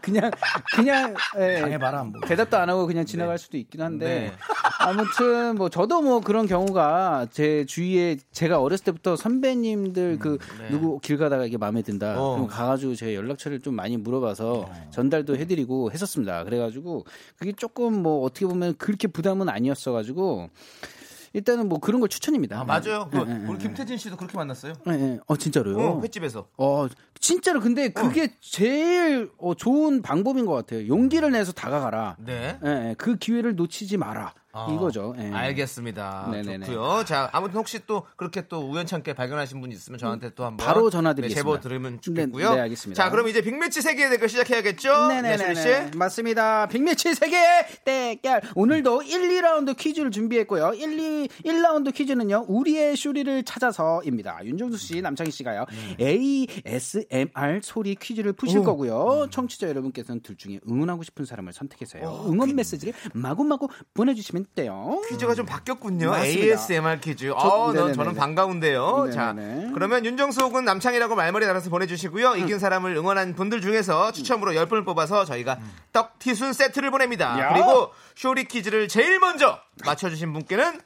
[SPEAKER 9] 그냥 그냥 예,
[SPEAKER 1] 당해봐라 안 먹혀.
[SPEAKER 9] 대답도 안 하고 그냥 지나갈 수도 있긴 한데
[SPEAKER 2] 뭐. 네.
[SPEAKER 9] 아무튼 뭐 저도 뭐 그런 경우가 제 주위에 제가 어렸을 때부터 선배님들 그 누구 길 가다가 이게 마음에 든다
[SPEAKER 2] 음, 네. 어.
[SPEAKER 9] 그럼 가가지고 제 연락처를 좀 많이 물어봐서 전달도 해드리고 했었습니다 그래가지고 그게 조금 뭐 어떻게 보면 그렇게 부담은 아니었어가지고 일단은 뭐 그런 걸 추천입니다.
[SPEAKER 2] 아, 맞아요. 그,
[SPEAKER 9] 네, 네,
[SPEAKER 2] 우리 김태진 씨도 그렇게 만났어요.
[SPEAKER 9] 네, 네. 어 진짜로요.
[SPEAKER 2] 어, 횟집에서.
[SPEAKER 9] 어, 진짜로 근데 그게 제일 어, 좋은 방법인 것 같아요. 용기를 내서 다가가라.
[SPEAKER 2] 네.
[SPEAKER 9] 예, 예, 그 기회를 놓치지 마라.
[SPEAKER 2] 아,
[SPEAKER 9] 이거죠. 예.
[SPEAKER 2] 알겠습니다.
[SPEAKER 9] 네네네.
[SPEAKER 2] 좋고요. 자, 아무튼 혹시 또 그렇게 또 우연찮게 발견하신 분 있으면 저한테 또 한번
[SPEAKER 9] 바로 전화드리겠습니다.
[SPEAKER 2] 네, 제보 들으면 좋겠고요.
[SPEAKER 9] 네, 네, 알겠습니다.
[SPEAKER 2] 자, 그럼 이제 빅매치 세계의 대결 시작해야겠죠?
[SPEAKER 9] 네네네.
[SPEAKER 2] 네, 수빈 씨.
[SPEAKER 9] 맞습니다. 빅매치 세계의 대결. 오늘도 1, 2라운드 퀴즈를 준비했고요. 1, 2, 1라운드 퀴즈는요. 우리의 쇼리를 찾아서입니다. 윤정수 씨, 남창희 씨가요.
[SPEAKER 2] 네.
[SPEAKER 9] ASMR 소리 퀴즈를 푸실
[SPEAKER 2] 음.
[SPEAKER 9] 거고요. 청취자 여러분께서는 둘 중에 응원하고 싶은 사람을 선택해서요.
[SPEAKER 2] 어, 그러니까.
[SPEAKER 9] 응원 메시지를 마구마구 보내주시면 돼요.
[SPEAKER 2] 퀴즈가 좀 바뀌었군요.
[SPEAKER 9] 맞습니다.
[SPEAKER 2] ASMR 퀴즈. 어, 넌
[SPEAKER 9] 네네네네.
[SPEAKER 2] 저는 반가운데요.
[SPEAKER 9] 네네네. 음.
[SPEAKER 2] 자, 그러면 윤정수 혹은 남창이라고 말머리 달아서 보내주시고요. 이긴 사람을 응원한 분들 중에서 추첨으로 10분을 뽑아서 저희가 떡티순 세트를 보냅니다.
[SPEAKER 9] 음. 야.
[SPEAKER 2] 그리고 쇼리 퀴즈를 제일 먼저 맞춰주신 분께는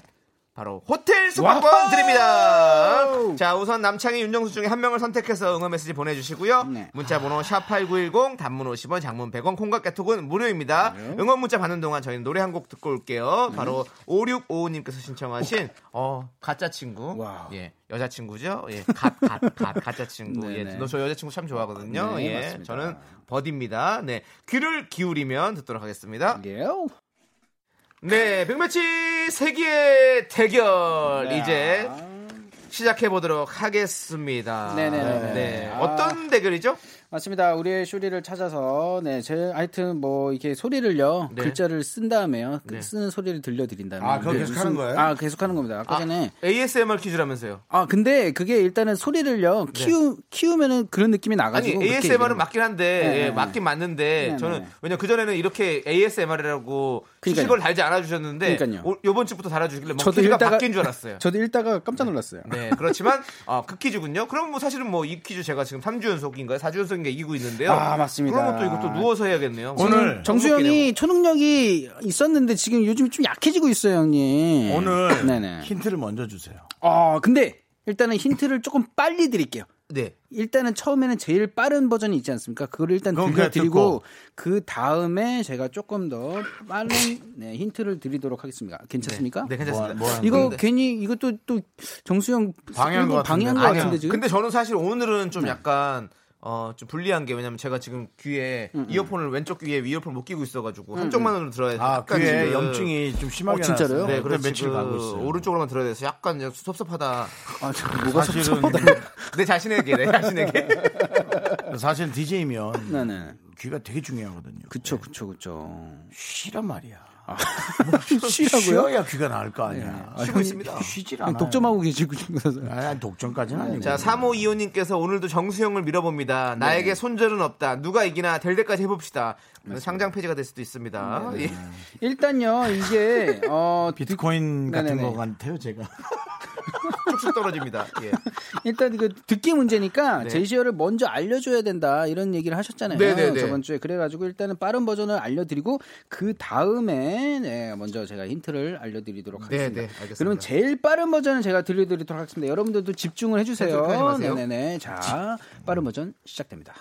[SPEAKER 2] 바로 호텔
[SPEAKER 9] 와우.
[SPEAKER 2] 숙박권 드립니다. 자, 우선 남창희 윤정수 중에 한 명을 선택해서 응원 메시지 보내주시고요.
[SPEAKER 9] 네.
[SPEAKER 2] 문자 번호 샵8910 단문 50원 장문 100원 콩과 깨톡은 무료입니다.
[SPEAKER 9] 네.
[SPEAKER 2] 응원 문자 받는 동안 저희는 노래 한 곡 듣고 올게요. 바로 5655님께서 신청하신 어, 가짜 친구.
[SPEAKER 9] 와우.
[SPEAKER 2] 예. 여자친구죠? 예. 갓, 갓, 갓, 가짜 친구. 예.
[SPEAKER 9] 네네.
[SPEAKER 2] 너 저 여자친구 참 좋아하거든요.
[SPEAKER 9] 네,
[SPEAKER 2] 예.
[SPEAKER 9] 맞습니다.
[SPEAKER 2] 저는 버디입니다. 네. 귀를 기울이면 듣도록 하겠습니다.
[SPEAKER 9] 예.
[SPEAKER 2] 네, 백매치 세기의 대결
[SPEAKER 9] 네.
[SPEAKER 2] 이제 시작해 보도록 하겠습니다.
[SPEAKER 9] 네네네네.
[SPEAKER 2] 네,
[SPEAKER 9] 아.
[SPEAKER 2] 어떤 대결이죠?
[SPEAKER 9] 맞습니다. 우리의 쇼리를 찾아서 네, 제 하여튼 뭐 이렇게 소리를요
[SPEAKER 2] 네.
[SPEAKER 9] 글자를 쓴 다음에요 그
[SPEAKER 2] 네.
[SPEAKER 9] 쓰는 소리를 들려드린 다음에
[SPEAKER 1] 아, 그거
[SPEAKER 9] 네,
[SPEAKER 1] 계속하는
[SPEAKER 9] 무슨-
[SPEAKER 1] 거예요?
[SPEAKER 9] 아 계속하는 겁니다. 아까
[SPEAKER 2] 아,
[SPEAKER 9] 전에
[SPEAKER 2] ASMR 퀴즈라면서요.
[SPEAKER 9] 아 근데 그게 일단은
[SPEAKER 2] 네.
[SPEAKER 9] 소리를요 키우 키우면은 그런 느낌이
[SPEAKER 2] 아니
[SPEAKER 9] 나가지고 그렇게
[SPEAKER 2] ASMR은
[SPEAKER 9] 얘기하는 거예요.
[SPEAKER 2] 맞긴 한데
[SPEAKER 9] 네,
[SPEAKER 2] 예,
[SPEAKER 9] 네.
[SPEAKER 2] 맞긴 맞는데
[SPEAKER 9] 네,
[SPEAKER 2] 저는
[SPEAKER 9] 네.
[SPEAKER 2] 왜냐 그 전에는 이렇게 ASMR이라고
[SPEAKER 9] 그러니까요.
[SPEAKER 2] 수식을 달지 않아 주셨는데
[SPEAKER 9] 그러니까요.
[SPEAKER 2] 요번 주부터 달아 주길래 뭐 퀴즈가 바뀐 줄 알았어요.
[SPEAKER 9] 저도 읽다가 깜짝 놀랐어요.
[SPEAKER 2] 네, 그렇지만 어, 그 퀴즈군요. 그럼 뭐 사실은 뭐 이 퀴즈 제가 지금 3주 연속인가요? 4주 연속인가 이기고 있는데요.
[SPEAKER 9] 아, 맞습니다.
[SPEAKER 2] 그럼 또 이것도 누워서 해야겠네요.
[SPEAKER 1] 오늘
[SPEAKER 9] 정수 형이 초능력이 있었는데 지금 요즘 좀 약해지고 있어요, 형님.
[SPEAKER 1] 오늘
[SPEAKER 9] 예. 네네.
[SPEAKER 1] 힌트를 먼저 주세요.
[SPEAKER 9] 아 근데 일단은 힌트를 조금 빨리 드릴게요.
[SPEAKER 2] 네.
[SPEAKER 9] 일단은 처음에는 제일 빠른 버전이 있지 않습니까? 그걸 일단
[SPEAKER 1] 그건 그냥
[SPEAKER 9] 들려드리고 그 다음에 제가 조금 더 빠른 네, 힌트를 드리도록 하겠습니다. 괜찮습니까?
[SPEAKER 2] 네, 괜찮습니다.
[SPEAKER 1] 뭐 하는
[SPEAKER 9] 이거
[SPEAKER 2] 근데-
[SPEAKER 9] 괜히 이것도 또 정수영
[SPEAKER 1] 방해한 것 같은데. 네.
[SPEAKER 9] 방해한 것
[SPEAKER 2] 네, 아니요.
[SPEAKER 9] 같은데 지금.
[SPEAKER 2] 근데 저는 사실 오늘은 좀 약간 어, 좀 불리한 게 왜냐면 제가 지금 귀에
[SPEAKER 1] 음,
[SPEAKER 2] 이어폰을 왼쪽 귀에 이어폰 못 끼고 있어가지고 한쪽만으로 들어야 돼서
[SPEAKER 1] 아,
[SPEAKER 2] 약간
[SPEAKER 1] 귀에
[SPEAKER 2] 지금-
[SPEAKER 1] 염증이 좀 심하게
[SPEAKER 9] 어, 진짜로요?
[SPEAKER 1] 났어요.
[SPEAKER 2] 네,
[SPEAKER 1] 그래서
[SPEAKER 2] 그래서
[SPEAKER 1] 며칠
[SPEAKER 2] 지금
[SPEAKER 1] 가고 있어요.
[SPEAKER 2] 오른쪽으로만 들어야 돼서 약간 이제 섭섭하다.
[SPEAKER 9] 아, 저 뭐가
[SPEAKER 1] 사실은-
[SPEAKER 9] 섭섭하다.
[SPEAKER 2] 내 자신에게, 내 자신에게.
[SPEAKER 1] 사실 DJ면
[SPEAKER 9] 네, 네.
[SPEAKER 1] 귀가 되게 중요하거든요.
[SPEAKER 9] 그쵸, 그쵸, 그쵸.
[SPEAKER 1] 네.
[SPEAKER 9] 아,
[SPEAKER 1] 쉬란 말이야.
[SPEAKER 9] 쉬라고요? 네.
[SPEAKER 1] 쉬어야 귀가 나을 거 아니야.
[SPEAKER 2] 쉬고 있습니다.
[SPEAKER 1] 쉬질 않아.
[SPEAKER 9] 독점하고 계시군요.
[SPEAKER 1] 아, 독점까지는
[SPEAKER 9] 네,
[SPEAKER 1] 아니고.
[SPEAKER 2] 자, 3호 이호님께서 오늘도 정수영을 밀어봅니다.
[SPEAKER 1] 네.
[SPEAKER 2] 나에게 손절은 없다. 누가 이기나 될 때까지 해봅시다. 상장 페이지가 될 수도 있습니다.
[SPEAKER 1] 네.
[SPEAKER 2] 예.
[SPEAKER 9] 일단요, 이게, 어,
[SPEAKER 1] 비트코인 같은
[SPEAKER 9] 네네네.
[SPEAKER 1] 거 같아요, 제가.
[SPEAKER 2] 쭉쭉 떨어집니다. 예.
[SPEAKER 9] 일단 그 듣기 문제니까
[SPEAKER 2] 네.
[SPEAKER 9] 제시어를 먼저 알려줘야 된다 이런 얘기를 하셨잖아요
[SPEAKER 2] 네네네.
[SPEAKER 9] 저번 주에 그래가지고 일단은 빠른 버전을 알려드리고 그 다음에 네, 먼저 제가 힌트를 알려드리도록 하겠습니다.
[SPEAKER 2] 네네, 알겠습니다.
[SPEAKER 9] 그러면 제일 빠른 버전을 제가 들려드리도록 하겠습니다. 여러분들도 집중을
[SPEAKER 2] 네, 집중 하지
[SPEAKER 9] 해주세요.
[SPEAKER 2] 마세요.
[SPEAKER 9] 네네네. 자 빠른 버전 시작됩니다.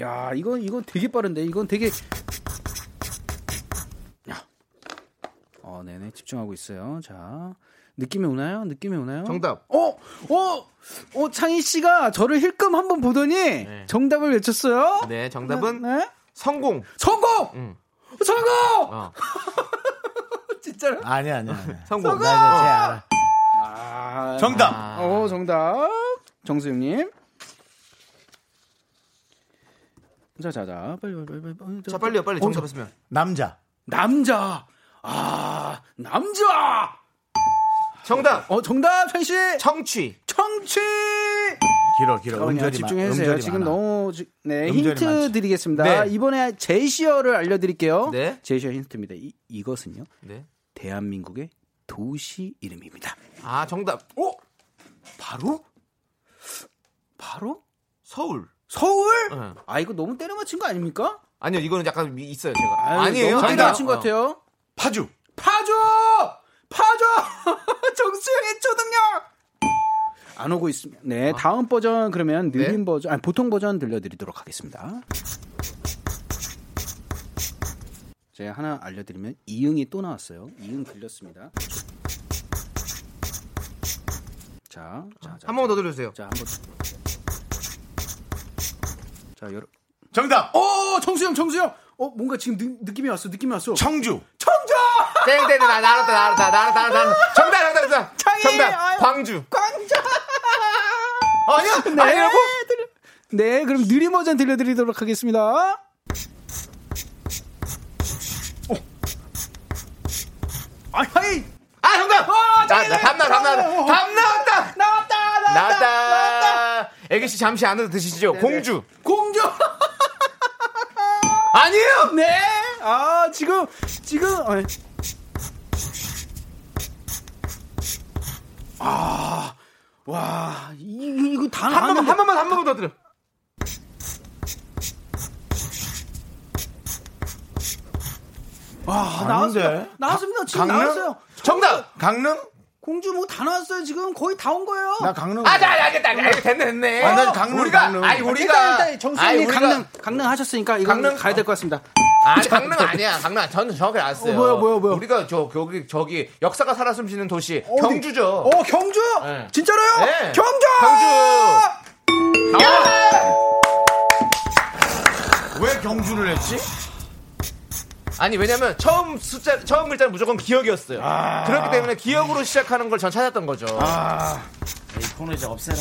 [SPEAKER 9] 야 이건 이건 되게 빠른데 이건 되게 어, 네네. 집중하고 있어요. 자. 느낌이 오나요? 느낌이 오나요?
[SPEAKER 2] 정답.
[SPEAKER 9] 어! 어! 어, 창희 씨가 저를 힐끔 한번 보더니 정답을 외쳤어요?
[SPEAKER 2] 네, 정답은
[SPEAKER 9] 네?
[SPEAKER 2] 성공.
[SPEAKER 9] 성공!
[SPEAKER 2] 응.
[SPEAKER 9] 성공!
[SPEAKER 2] 어.
[SPEAKER 9] 진짜로?
[SPEAKER 1] 아니, 아니, 아니.
[SPEAKER 2] 성공. 어.
[SPEAKER 1] 나 이제 쟤 알아.
[SPEAKER 9] 아.
[SPEAKER 1] 정답!
[SPEAKER 9] 어, 정답. 정수영님. 자, 자, 자. 빨리, 빨리, 빨리. 빨리.
[SPEAKER 2] 자, 빨리요, 빨리
[SPEAKER 9] 어.
[SPEAKER 2] 정답했으면.
[SPEAKER 1] 남자.
[SPEAKER 9] 남자. 아, 남자!
[SPEAKER 2] 정답.
[SPEAKER 9] 어, 정답, 창희 씨!
[SPEAKER 2] 청취.
[SPEAKER 9] 청취!
[SPEAKER 1] 길어, 길어.
[SPEAKER 9] 잠깐만요.
[SPEAKER 1] 음절이
[SPEAKER 9] 집중해주세요.
[SPEAKER 1] 많아. 음절이
[SPEAKER 9] 지금
[SPEAKER 1] 많아.
[SPEAKER 9] 너무 지- 네
[SPEAKER 1] 음절이
[SPEAKER 9] 힌트
[SPEAKER 1] 많지.
[SPEAKER 9] 드리겠습니다.
[SPEAKER 2] 네.
[SPEAKER 9] 이번에 제시어를 알려드릴게요.
[SPEAKER 2] 네.
[SPEAKER 9] 제시어 힌트입니다. 이, 이것은요
[SPEAKER 2] 네.
[SPEAKER 9] 대한민국의 도시 이름입니다.
[SPEAKER 2] 아, 정답.
[SPEAKER 9] 오 바로 바로
[SPEAKER 2] 서울.
[SPEAKER 9] 서울?
[SPEAKER 2] 네.
[SPEAKER 9] 아 이거 너무 때려 맞힌 거 아닙니까?
[SPEAKER 2] 아니요, 이거는 약간 미- 있어요, 제가.
[SPEAKER 9] 아유,
[SPEAKER 2] 아니에요.
[SPEAKER 9] 너무 때려
[SPEAKER 2] 정답.
[SPEAKER 9] 맞힌 것 같아요.
[SPEAKER 1] 파주.
[SPEAKER 9] 파주 파주 정수영의 초등력 안 오고 있습니다. 네,
[SPEAKER 2] 아.
[SPEAKER 9] 다음 버전 그러면
[SPEAKER 2] 네.
[SPEAKER 9] 느린 버전, 아니 보통 버전 들려드리도록 하겠습니다. 제가 하나 알려드리면 이응이 또 나왔어요. 이응 들렸습니다. 자, 자, 자,
[SPEAKER 2] 한 번만 더 들려주세요.
[SPEAKER 9] 자, 한번. 자, 여러.
[SPEAKER 1] 정답.
[SPEAKER 9] 어, 청수형, 청수형. 어, 뭔가 지금 느, 낌이 왔어, 느낌이 왔어.
[SPEAKER 1] 청주.
[SPEAKER 9] 청자.
[SPEAKER 2] 땡땡 나 알았다 나 알았다 나 알았다 나 알았다. 정답 정답 정답.
[SPEAKER 9] 창의, 아유.
[SPEAKER 2] 정답. 광주. 광주. 아니야
[SPEAKER 9] 네,
[SPEAKER 2] 아니라고?
[SPEAKER 9] 들려- 네, 그럼 느린 버전 들려드리도록 하겠습니다. 어. 아이, 아이,
[SPEAKER 2] 아 정답. 나, 나, 답
[SPEAKER 9] 어, 정답!
[SPEAKER 2] 나, 답 나, 답
[SPEAKER 9] 어.
[SPEAKER 2] 나왔다.
[SPEAKER 9] 나왔다, 나왔다, 네,
[SPEAKER 2] 나왔다. 애기 씨 잠시 안으로 드시죠. 공주.
[SPEAKER 9] 공주.
[SPEAKER 2] 아니에요.
[SPEAKER 9] 네, 아 지금 지금 어. 아, 와, 이, 이거 다
[SPEAKER 2] 한 번만
[SPEAKER 9] 나왔는데.
[SPEAKER 2] 한 번만 한 번만 더 드려.
[SPEAKER 9] 와, 나왔어요.
[SPEAKER 1] 아닌데.
[SPEAKER 9] 나왔습니다. 지금
[SPEAKER 1] 강릉?
[SPEAKER 9] 나왔어요.
[SPEAKER 2] 정답.
[SPEAKER 1] 강릉?
[SPEAKER 9] 공주 뭐 다 나왔어요. 지금 거의 다 온 거예요.
[SPEAKER 1] 나 강릉.
[SPEAKER 2] 아자 알겠다 알겠다 됐네 됐네.
[SPEAKER 1] 아, 난 강릉,
[SPEAKER 2] 우리가
[SPEAKER 1] 강릉.
[SPEAKER 2] 아니
[SPEAKER 9] 일단,
[SPEAKER 2] 우리가
[SPEAKER 9] 일단
[SPEAKER 2] 아니,
[SPEAKER 9] 정수님
[SPEAKER 2] 우리가-
[SPEAKER 9] 강릉 강릉 하셨으니까 이거
[SPEAKER 2] 강릉?
[SPEAKER 9] 가야 될 것 같습니다.
[SPEAKER 2] 아니 강릉 아니야 강릉 저는 정확히 알았어요.
[SPEAKER 9] 어, 뭐야, 뭐야, 뭐야.
[SPEAKER 2] 우리가 저 저기 저기 역사가 살아 숨쉬는 도시
[SPEAKER 9] 어디?
[SPEAKER 2] 경주죠.
[SPEAKER 9] 어 경주?
[SPEAKER 2] 네.
[SPEAKER 9] 진짜로요?
[SPEAKER 2] 네.
[SPEAKER 9] 경주!
[SPEAKER 2] 경주!
[SPEAKER 1] 왜 경주를 했지?
[SPEAKER 2] 아니 왜냐면 처음 숫자 처음 글자는 무조건 기억이었어요.
[SPEAKER 1] 아.
[SPEAKER 2] 그렇기 때문에 기억으로 시작하는 걸 전 찾았던 거죠.
[SPEAKER 9] 아,
[SPEAKER 1] 에이, 코너 이제 없애라.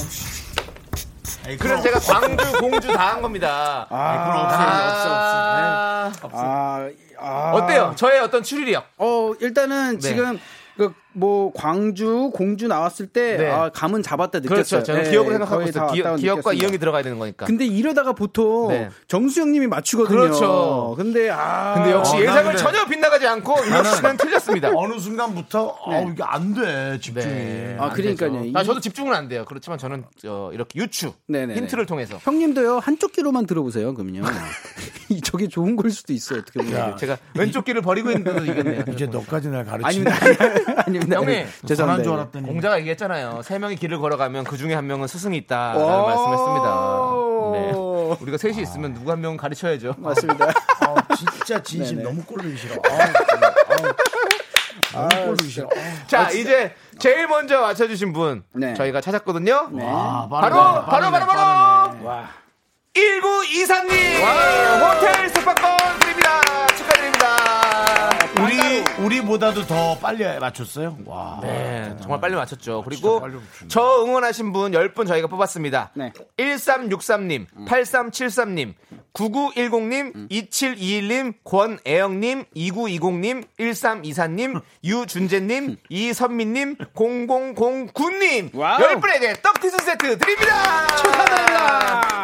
[SPEAKER 1] 에이,
[SPEAKER 2] 그래서
[SPEAKER 1] 코너
[SPEAKER 2] 제가 광주 공주 다 한 겁니다.
[SPEAKER 1] 에이, 코너 없애라. 없어, 없어.
[SPEAKER 2] 아.
[SPEAKER 9] 아, 아.
[SPEAKER 2] 어때요? 네. 저의 어떤 추리력.
[SPEAKER 9] 어 일단은 지금 그 뭐 광주 공주 나왔을 때
[SPEAKER 2] 네.
[SPEAKER 9] 아, 감은 잡았다
[SPEAKER 2] 그렇죠.
[SPEAKER 9] 느꼈어요.
[SPEAKER 2] 저는
[SPEAKER 9] 네,
[SPEAKER 2] 기억을 생각하고
[SPEAKER 9] 거의 다
[SPEAKER 2] 있어요. 기억,
[SPEAKER 9] 왔다고
[SPEAKER 2] 기억과
[SPEAKER 9] 느꼈습니다.
[SPEAKER 2] 이응이 들어가야 되는 거니까.
[SPEAKER 9] 근데 이러다가 보통
[SPEAKER 2] 네.
[SPEAKER 9] 정수영님이 맞추거든요.
[SPEAKER 2] 그렇죠.
[SPEAKER 9] 근데 아
[SPEAKER 2] 근데 역시
[SPEAKER 1] 어,
[SPEAKER 2] 예상을
[SPEAKER 1] 나는-
[SPEAKER 2] 전혀 빗나가지 않고 유혁 씨는 아, 틀렸습니다.
[SPEAKER 1] 어느 순간부터 어
[SPEAKER 9] 네.
[SPEAKER 1] 이게 안 돼. 집중이.
[SPEAKER 9] 아,
[SPEAKER 2] 안
[SPEAKER 9] 그러니까요.
[SPEAKER 2] 되죠.
[SPEAKER 9] 이-
[SPEAKER 2] 아, 저도 집중은 안 돼요. 그렇지만 저는 어, 이렇게 유추,
[SPEAKER 9] 네네네.
[SPEAKER 2] 힌트를 통해서
[SPEAKER 9] 형님도요 한쪽 귀로만 들어보세요. 그러면요 이- 저게 좋은 걸 수도 있어요. 어떻게 보면
[SPEAKER 2] 네, 제가 왼쪽 귀를 버리고 있는데도 이겼네요.
[SPEAKER 1] 이제 너까지 날 가르치는
[SPEAKER 9] 아닙니다. 아닙니다.
[SPEAKER 2] 형님,
[SPEAKER 1] 전한 줄
[SPEAKER 9] 네, 죄송합니다.
[SPEAKER 1] 알았더니.
[SPEAKER 2] 공자가 얘기했잖아요. 세 명이 길을 걸어가면 그 중에 한 명은 스승이 있다라는
[SPEAKER 9] 오.
[SPEAKER 2] 말씀했습니다. 네. 우리가 셋이 있으면 누구 한 명은 가르쳐야죠.
[SPEAKER 9] 맞습니다.
[SPEAKER 1] 아, 진짜 진심
[SPEAKER 9] 네네.
[SPEAKER 1] 너무 꼴보기 싫어. 아, 아, 너무 꼴보기 싫어.
[SPEAKER 2] 자, 이제 제일 먼저 맞춰주신 분
[SPEAKER 9] 네.
[SPEAKER 2] 저희가 찾았거든요.
[SPEAKER 1] 아,
[SPEAKER 2] 바로, 바로, 바로, 바로, 1924님 호텔 스파권 드립니다. 축하드립니다.
[SPEAKER 1] 우리 우리보다도 더 빨리 맞췄어요. 와.
[SPEAKER 2] 네, 정말 빨리 맞췄죠. 그리고
[SPEAKER 1] 빨리 맞췄네.
[SPEAKER 2] 저 응원하신 분 10분 저희가 뽑았습니다.
[SPEAKER 9] 네.
[SPEAKER 2] 1363님, 8373님, 9910님, 2721님, 권애영님, 2920님, 1324님, 유준재님, 이선민님, 0009님.
[SPEAKER 9] 와우.
[SPEAKER 2] 10분에게 떡티스 세트 드립니다. 축하드립니다.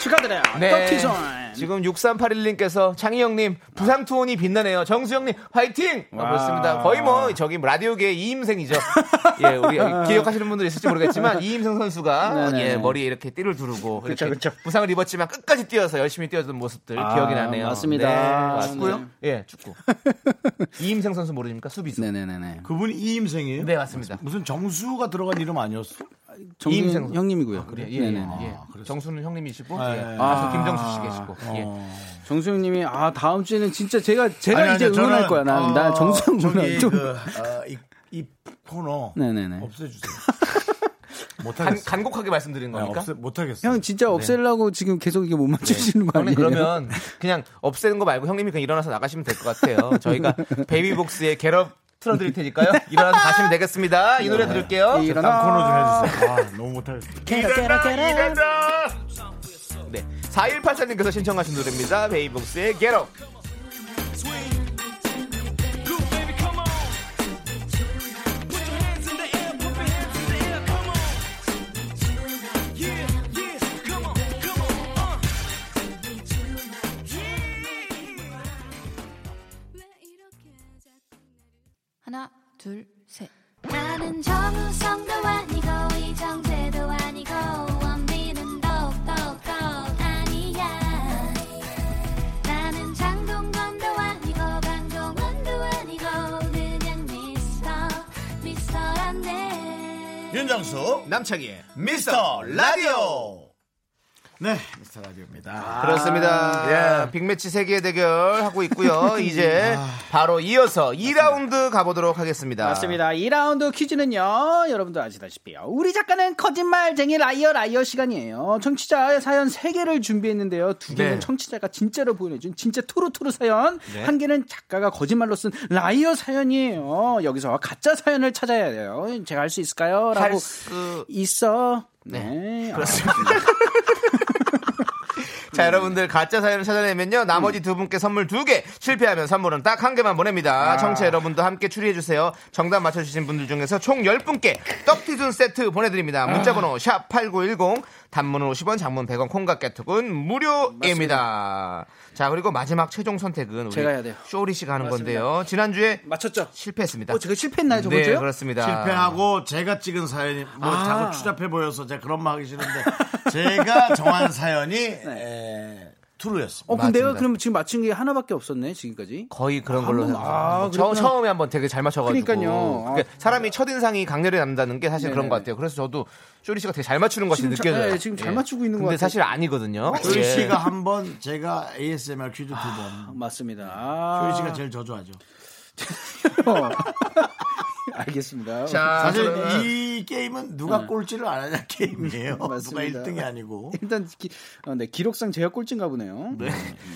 [SPEAKER 9] 축하드려요.
[SPEAKER 2] 네.
[SPEAKER 9] 떡티존.
[SPEAKER 2] 지금 6381님께서 창희형님 부상 투혼이 빛나네요. 정수형님 화이팅! 라고 했습니다. 거의 뭐 저기 라디오계 이임생이죠. 예, 우리 여기 기억하시는 분들이 있을지 모르겠지만 이임생 선수가
[SPEAKER 9] 네. 네네.
[SPEAKER 2] 예, 머리에 이렇게 띠를 두르고 이렇게
[SPEAKER 9] 그쵸.
[SPEAKER 2] 부상을 입었지만 끝까지 뛰어서 열심히 뛰어던 모습들
[SPEAKER 9] 아,
[SPEAKER 2] 기억이 나네요.
[SPEAKER 9] 맞습니다.
[SPEAKER 2] 맞고요.
[SPEAKER 9] 네.
[SPEAKER 2] 예, 축구. 이임생 선수 모르십니까? 수비수.
[SPEAKER 9] 네네네네.
[SPEAKER 1] 그분이 이임생이에요?
[SPEAKER 2] 네, 맞습니다.
[SPEAKER 1] 무슨 정수가 들어간 이름 아니었어?
[SPEAKER 9] 정인
[SPEAKER 2] 이임생.
[SPEAKER 9] 형님이고요.
[SPEAKER 2] 그래, 예, 예,
[SPEAKER 9] 네네. 아, 네.
[SPEAKER 2] 예. 정수는 형님이시고
[SPEAKER 1] 아,
[SPEAKER 2] 예.
[SPEAKER 1] 예.
[SPEAKER 2] 가수 김정수 씨 계시고 예.
[SPEAKER 9] 정수영님이 아 다음 주에는 진짜 제가 제가
[SPEAKER 1] 아니, 아니,
[SPEAKER 9] 이제 응원할
[SPEAKER 1] 저는,
[SPEAKER 9] 거야. 난
[SPEAKER 1] 어,
[SPEAKER 9] 난 정수영
[SPEAKER 1] 저기
[SPEAKER 9] 응원 좀.
[SPEAKER 1] 그, 어, 이, 이 코너
[SPEAKER 9] 네네네.
[SPEAKER 1] 없애주세요.
[SPEAKER 2] 간,
[SPEAKER 1] 못하겠어.
[SPEAKER 2] 간곡하게 말씀드린
[SPEAKER 9] 아,
[SPEAKER 1] 네,
[SPEAKER 2] 겁니까?
[SPEAKER 1] 없애, 못하겠어.
[SPEAKER 9] 형 진짜 없애려고 지금 계속 이게 못 맞추시는 거 아니에요?
[SPEAKER 2] 형님 그러면 그냥 없애는 거 말고 형님이 그냥 일어나서 나가시면 될 것 같아요. 저희가 베이비복스의 겟업 틀어드릴 테니까요. 일어나서 가시면 되겠습니다. 이
[SPEAKER 9] 네.
[SPEAKER 2] 노래 들을게요.
[SPEAKER 9] 일어나.
[SPEAKER 1] 다음 코너 좀 해주세요. 아, 너무 못하겠어.
[SPEAKER 2] 네, 4184님께서 신청하신 노래입니다. 베이비복스의 겟업.
[SPEAKER 3] 하나, 둘, 셋.
[SPEAKER 7] 나는 정우성도 아니고 이정재도 아니고 원빈은 더욱더 아니야 나는 장동건도 아니고 강동원도 아니고 그냥 미스터 미스터란데
[SPEAKER 1] 윤정수
[SPEAKER 5] 남창희의
[SPEAKER 1] 미스터 라디오. 네, 미스터 라디오입니다.
[SPEAKER 5] 그렇습니다.
[SPEAKER 1] 예.
[SPEAKER 5] 빅매치 세계의 대결 하고
[SPEAKER 9] 아.
[SPEAKER 5] 있고요. 이제 바로 이어서 2라운드 가보도록 하겠습니다.
[SPEAKER 9] 맞습니다. 2라운드 퀴즈는요, 여러분도 아시다시피요. 우리 작가는 거짓말쟁이 라이어 라이어 시간이에요. 청취자 사연 3개를 준비했는데요. 두 개는
[SPEAKER 5] 네.
[SPEAKER 9] 청취자가 진짜로 보내준 진짜 투루투루 사연,
[SPEAKER 5] 네.
[SPEAKER 9] 한 개는 작가가 거짓말로 쓴 라이어 사연이에요. 여기서 가짜 사연을 찾아야 돼요. 제가 할 수 있을까요? 라고
[SPEAKER 5] 할 수-
[SPEAKER 9] 있어. 네.
[SPEAKER 5] 그렇습니다. 자, 여러분들 가짜 사연을 찾아내면요. 나머지 두 분께 선물 두 개, 실패하면 선물은 딱 한 개만
[SPEAKER 9] 아.
[SPEAKER 5] 보냅니다. 청취자 여러분도 함께 추리해 주세요. 정답 맞춰 주신 분들 중에서 총 10분께 떡튀순 세트 보내
[SPEAKER 9] 아.
[SPEAKER 5] 드립니다. 문자 번호 샵 8910 단문은 50원, 장문 100원, 콩과 깨톡은 무료입니다. 자, 그리고 마지막 최종 선택은 우리
[SPEAKER 9] 제가 해야 돼요.
[SPEAKER 5] 쇼리 씨가 하는 건데요. 지난주에
[SPEAKER 9] 맞췄죠?
[SPEAKER 5] 실패했습니다.
[SPEAKER 9] 어, 제가 실패했나요, 저번
[SPEAKER 5] 네,
[SPEAKER 9] 주요?
[SPEAKER 5] 그렇습니다.
[SPEAKER 1] 실패하고 제가 찍은 사연이 뭐 자꾸 추잡해 보여서 제가 그런 말 하기 싫은데 제가 정한 사연이 에, 투루였습니다.
[SPEAKER 9] 어, 그럼 내가
[SPEAKER 5] 맞습니다.
[SPEAKER 9] 그럼 지금 맞춘 게 하나밖에 없었네, 지금까지.
[SPEAKER 5] 거의 그런 걸로
[SPEAKER 9] 번, 아,
[SPEAKER 5] 생각합니다.
[SPEAKER 9] 그렇구나.
[SPEAKER 5] 저 처음에 한번 되게 잘 맞춰가지고
[SPEAKER 9] 그러니까요. 아,
[SPEAKER 5] 그러니까 사람이 첫 인상이 강렬히 남다는 게 사실 그런 것 같아요. 그래서 저도 쇼리 씨가 되게 잘 맞추는 것 같이
[SPEAKER 9] 지금 자-
[SPEAKER 5] 느껴져요.
[SPEAKER 9] 예, 지금 잘 맞추고 있는 것
[SPEAKER 5] 근데
[SPEAKER 9] 같아요.
[SPEAKER 5] 사실 아니거든요.
[SPEAKER 1] 쇼리
[SPEAKER 5] 예.
[SPEAKER 1] 씨가 한 번, 제가 ASMR 퀴즈 두 번.
[SPEAKER 9] 맞습니다. 아.
[SPEAKER 1] 쇼리 씨가 제일 저조하죠.
[SPEAKER 9] 알겠습니다.
[SPEAKER 5] 자,
[SPEAKER 1] 사실
[SPEAKER 5] 그러면
[SPEAKER 1] 이 게임은 누가 꼴찌를 안 하냐 게임이에요. 누가
[SPEAKER 9] 네. 맞습니다.
[SPEAKER 1] 1등이 아니고.
[SPEAKER 9] 일단 기, 어, 네, 기록상 제가 꼴찌인가 보네요.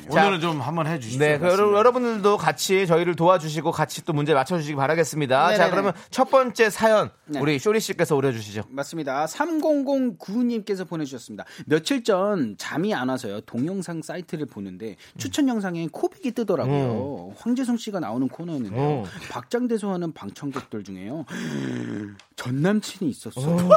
[SPEAKER 1] 오늘은 좀 한번 해주시죠.
[SPEAKER 5] 네, 그 여러분, 여러분들도 같이 저희를 도와주시고 같이 또 문제 맞춰주시기 바라겠습니다.
[SPEAKER 9] 네네네.
[SPEAKER 5] 자, 그러면 첫 번째 사연
[SPEAKER 9] 네.
[SPEAKER 5] 우리 쇼리 씨께서 올려주시죠.
[SPEAKER 9] 맞습니다. 3009님께서 보내주셨습니다. 며칠 전 잠이 안 와서요. 동영상 사이트를 보는데 추천 영상에 코빅이 뜨더라고요. 황재성 씨가 나오는 코너였는데요.
[SPEAKER 5] 음.
[SPEAKER 9] 박장대소하는 방청객들 중에요. 전 남친이 있었어요.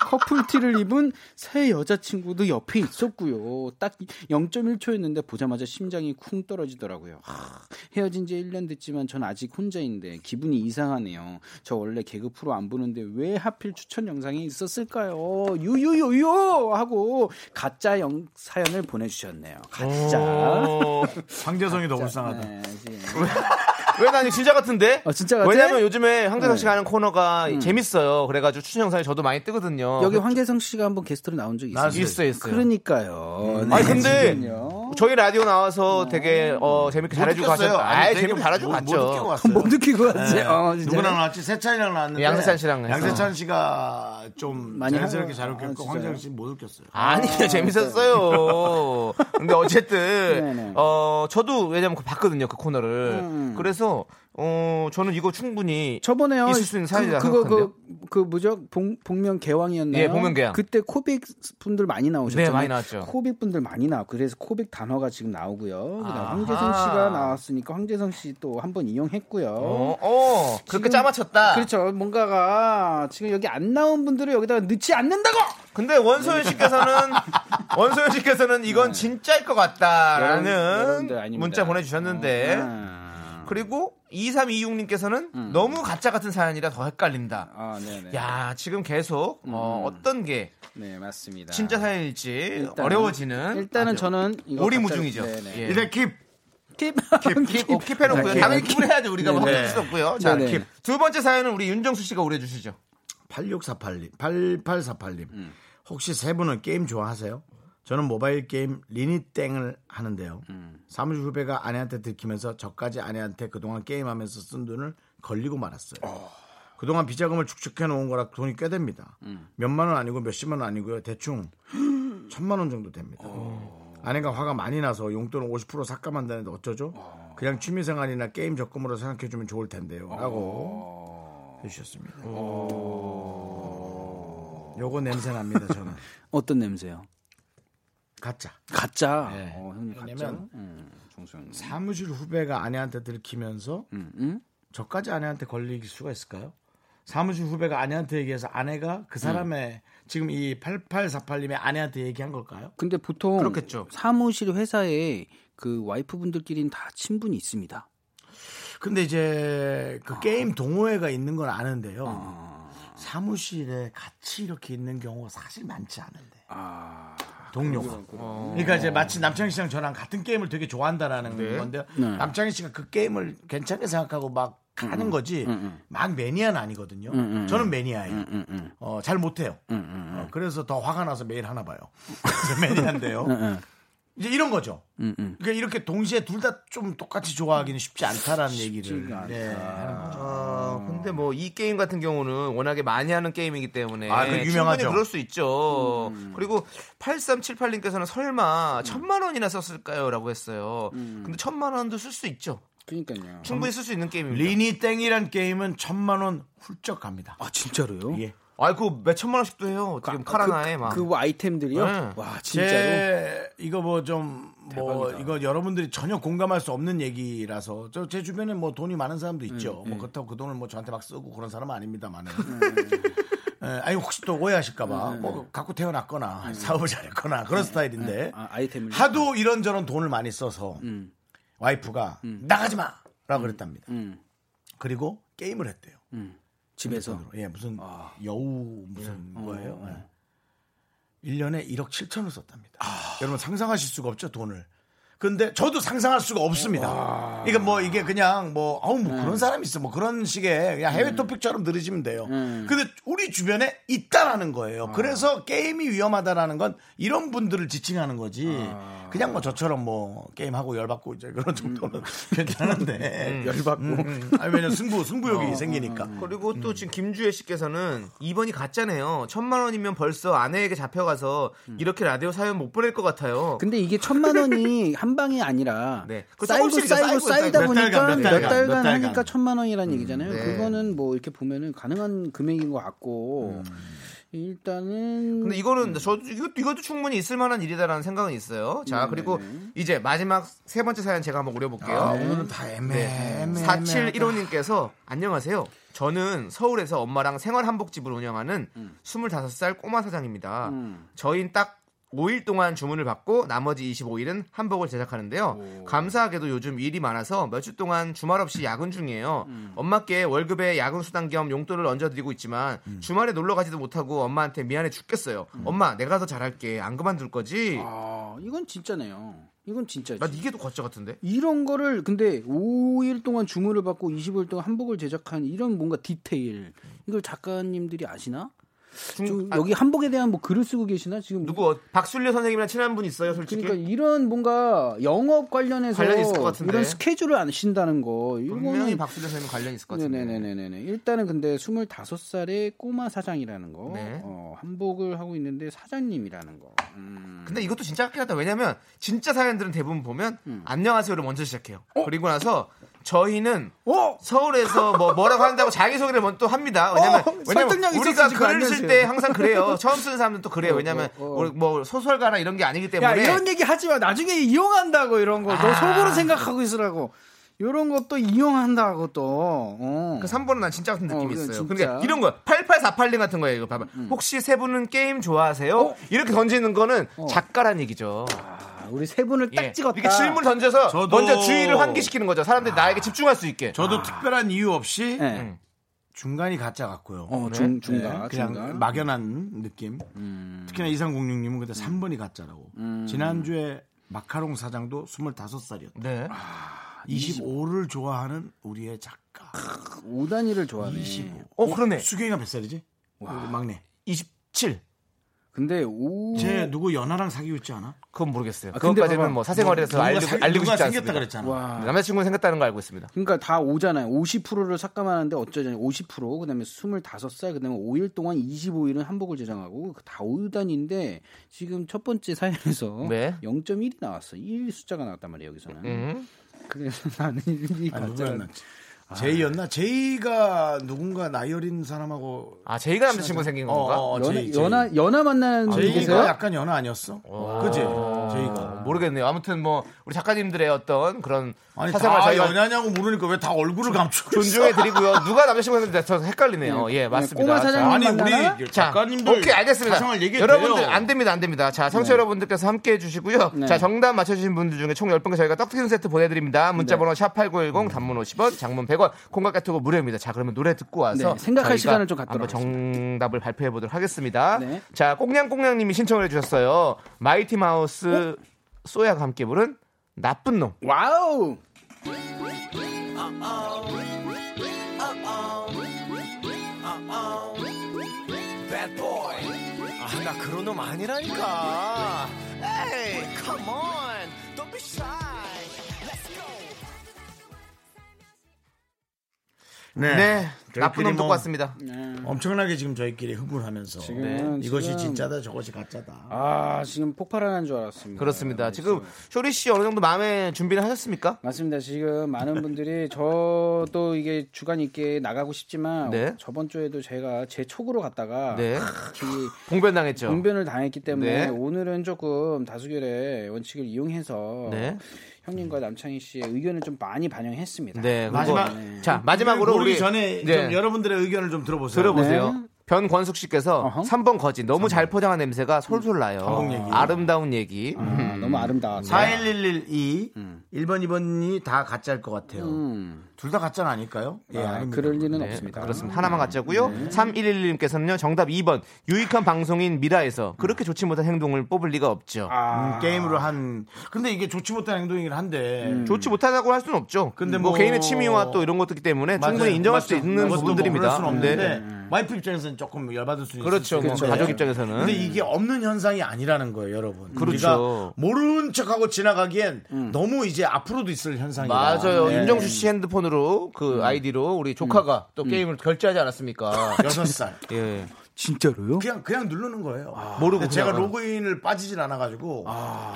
[SPEAKER 9] 커플티를 입은 새 여자친구도 옆에 있었고요. 딱 0.1초였는데 보자마자 심장이 쿵 떨어지더라고요. 하, 헤어진 지 1년 됐지만 전 아직 혼자인데 기분이 이상하네요. 저 원래 개그 프로 안 보는데 왜 하필 추천 영상이 있었을까요? 유유유유 하고 가짜 영 사연을 보내주셨네요.
[SPEAKER 1] 어.
[SPEAKER 9] 가짜.
[SPEAKER 1] 황재성이 더 불쌍하다.
[SPEAKER 9] 네, 지금.
[SPEAKER 5] 왜 나는 진짜 같은데?
[SPEAKER 9] 어, 진짜 같아? 네. 음.
[SPEAKER 5] 왜냐면 요즘에 황재석 씨가 하는 코너가 재밌어요. 그래가지고 추천 영상이 저도 많이 뜨거든요.
[SPEAKER 9] 여기 황재성 씨가 한번 게스트로 나온 적이 있어요.
[SPEAKER 5] 있어 있어요.
[SPEAKER 1] 네.
[SPEAKER 9] 그러니까요.
[SPEAKER 5] 아니 근데
[SPEAKER 9] 네, 지금요. 네. 뭐
[SPEAKER 5] 저희 라디오 나와서 되게 어, 재밌게 잘해주고 가셨. 아,
[SPEAKER 1] 되게
[SPEAKER 5] 재밌게 잘해주고
[SPEAKER 1] 못- 못 느끼고
[SPEAKER 5] 갔죠.
[SPEAKER 1] 왔어요.
[SPEAKER 9] 못 느끼고 왔지.
[SPEAKER 1] 네.
[SPEAKER 9] 어, 진짜.
[SPEAKER 1] 누구랑 나왔지? 세찬이랑 나왔는데
[SPEAKER 5] 네, 양세찬 씨랑 했어요.
[SPEAKER 1] 양세찬 씨가 좀
[SPEAKER 9] 많이
[SPEAKER 1] 자연스럽게
[SPEAKER 9] 하-
[SPEAKER 1] 잘
[SPEAKER 9] 아,
[SPEAKER 1] 웃겼고
[SPEAKER 9] 진짜요?
[SPEAKER 1] 황재성 씨못 웃겼어요.
[SPEAKER 9] 네.
[SPEAKER 5] 아니요 재밌었어요. 근데
[SPEAKER 9] 네네. 음.
[SPEAKER 5] 어쨌든 어 저도 왜냐면 그거 봤거든요 그 코너를. 그래서 어 저는 이거 충분히
[SPEAKER 9] 저번에요.
[SPEAKER 5] 있을 수 있는 사연이라
[SPEAKER 9] 그, 그거
[SPEAKER 5] 생각하는데요.
[SPEAKER 9] 그, 그 뭐죠? 봉, 복면 개왕이었나요?
[SPEAKER 5] 예, 복면 개왕.
[SPEAKER 9] 그때 코빅 분들 많이 나오셨잖아요.
[SPEAKER 5] 네, 많이 나왔죠.
[SPEAKER 9] 코빅 분들 많이 나왔고 그래서 코빅 단어가 지금 나오고요. 그다음
[SPEAKER 5] 아하.
[SPEAKER 9] 황재성 씨가 나왔으니까 황재성 씨 또 한 번 이용했고요.
[SPEAKER 5] 어, 어 그렇게 짜맞췄다.
[SPEAKER 9] 그렇죠. 뭔가가 지금 여기 안 나온 분들을 여기다가 넣지 않는다고.
[SPEAKER 5] 근데 원소연 씨께서는 원소연 씨께서는 이건 진짜일 것
[SPEAKER 9] 네. 여러분, 여러분들
[SPEAKER 5] 같다라는
[SPEAKER 9] 아닙니다.
[SPEAKER 5] 문자 보내주셨는데
[SPEAKER 9] 아,
[SPEAKER 5] 그리고 2326님께서는
[SPEAKER 9] 음.
[SPEAKER 5] 너무 가짜 같은 사연이라 더 헷갈린다.
[SPEAKER 9] 아, 네네.
[SPEAKER 5] 야 지금 계속 어, 어떤 게
[SPEAKER 9] 네, 맞습니다.
[SPEAKER 5] 진짜 사연일지
[SPEAKER 9] 일단은-
[SPEAKER 5] 어려워지는
[SPEAKER 9] 일단은 저는 이거
[SPEAKER 5] 오리무중이죠.
[SPEAKER 9] 갑자기- 네네.
[SPEAKER 5] 예.
[SPEAKER 1] 이래 킵
[SPEAKER 9] 킵.
[SPEAKER 5] 킵, 어, 킵해놓고요.
[SPEAKER 9] 킵.
[SPEAKER 5] 당연히 킵을 해야죠. 우리가 뭐
[SPEAKER 1] 네.
[SPEAKER 5] 어쩔 수 없고요. 자,
[SPEAKER 9] 네네.
[SPEAKER 5] 킵. 두 번째 사연은 우리 윤정수 씨가 오래 주시죠.
[SPEAKER 1] 8648님, 8848님. 혹시 세 분은 게임 좋아하세요? 저는 모바일 게임 리니땡을 하는데요. 사무실 후배가 아내한테 들키면서 저까지 아내한테 그동안 게임하면서 쓴 돈을 걸리고 말았어요. 그동안 비자금을 축적해 놓은 거라 돈이 꽤 됩니다. 몇만 원 아니고 몇십만 원 아니고요. 대충 천만 원 정도 됩니다. 음. 아내가 화가 많이 나서 용돈을 50% 삭감한다는데 어쩌죠? 그냥 취미생활이나 게임 적금으로 생각해주면 좋을 텐데요. 라고 어. 해주셨습니다. 요거 냄새 납니다 저는
[SPEAKER 9] 어떤 냄새요?
[SPEAKER 1] 가짜
[SPEAKER 9] 가짜.
[SPEAKER 5] 예.
[SPEAKER 1] 네.
[SPEAKER 9] 어, 형님 가짜.
[SPEAKER 1] 왜냐면-
[SPEAKER 9] 음, 정수영.
[SPEAKER 1] 사무실 후배가 아내한테 들키면서
[SPEAKER 9] 음, 음?
[SPEAKER 1] 저까지 아내한테 걸릴 수가 있을까요? 사무실 후배가 아내한테 얘기해서 아내가 그 사람의 지금 이 8848님의 아내한테 얘기한 걸까요?
[SPEAKER 9] 근데 보통
[SPEAKER 5] 그렇겠죠.
[SPEAKER 9] 사무실 회사에 그 와이프분들끼리는 다 친분이 있습니다.
[SPEAKER 1] 근데 이제 그 게임 동호회가 있는 건 아는데요 사무실에 같이 이렇게 있는 경우가 사실 많지 않은데
[SPEAKER 9] 아,
[SPEAKER 1] 동료가. 그러니까 이제 마치 남창희 씨랑 저랑 같은 게임을 되게 좋아한다라는 건데요. 남창희 씨가 그 게임을 괜찮게 생각하고 막 하는 거지 막 매니아는 아니거든요. 저는 매니아예요. 어, 잘 못해요. 어, 그래서 더 화가 나서 매일 하나 봐요. 그래서 매니아인데요. 이제 이런 거죠. 그러니까 이렇게 동시에 둘 다 좀 똑같이 좋아하기는 쉽지 않다라는 얘기를 네, 하는 거죠.
[SPEAKER 5] 어, 근데 뭐 이 게임 같은 경우는 워낙에 많이 하는 게임이기 때문에
[SPEAKER 1] 아, 그거 유명하죠.
[SPEAKER 5] 충분히 그럴 수 있죠.
[SPEAKER 9] 음.
[SPEAKER 5] 그리고 8378님께서는 설마 천만 원이나 썼을까요라고 했어요.
[SPEAKER 9] 음.
[SPEAKER 5] 근데 천만 원도 쓸 수 있죠.
[SPEAKER 9] 그러니까요.
[SPEAKER 5] 충분히 쓸 수 있는 게임입니다.
[SPEAKER 1] 네. 리니 땡이란 게임은 천만 원 훌쩍 갑니다.
[SPEAKER 9] 아 진짜로요?
[SPEAKER 1] 예.
[SPEAKER 5] 아이 그몇 천만 원씩도 해요. 지금 카라나에 막.
[SPEAKER 9] 그, 그 아이템들이요?
[SPEAKER 5] 네.
[SPEAKER 9] 와 진짜로.
[SPEAKER 1] 제 이거 뭐 좀 뭐 이거 여러분들이 전혀 공감할 수 없는 얘기라서 저 제 주변에 뭐 돈이 많은 사람도 있죠.
[SPEAKER 9] 음,
[SPEAKER 1] 뭐 그렇다고 그 돈을 뭐 저한테 막 쓰고 그런 사람은 아닙니다만은. 예, 아니 혹시 또
[SPEAKER 9] 음,
[SPEAKER 1] 오해하실까봐 뭐 갖고 태어났거나 사업을 잘했거나 그런 스타일인데
[SPEAKER 9] 아, 아이템을.
[SPEAKER 1] 하도 이런저런 돈을 많이 써서 와이프가 나가지 마라고 그랬답니다.
[SPEAKER 9] 음.
[SPEAKER 1] 그리고 게임을 했대요.
[SPEAKER 9] 집에서.
[SPEAKER 1] 예, 무슨 여우 무슨 거예요. 어, 예. 1년에 1억 7천을 썼답니다. 여러분 상상하실 수가 없죠, 돈을. 근데 저도 상상할 수가 없습니다. 이게 뭐 이게 그냥 뭐 아우 뭐 그런 사람이 있어 뭐 그런 식의 그냥 해외 토픽처럼 들으시면 돼요. 근데 우리 주변에 있다라는 거예요. 그래서 게임이 위험하다라는 건 이런 분들을 지칭하는 거지. 그냥 뭐 저처럼 뭐 게임하고 열받고 이제 그런 정도는 괜찮은데 음. 열받고 어, 아니 왜냐 면 승부 승부욕이 생기니까.
[SPEAKER 5] 그리고 또 지금 김주혜 씨께서는 2번이 가짜네요. 천만 원이면 벌써 아내에게 잡혀가서 이렇게 라디오 사연 못 보낼 것 같아요.
[SPEAKER 9] 근데 이게 천만 원이 한 방이 아니라
[SPEAKER 5] 네. 그
[SPEAKER 9] 쌓이고
[SPEAKER 5] 조금씩
[SPEAKER 9] 쌓이고
[SPEAKER 5] 쌓이고
[SPEAKER 9] 쌓이다
[SPEAKER 5] 쌓이고
[SPEAKER 9] 보니까 몇 달간,
[SPEAKER 1] 몇 달간, 몇 달간
[SPEAKER 9] 하니까 천만 원이라는 얘기잖아요.
[SPEAKER 5] 네.
[SPEAKER 9] 그거는 뭐 이렇게 보면은 가능한 금액인 것 같고 일단은
[SPEAKER 5] 근데 이거는 저도 이것도, 이것도 충분히 있을 만한 일이다라는 생각은 있어요. 자 그리고 이제 마지막 세 번째 사연 제가 한번 오려볼게요.
[SPEAKER 1] 아, 오늘은
[SPEAKER 9] 네.
[SPEAKER 1] 다 애매해.
[SPEAKER 5] 4715님께서 안녕하세요. 저는 서울에서 엄마랑 생활 한복집을 운영하는
[SPEAKER 9] 음.
[SPEAKER 5] 25살 꼬마 사장입니다. 저희는 딱 5일 동안 주문을 받고 나머지 25일은 한복을 제작하는데요. 감사하게도 요즘 일이 많아서 몇 주 동안 주말 없이 야근 중이에요.
[SPEAKER 9] 음.
[SPEAKER 5] 엄마께 월급에 야근 수당 겸 용돈을 얹어드리고 있지만
[SPEAKER 9] 음.
[SPEAKER 5] 주말에 놀러 가지도 못하고 엄마한테 미안해 죽겠어요. 엄마 내가 더 잘할게. 안 그만둘 거지?
[SPEAKER 9] 아 이건 진짜네요. 이건 진짜지.
[SPEAKER 5] 나 이게 더 거짜 같은데?
[SPEAKER 9] 이런 거를 근데 5일 동안 주문을 받고 20일 동안 한복을 제작한 이런 뭔가 디테일 이걸 작가님들이 아시나? 좀
[SPEAKER 5] 아,
[SPEAKER 9] 여기 한복에 대한 뭐 글을 쓰고 계시나 지금
[SPEAKER 5] 누구 어, 박순려 선생님이랑 친한 분 있어요 솔직히?
[SPEAKER 9] 그러니까 이런 뭔가 영업 관련해서
[SPEAKER 5] 관련이 있을 것 같은데.
[SPEAKER 9] 이런 스케줄을 아신다는 거
[SPEAKER 5] 분명히
[SPEAKER 9] 이거는
[SPEAKER 5] 박순려 선생님 관련 있을 것 같은데.
[SPEAKER 9] 네네네네네 일단은 근데 25살의 꼬마 사장이라는 거
[SPEAKER 5] 네.
[SPEAKER 9] 어, 한복을 하고 있는데 사장님이라는 거 음.
[SPEAKER 5] 근데 이것도 진짜 같긴 하다. 왜냐면 진짜 사연들은 대부분 보면
[SPEAKER 9] 음.
[SPEAKER 5] 안녕하세요를 먼저 시작해요.
[SPEAKER 9] 어?
[SPEAKER 5] 그리고 나서 저희는 서울에서 뭐 뭐라고 한다고 자기소개를 먼저 또 합니다. 왜냐면,
[SPEAKER 9] 어,
[SPEAKER 5] 왜냐면
[SPEAKER 9] 설득력 있었어,
[SPEAKER 5] 우리가
[SPEAKER 9] 지금
[SPEAKER 5] 글을 쓸
[SPEAKER 9] 안녕하세요. 어,
[SPEAKER 5] 때 항상 그래요. 처음 쓰는 사람들은 또 그래요. 왜냐면 우리 뭐 소설가나 이런 게 아니기 때문에
[SPEAKER 9] 야 이런 얘기 하지 마 나중에 이용한다고 이런 거 너 속으로 생각하고 있으라고 이런 것도 이용한다고 또 어.
[SPEAKER 5] 그 3번은 난 진짜 같은 느낌이
[SPEAKER 9] 어, 그건
[SPEAKER 5] 있어요.
[SPEAKER 9] 진짜. 음.
[SPEAKER 5] 그러니까 이런 거 8848님 같은 거예요. 이거 봐봐. 혹시 세 분은 게임 좋아하세요?
[SPEAKER 9] 어?
[SPEAKER 5] 이렇게 던지는 거는 작가란 얘기죠.
[SPEAKER 9] 아, 우리 세 분을 딱
[SPEAKER 5] 예.
[SPEAKER 9] 찍었다
[SPEAKER 5] 이렇게 질문 던져서
[SPEAKER 1] 저도- 아.
[SPEAKER 5] 먼저 주의를 환기시키는 거죠. 사람들이 나에게 집중할 수 있게.
[SPEAKER 1] 저도 특별한 이유 없이
[SPEAKER 9] 네.
[SPEAKER 1] 중간이 가짜 같고요.
[SPEAKER 9] 어, 중,
[SPEAKER 1] 네,
[SPEAKER 9] 중간
[SPEAKER 1] 그냥
[SPEAKER 9] 중간. 음.
[SPEAKER 1] 막연한 느낌. 특히나 2306님은 그때 3번이 가짜라고. 지난주에 마카롱 사장도 25살이었다.
[SPEAKER 5] 네.
[SPEAKER 9] 아,
[SPEAKER 1] 25를 좋아하는 우리의 작가.
[SPEAKER 9] 5단위를 아, 좋아하네
[SPEAKER 5] 어, 그러네.
[SPEAKER 1] 수경이가 몇 살이지? 우리 막내.
[SPEAKER 5] 27.
[SPEAKER 9] 근데 오
[SPEAKER 1] 쟤 누구 연하랑 사귀고 있지 않아?
[SPEAKER 5] 그건 모르겠어요.
[SPEAKER 9] 아, 근데
[SPEAKER 5] 그것까지는
[SPEAKER 9] 봐봐.
[SPEAKER 5] 뭐 사생활에서
[SPEAKER 1] 누군가
[SPEAKER 5] 알리고,
[SPEAKER 1] 사-
[SPEAKER 5] 알리고
[SPEAKER 1] 누군가
[SPEAKER 5] 싶지
[SPEAKER 1] 생겼다
[SPEAKER 5] 않습니다.
[SPEAKER 1] 그랬잖아.
[SPEAKER 9] 와.
[SPEAKER 5] 남자친구 생겼다는 거 알고 있습니다.
[SPEAKER 9] 그러니까 다 오잖아요. 50%를 삭감하는데 어쩌냐. 50%, 그 다음에 25살, 그 다음에 5일 동안 25일은 한복을 제작하고, 그 다 5단인데, 지금 첫 번째 사연에서
[SPEAKER 1] 어.
[SPEAKER 5] 네.
[SPEAKER 9] 0.1이 나왔어. 1 숫자가 나왔단 말이에요, 여기서는.
[SPEAKER 5] 음.
[SPEAKER 9] 그래서 나는 이
[SPEAKER 1] 아,
[SPEAKER 9] 가짜.
[SPEAKER 1] 누구였나? 아. 제이였나? 제이가 누군가 나이 어린 사람하고
[SPEAKER 5] 아, 제이가 남자친구 생긴
[SPEAKER 1] 어,
[SPEAKER 5] 건가?
[SPEAKER 1] 어,
[SPEAKER 9] 연하,
[SPEAKER 1] 제이, 제이.
[SPEAKER 9] 연하, 연하 만나는
[SPEAKER 1] 제이가
[SPEAKER 9] 분이세요?
[SPEAKER 1] 약간 연하 아니었어? 그지? 제이가.
[SPEAKER 5] 모르겠네요. 아무튼 뭐 우리 작가님들의 어떤 그런
[SPEAKER 1] 아니
[SPEAKER 5] 사생활
[SPEAKER 1] 다
[SPEAKER 5] 저희가
[SPEAKER 1] 연하냐고 모르니까 왜 다 얼굴을 감추고
[SPEAKER 5] 존중해
[SPEAKER 1] 있어?
[SPEAKER 5] 드리고요. 누가 남자친구였는지 저
[SPEAKER 1] 음.
[SPEAKER 5] 헷갈리네요. 예, 맞습니다.
[SPEAKER 9] 꼬마
[SPEAKER 5] 자,
[SPEAKER 9] 사장님
[SPEAKER 1] 아니
[SPEAKER 9] 만나나?
[SPEAKER 1] 우리
[SPEAKER 5] 자,
[SPEAKER 1] 작가님들
[SPEAKER 5] 오케이 알겠습니다.
[SPEAKER 1] 사생활 얘기해도
[SPEAKER 5] 여러분들 아,
[SPEAKER 1] 돼요. 네.
[SPEAKER 5] 안 됩니다, 안 됩니다. 자, 청취 자 여러분들께서 함께 해주시고요.
[SPEAKER 9] 네.
[SPEAKER 5] 자, 정답 맞춰주신 분들 중에 총 10분 저희가 떡튀순 세트 보내드립니다.
[SPEAKER 9] 네.
[SPEAKER 5] 문자번호 샵
[SPEAKER 9] 음.
[SPEAKER 5] #8910 단문 50원, 장문 100원, 콩깍 같은 무료입니다. 자, 그러면 노래 듣고 와서
[SPEAKER 9] 네, 생각할
[SPEAKER 5] 저희가
[SPEAKER 9] 시간을 좀 갖도록
[SPEAKER 5] 한번 정답을 발표해 보도록 하겠습니다.
[SPEAKER 9] 네.
[SPEAKER 5] 자, 꽁냥꽁냥님이 신청을 해주셨어요. 마이티 마우스
[SPEAKER 9] 어?
[SPEAKER 5] 쏘야가 함께 부른 나쁜 놈.
[SPEAKER 9] 와우.
[SPEAKER 1] 네,
[SPEAKER 5] 네, 나쁜
[SPEAKER 1] 저희끼리
[SPEAKER 5] 놈 듣고
[SPEAKER 1] 뭐
[SPEAKER 5] 왔습니다. 네.
[SPEAKER 1] 엄청나게 지금 저희끼리 흥분하면서
[SPEAKER 9] 지금,
[SPEAKER 1] 이것이
[SPEAKER 9] 지금.
[SPEAKER 1] 진짜다 저것이 가짜다.
[SPEAKER 9] 아 지금 폭발하는 줄 알았습니다.
[SPEAKER 1] 네,
[SPEAKER 5] 그렇습니다. 지금 쇼리 씨 어느 정도 마음의 준비를 하셨습니까?
[SPEAKER 9] 맞습니다. 지금 많은 분들이 저도 이게 주간 있게 나가고 싶지만
[SPEAKER 5] 네.
[SPEAKER 9] 저번 주에도 제가 제 촉으로 갔다가
[SPEAKER 5] 네.
[SPEAKER 9] 이
[SPEAKER 5] 봉변당했죠.
[SPEAKER 9] 공변을 당했기 때문에
[SPEAKER 5] 네.
[SPEAKER 9] 오늘은 조금 다수결의 원칙을 이용해서
[SPEAKER 5] 네.
[SPEAKER 9] 형님과 남창희 씨의 의견을 좀 많이 반영했습니다.
[SPEAKER 5] 네,
[SPEAKER 1] 마지막-
[SPEAKER 5] 마지막. 자, 마지막으로
[SPEAKER 1] 모르기
[SPEAKER 5] 우리
[SPEAKER 1] 전에
[SPEAKER 5] 네,
[SPEAKER 1] 좀 여러분들의 의견을 좀 들어보세요.
[SPEAKER 5] 들어보세요.
[SPEAKER 9] 네.
[SPEAKER 5] 변권숙 씨께서
[SPEAKER 9] 어허.
[SPEAKER 5] 3번 거지 너무 잘 포장한 냄새가 솔솔 나요.
[SPEAKER 1] 감동 음, 얘기. 음,
[SPEAKER 5] 아름다운 얘기.
[SPEAKER 9] 아, 너무
[SPEAKER 5] 네.
[SPEAKER 9] 아름다웠어요.
[SPEAKER 1] 41112
[SPEAKER 5] 음.
[SPEAKER 1] 1번 네. 2번이 다 가짜일 것 같아요. 둘 다 가짜는 아닐까요? 예,
[SPEAKER 9] 아,
[SPEAKER 1] 아닙니다.
[SPEAKER 9] 그럴 리는
[SPEAKER 5] 네,
[SPEAKER 9] 없습니다.
[SPEAKER 5] 그렇습니다. 하나만 가짜고요.
[SPEAKER 1] 네.
[SPEAKER 5] 3111님께서는요. 정답 2번. 유익한 방송인 미라에서 그렇게 좋지 못한 행동을 뽑을 리가 없죠.
[SPEAKER 9] 아,
[SPEAKER 1] 음, 게임으로 한 근데 이게 좋지 못한 행동이긴 한데
[SPEAKER 9] 음.
[SPEAKER 5] 좋지 못하다고 할 수는 없죠.
[SPEAKER 1] 근데
[SPEAKER 5] 근데
[SPEAKER 1] 뭐-
[SPEAKER 5] 뭐, 개인의 취미와 또 이런 것들이기 때문에
[SPEAKER 1] 맞아요.
[SPEAKER 5] 충분히 인정할 수
[SPEAKER 1] 맞죠.
[SPEAKER 5] 있는
[SPEAKER 1] 그것도 뭐 그럴
[SPEAKER 5] 부분들입니다.
[SPEAKER 1] 수는
[SPEAKER 5] 네.
[SPEAKER 1] 없는데 와이프 입장에서는 조금 열받을 수 있어요.
[SPEAKER 5] 그렇죠. 뭐 가족 입장에서는.
[SPEAKER 1] 근데 이게 없는 현상이 아니라는 거예요, 여러분.
[SPEAKER 5] 그렇죠.
[SPEAKER 1] 우리가 모르는 척하고 지나가기엔 너무 이제 앞으로도 있을 현상이다.
[SPEAKER 5] 맞아요.
[SPEAKER 1] 네. 음.
[SPEAKER 5] 윤정수 씨 핸드폰으로 그 아이디로 우리 조카가 또 게임을 결제하지 않았습니까?
[SPEAKER 1] 여섯 살.
[SPEAKER 5] 예.
[SPEAKER 9] 진짜로요?
[SPEAKER 1] 그냥 그냥 누르는 거예요.
[SPEAKER 5] 모르고
[SPEAKER 1] 근데 제가
[SPEAKER 5] 그냥.
[SPEAKER 1] 로그인을 빠지질 않아가지고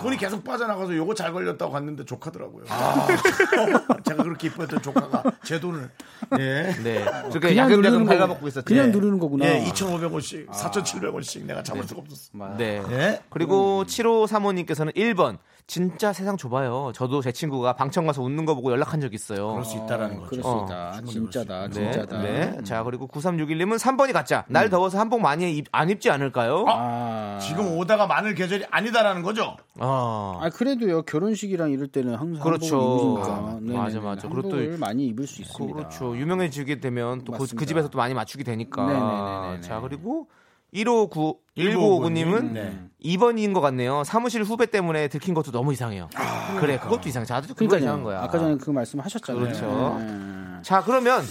[SPEAKER 1] 돈이 계속 빠져나가서 요거 잘 걸렸다고 갔는데 조카더라고요. 어, 제가 그렇게 이뻐했던 조카가 제 돈을 예.
[SPEAKER 5] 네. 저렇게 야금야금
[SPEAKER 9] 거구나.
[SPEAKER 5] 갉아먹고 있었죠.
[SPEAKER 9] 그냥
[SPEAKER 5] 네.
[SPEAKER 9] 누르는 거구나.
[SPEAKER 1] 예, 2,500원씩, 4,700원씩 내가 잡을 수가 없었어.
[SPEAKER 5] 네.
[SPEAKER 1] 예?
[SPEAKER 5] 그리고 7호 사모님께서는 1번 진짜 세상 좁아요. 저도 제 친구가 방청 가서 웃는 거 보고 연락한 적 있어요.
[SPEAKER 1] 그럴 음. 수 있다라는 거죠.
[SPEAKER 9] 그럴 수 있다. 아, 진짜다.
[SPEAKER 5] 네,
[SPEAKER 9] 진짜다.
[SPEAKER 5] 네. 자 그리고 9361님은 3번이 가짜. 날 더워서 한복 많이 입, 안 입지 않을까요? 아,
[SPEAKER 9] 음. 아,
[SPEAKER 1] 지금 오다가 많을 계절이 아니다라는 거죠.
[SPEAKER 9] 아 그래도요 결혼식이랑 이럴 때는 항상
[SPEAKER 5] 그렇죠.
[SPEAKER 9] 한복을 어, 네, 입으니까
[SPEAKER 5] 아, 맞아, 맞아. 그리고 또
[SPEAKER 9] 한복을 많이 입을 수 있습니다.
[SPEAKER 5] 그렇죠. 유명해지게 되면 또 그
[SPEAKER 9] 맞습니다.
[SPEAKER 5] 집에서 또 많이 맞추게 되니까.
[SPEAKER 9] 네네네네네.
[SPEAKER 5] 자 그리고 159 1959님은
[SPEAKER 1] 네.
[SPEAKER 5] 2번인 것 같네요. 사무실 후배 때문에 들킨 것도 너무 이상해요.
[SPEAKER 9] 아.
[SPEAKER 5] 그래, 그것도 이상해. 자, 아주 그거 이상한
[SPEAKER 9] 그러니까요.
[SPEAKER 5] 거야.
[SPEAKER 9] 아까 전에 그 말씀하셨잖아요.
[SPEAKER 5] 그렇죠.
[SPEAKER 1] 네.
[SPEAKER 9] 음.
[SPEAKER 5] 자 그러면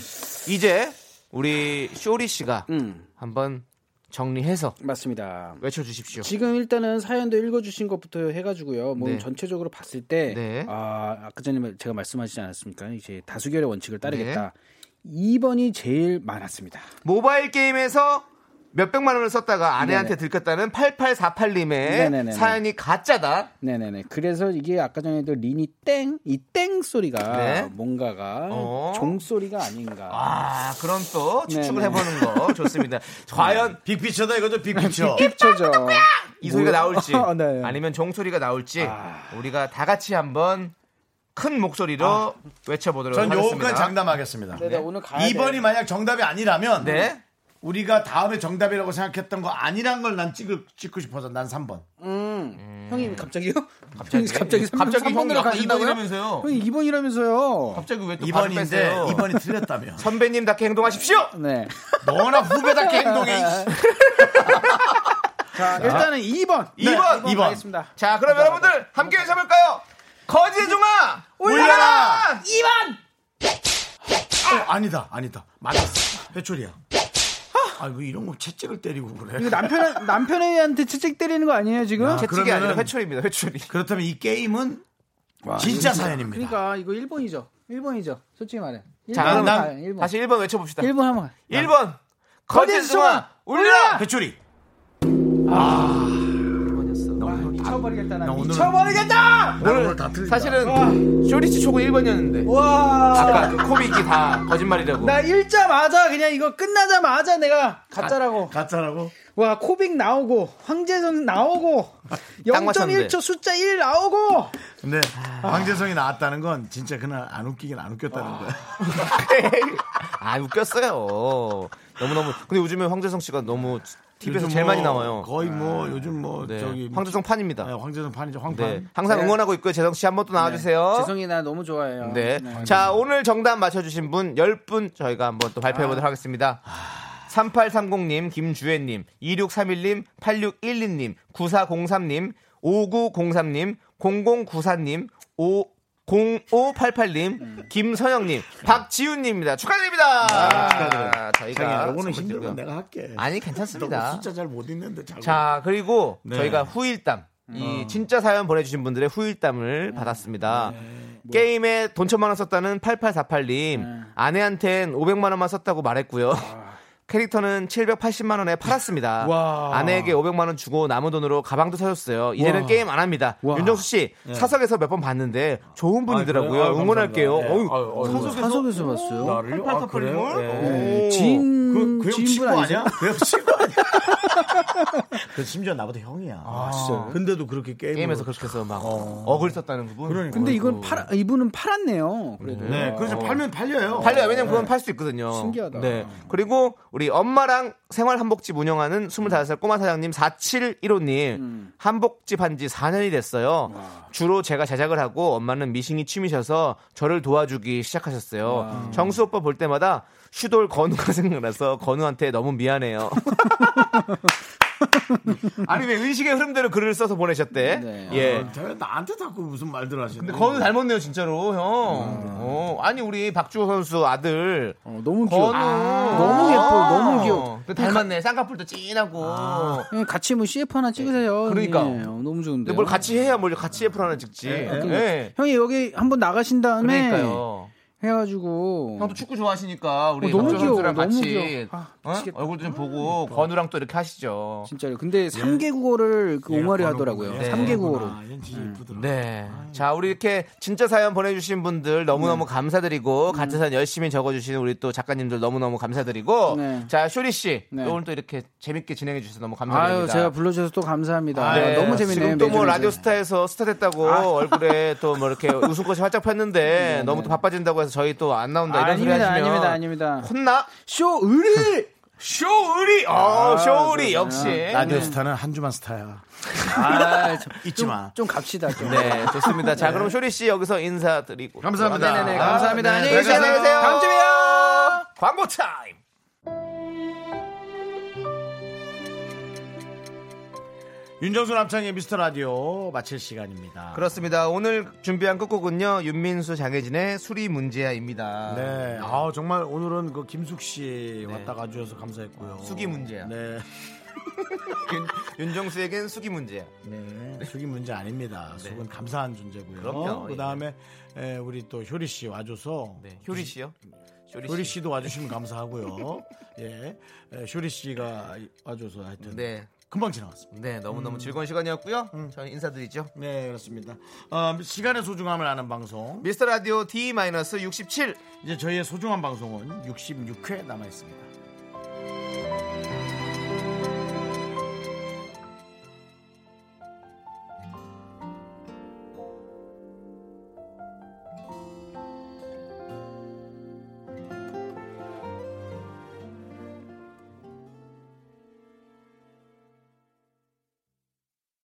[SPEAKER 5] 이제 우리 쇼리 씨가
[SPEAKER 9] 음,
[SPEAKER 5] 한번 정리해서
[SPEAKER 9] 맞습니다.
[SPEAKER 5] 외쳐주십시오.
[SPEAKER 9] 지금 일단은 사연도 읽어주신 것부터 해가지고요. 뭐
[SPEAKER 5] 네.
[SPEAKER 9] 전체적으로 봤을 때,
[SPEAKER 5] 네.
[SPEAKER 9] 아, 아까 전에 제가 말씀하시지 않았습니까? 이제 다수결의 원칙을
[SPEAKER 5] 네.
[SPEAKER 9] 따르겠다. 2번이 제일 많았습니다.
[SPEAKER 5] 모바일 게임에서 몇 백만 원을 썼다가 아내한테 들켰다는 8848님의
[SPEAKER 9] 네네네네.
[SPEAKER 5] 사연이 가짜다.
[SPEAKER 9] 네네네. 그래서 이게 아까 전에도 린이 땡, 이 땡 소리가
[SPEAKER 5] 네.
[SPEAKER 9] 뭔가가
[SPEAKER 5] 어.
[SPEAKER 9] 종 소리가 아닌가.
[SPEAKER 5] 아, 그런 또 추측을
[SPEAKER 9] 네네. 네.
[SPEAKER 5] 해보는 거 좋습니다. 과연
[SPEAKER 1] 빅피처다 이거죠, 빅피처.
[SPEAKER 9] 죠
[SPEAKER 5] 이 소리가 나올지
[SPEAKER 9] 어, 네. 아.
[SPEAKER 5] 아니면 종소리가 나올지 우리가 다 같이 한번 큰 목소리로
[SPEAKER 9] 아.
[SPEAKER 5] 외쳐보도록
[SPEAKER 1] 전
[SPEAKER 5] 하겠습니다.
[SPEAKER 1] 요건 장담하겠습니다.
[SPEAKER 9] 네, 네, 오늘 가야
[SPEAKER 1] 2번이
[SPEAKER 9] 돼.
[SPEAKER 1] 만약 정답이 아니라면
[SPEAKER 5] 네.
[SPEAKER 1] 우리가 다음에 정답이라고 생각했던 거 아니란 걸 난 찍을 찍고 싶어서 난 3번.
[SPEAKER 9] 형님 갑자기요? 음. 갑자기 갑자기
[SPEAKER 5] 갑자기 형이
[SPEAKER 9] 번으로
[SPEAKER 5] 아까
[SPEAKER 9] 가신다고요?
[SPEAKER 5] 이번이라면서요?
[SPEAKER 9] 형님 2번이라면서요.
[SPEAKER 5] 갑자기 왜또
[SPEAKER 1] 2번인데 2번이 틀렸다며.
[SPEAKER 5] 선배님답게 행동하십시오.
[SPEAKER 9] 네.
[SPEAKER 1] 너나 후배답게 행동해. 이씨.
[SPEAKER 9] 자, 일단은 2번.
[SPEAKER 1] 네, 2번.
[SPEAKER 9] 가겠습니다.
[SPEAKER 5] 자, 그럼 여러분들 함께 외쳐볼까요? 거지의 종아 울려라!
[SPEAKER 1] 어, 아니다, 아니다. 맞았어. 회초리야. 아, 왜 이런 거 채찍을 때리고 그래?
[SPEAKER 9] 이거 남편 남편한테 채찍 때리는 거 아니에요 지금?
[SPEAKER 1] 아,
[SPEAKER 5] 채찍이 아니라
[SPEAKER 1] 그러면은-
[SPEAKER 5] 회초리입니다. 회초리.
[SPEAKER 1] 그렇다면 이 게임은 진짜 사연입니다.
[SPEAKER 9] 그러니까 이거 1번이죠. 1번이죠. 솔직히 말해.
[SPEAKER 5] 자,
[SPEAKER 9] 1번
[SPEAKER 5] 그럼
[SPEAKER 9] 하면
[SPEAKER 1] 난-
[SPEAKER 9] 가요. 1번.
[SPEAKER 5] 다시 1번 외쳐봅시다.
[SPEAKER 9] 1번 하면 가요.
[SPEAKER 5] 1, 번 거지의 종아 울려라!
[SPEAKER 1] 회초리.
[SPEAKER 5] 아,
[SPEAKER 9] 미쳐버리겠다. 미쳐버리겠다 나
[SPEAKER 5] 나 오늘은-
[SPEAKER 9] 미쳐버리겠다
[SPEAKER 1] 나 오늘 다 틀린다.
[SPEAKER 5] 사실은 쇼리치 초고 1번이었는데
[SPEAKER 9] 와
[SPEAKER 5] 아까 그 코믹이 다 거짓말이라고
[SPEAKER 9] 나 읽자마자 그냥 이거 끝나자마자 내가 가짜라고
[SPEAKER 1] 가짜라고?
[SPEAKER 9] 와 코빅 나오고 황재선 나오고
[SPEAKER 5] 딱 맞췄는데.
[SPEAKER 9] 0.1초 숫자 1 나오고
[SPEAKER 1] 근데
[SPEAKER 5] 아.
[SPEAKER 1] 황재성이 나왔다는 건 진짜 그날 안 웃기긴 안 웃겼다는 거야.
[SPEAKER 5] 아 웃겼어요 너무너무 근데 요즘에 황재성 씨가 너무 TV에서
[SPEAKER 1] 요즘
[SPEAKER 5] 제일
[SPEAKER 1] 뭐
[SPEAKER 5] 많이 나와요
[SPEAKER 1] 거의 뭐 요즘 뭐
[SPEAKER 5] 네.
[SPEAKER 1] 저기
[SPEAKER 5] 황재성
[SPEAKER 1] 네,
[SPEAKER 5] 판입니다
[SPEAKER 1] 황재성 판이죠. 황판.
[SPEAKER 5] 네. 항상 응원하고 있고요 재성 씨 한 번 또 나와주세요
[SPEAKER 9] 재성이 나 너무 좋아해요
[SPEAKER 5] 네. 자, 오늘 정답 맞춰주신 분 10분 저희가 한번 또
[SPEAKER 1] 아.
[SPEAKER 5] 발표해보도록 하겠습니다. 3830님, 김주혜님, 2631님, 8612님, 9403님, 5903님, 0094님, 5
[SPEAKER 1] 음.
[SPEAKER 5] 0588님, 김선영님, 박지훈님입니다. 축하드립니다.
[SPEAKER 1] 아, 축하드려요.
[SPEAKER 5] 저희가
[SPEAKER 1] 자기야, 요거는
[SPEAKER 5] 선물 드리고요.
[SPEAKER 1] 힘들면 내가 할게.
[SPEAKER 5] 아니
[SPEAKER 1] 너
[SPEAKER 5] 괜찮습니다.
[SPEAKER 1] 숫자 잘 못 읽는데 잘.
[SPEAKER 5] 자, 그리고
[SPEAKER 1] 네. 어.
[SPEAKER 5] 저희가 후일담. 이 진짜 사연 보내주신 분들의 후일담을
[SPEAKER 1] 네.
[SPEAKER 5] 받았습니다.
[SPEAKER 1] 뭐.
[SPEAKER 5] 게임에 돈 천만 원 썼다는 8848님
[SPEAKER 1] 네.
[SPEAKER 5] 아내한텐 500만 원만 썼다고 말했고요. 캐릭터는 780만 원에 팔았습니다.
[SPEAKER 9] 와.
[SPEAKER 5] 아내에게 500만 원 주고 남은 돈으로 가방도 사줬어요. 이제는 게임 안 합니다. 윤정수 씨 사석에서 몇 번 봤는데 좋은 분이더라고요.
[SPEAKER 1] 네. 아, 그래요? 아,
[SPEAKER 5] 응원할게요.
[SPEAKER 1] 감사합니다. 예.
[SPEAKER 5] 어휴,
[SPEAKER 1] 아유, 아유.
[SPEAKER 5] 사석에서
[SPEAKER 9] 사석에서 봤어요
[SPEAKER 1] 나를요? 아, 그래요?
[SPEAKER 5] 오.
[SPEAKER 9] 지인
[SPEAKER 5] 음,
[SPEAKER 1] 그형 친구
[SPEAKER 9] 지인분
[SPEAKER 1] 아니야?
[SPEAKER 9] 아니세요?
[SPEAKER 1] 그형 친구 아니야? 그 심지어 나보다 형이야. 아, 진짜요? 근데도 그렇게 게임을
[SPEAKER 5] 게임에서 그렇게 해서 막 어. 글을 썼다는 부분.
[SPEAKER 1] 그러니까.
[SPEAKER 9] 근데 이건 음. 팔 이분은 팔았네요 그래도
[SPEAKER 1] 네, 그래서
[SPEAKER 5] 어.
[SPEAKER 1] 팔면 팔려요.
[SPEAKER 5] 팔려요. 왜냐면 그건 팔 수 있거든요.
[SPEAKER 9] 어. 네. 신기하다.
[SPEAKER 5] 네. 그리고 우리 엄마랑 생활 한복집 운영하는 25살 꼬마 사장님 4715님
[SPEAKER 9] 음.
[SPEAKER 5] 한복집 한 지 4년이 됐어요. 주로 제가 제작을 하고 엄마는 미싱이 취미셔서 저를 도와주기 시작하셨어요. 정수 오빠 볼 때마다 슈돌 건우가 생각나서 건우한테 너무 미안해요. 아니 왜 의식의 흐름대로 글을 써서 보내셨대?
[SPEAKER 9] 네.
[SPEAKER 5] 예.
[SPEAKER 1] 쟤 나한테 자꾸 무슨 말들 하시는
[SPEAKER 5] 근데 건우 닮았네요 진짜로 형.
[SPEAKER 9] 음.
[SPEAKER 5] 어, 아니 우리 박주호 선수 아들
[SPEAKER 9] 어, 너무 귀여워
[SPEAKER 5] 건우
[SPEAKER 9] 너무 예뻐 너무 귀여워
[SPEAKER 5] 근데 아. 그 닮았네 쌍꺼풀도 진하고
[SPEAKER 9] 예, 같이 뭐 CF 하나 찍으세요.
[SPEAKER 5] 그러니까.
[SPEAKER 9] 형님. 어, 너무 좋은데.
[SPEAKER 5] 아. 근데 뭘 같이 해야 뭘 같이 애플 하나 찍지 예.
[SPEAKER 9] 형이 여기 한번 나가신 다음에
[SPEAKER 5] 그러니까요
[SPEAKER 9] 해가지고
[SPEAKER 5] 형도 네. 축구 좋아하시니까 우리
[SPEAKER 9] 어, 너무
[SPEAKER 5] 박주호
[SPEAKER 9] 귀여워,
[SPEAKER 5] 선수랑
[SPEAKER 9] 너무
[SPEAKER 5] 같이
[SPEAKER 9] 귀여워. 아,
[SPEAKER 5] 어?
[SPEAKER 9] 미치겠다.
[SPEAKER 5] 얼굴도 좀 보고 건우랑 음. 또 이렇게 하시죠
[SPEAKER 9] 진짜로. 근데 삼개국어를그 옹알이 하더라고요.
[SPEAKER 5] 네.
[SPEAKER 9] 삼개국어로
[SPEAKER 1] 진짜 예쁘더라.
[SPEAKER 5] 네. 자, 우리 이렇게 진짜 사연 보내주신 분들 너무너무 감사드리고, 가짜 사연 열심히 적어주신 우리 또 작가님들 너무너무 감사드리고,
[SPEAKER 9] 네.
[SPEAKER 5] 자, 쇼리씨,
[SPEAKER 9] 네.
[SPEAKER 5] 오늘 또 이렇게 재밌게 진행해주셔서 너무 감사드립니다.
[SPEAKER 9] 아유, 제가 불러주셔서 또 감사합니다.
[SPEAKER 5] 네, 아.
[SPEAKER 9] 너무 재밌네요.
[SPEAKER 5] 지금 또뭐
[SPEAKER 9] 매주 매주.
[SPEAKER 5] 라디오스타에서 스타 됐다고 얼굴에 또 뭐 이렇게 웃음꽃이 활짝 폈는데 너무 또 바빠진다고 해서 저희 또 안 나온다 이런 소리
[SPEAKER 9] 아닙니다,
[SPEAKER 5] 하시면
[SPEAKER 9] 아닙니다, 아닙니다.
[SPEAKER 5] 혼나?
[SPEAKER 9] 쇼 의리!
[SPEAKER 5] 쇼우리, 어,
[SPEAKER 9] 아,
[SPEAKER 5] 쇼우리
[SPEAKER 9] 그러네요.
[SPEAKER 5] 역시.
[SPEAKER 1] 라디오 스타는 한 주만 스타야.
[SPEAKER 9] 아, 좀,
[SPEAKER 1] 잊지 마.
[SPEAKER 9] 좀 갑시다. 좀.
[SPEAKER 5] 네, 좋습니다. 자, 그럼 쇼리 씨 여기서 인사드리고.
[SPEAKER 1] 감사합니다.
[SPEAKER 5] 네네네,
[SPEAKER 1] 아,
[SPEAKER 5] 감사합니다.
[SPEAKER 1] 네,
[SPEAKER 5] 안녕히 계세요.
[SPEAKER 1] 안녕히 계세요.
[SPEAKER 5] 다음 주에 봬요. 광고 타임.
[SPEAKER 1] 윤정수 남창의 미스터 라디오 마칠 시간입니다.
[SPEAKER 5] 그렇습니다. 오늘 준비한 끝곡은요. 윤민수 장혜진의 술이 문제야입니다.
[SPEAKER 1] 네. 아 정말 오늘은 그 김숙 씨 왔다 가주셔서 감사했고요.
[SPEAKER 5] 숙이 문제야.
[SPEAKER 1] 네.
[SPEAKER 5] 윤, 정수에겐 숙이 문제야.
[SPEAKER 1] 네. 숙이 문제 아닙니다. 숙은 감사한 존재고요.
[SPEAKER 5] 그럼요.
[SPEAKER 1] 네. 그다음에 에, 우리 또 효리 씨 와줘서
[SPEAKER 5] 네. 효리 씨요? 쇼리,
[SPEAKER 1] 효리 씨도 와주시면 감사하고요. 예, 에, 효리 씨가 와줘서 하여튼
[SPEAKER 5] 네.
[SPEAKER 1] 금방 지나갔습니다.
[SPEAKER 5] 네, 너무너무 즐거운 시간이었고요. 저희 인사드리죠.
[SPEAKER 1] 네, 그렇습니다. 어, 시간의 소중함을 아는 방송.
[SPEAKER 5] 미스터 라디오 D-67
[SPEAKER 1] 이제 저희의 소중한 방송은 66회 남아 있습니다.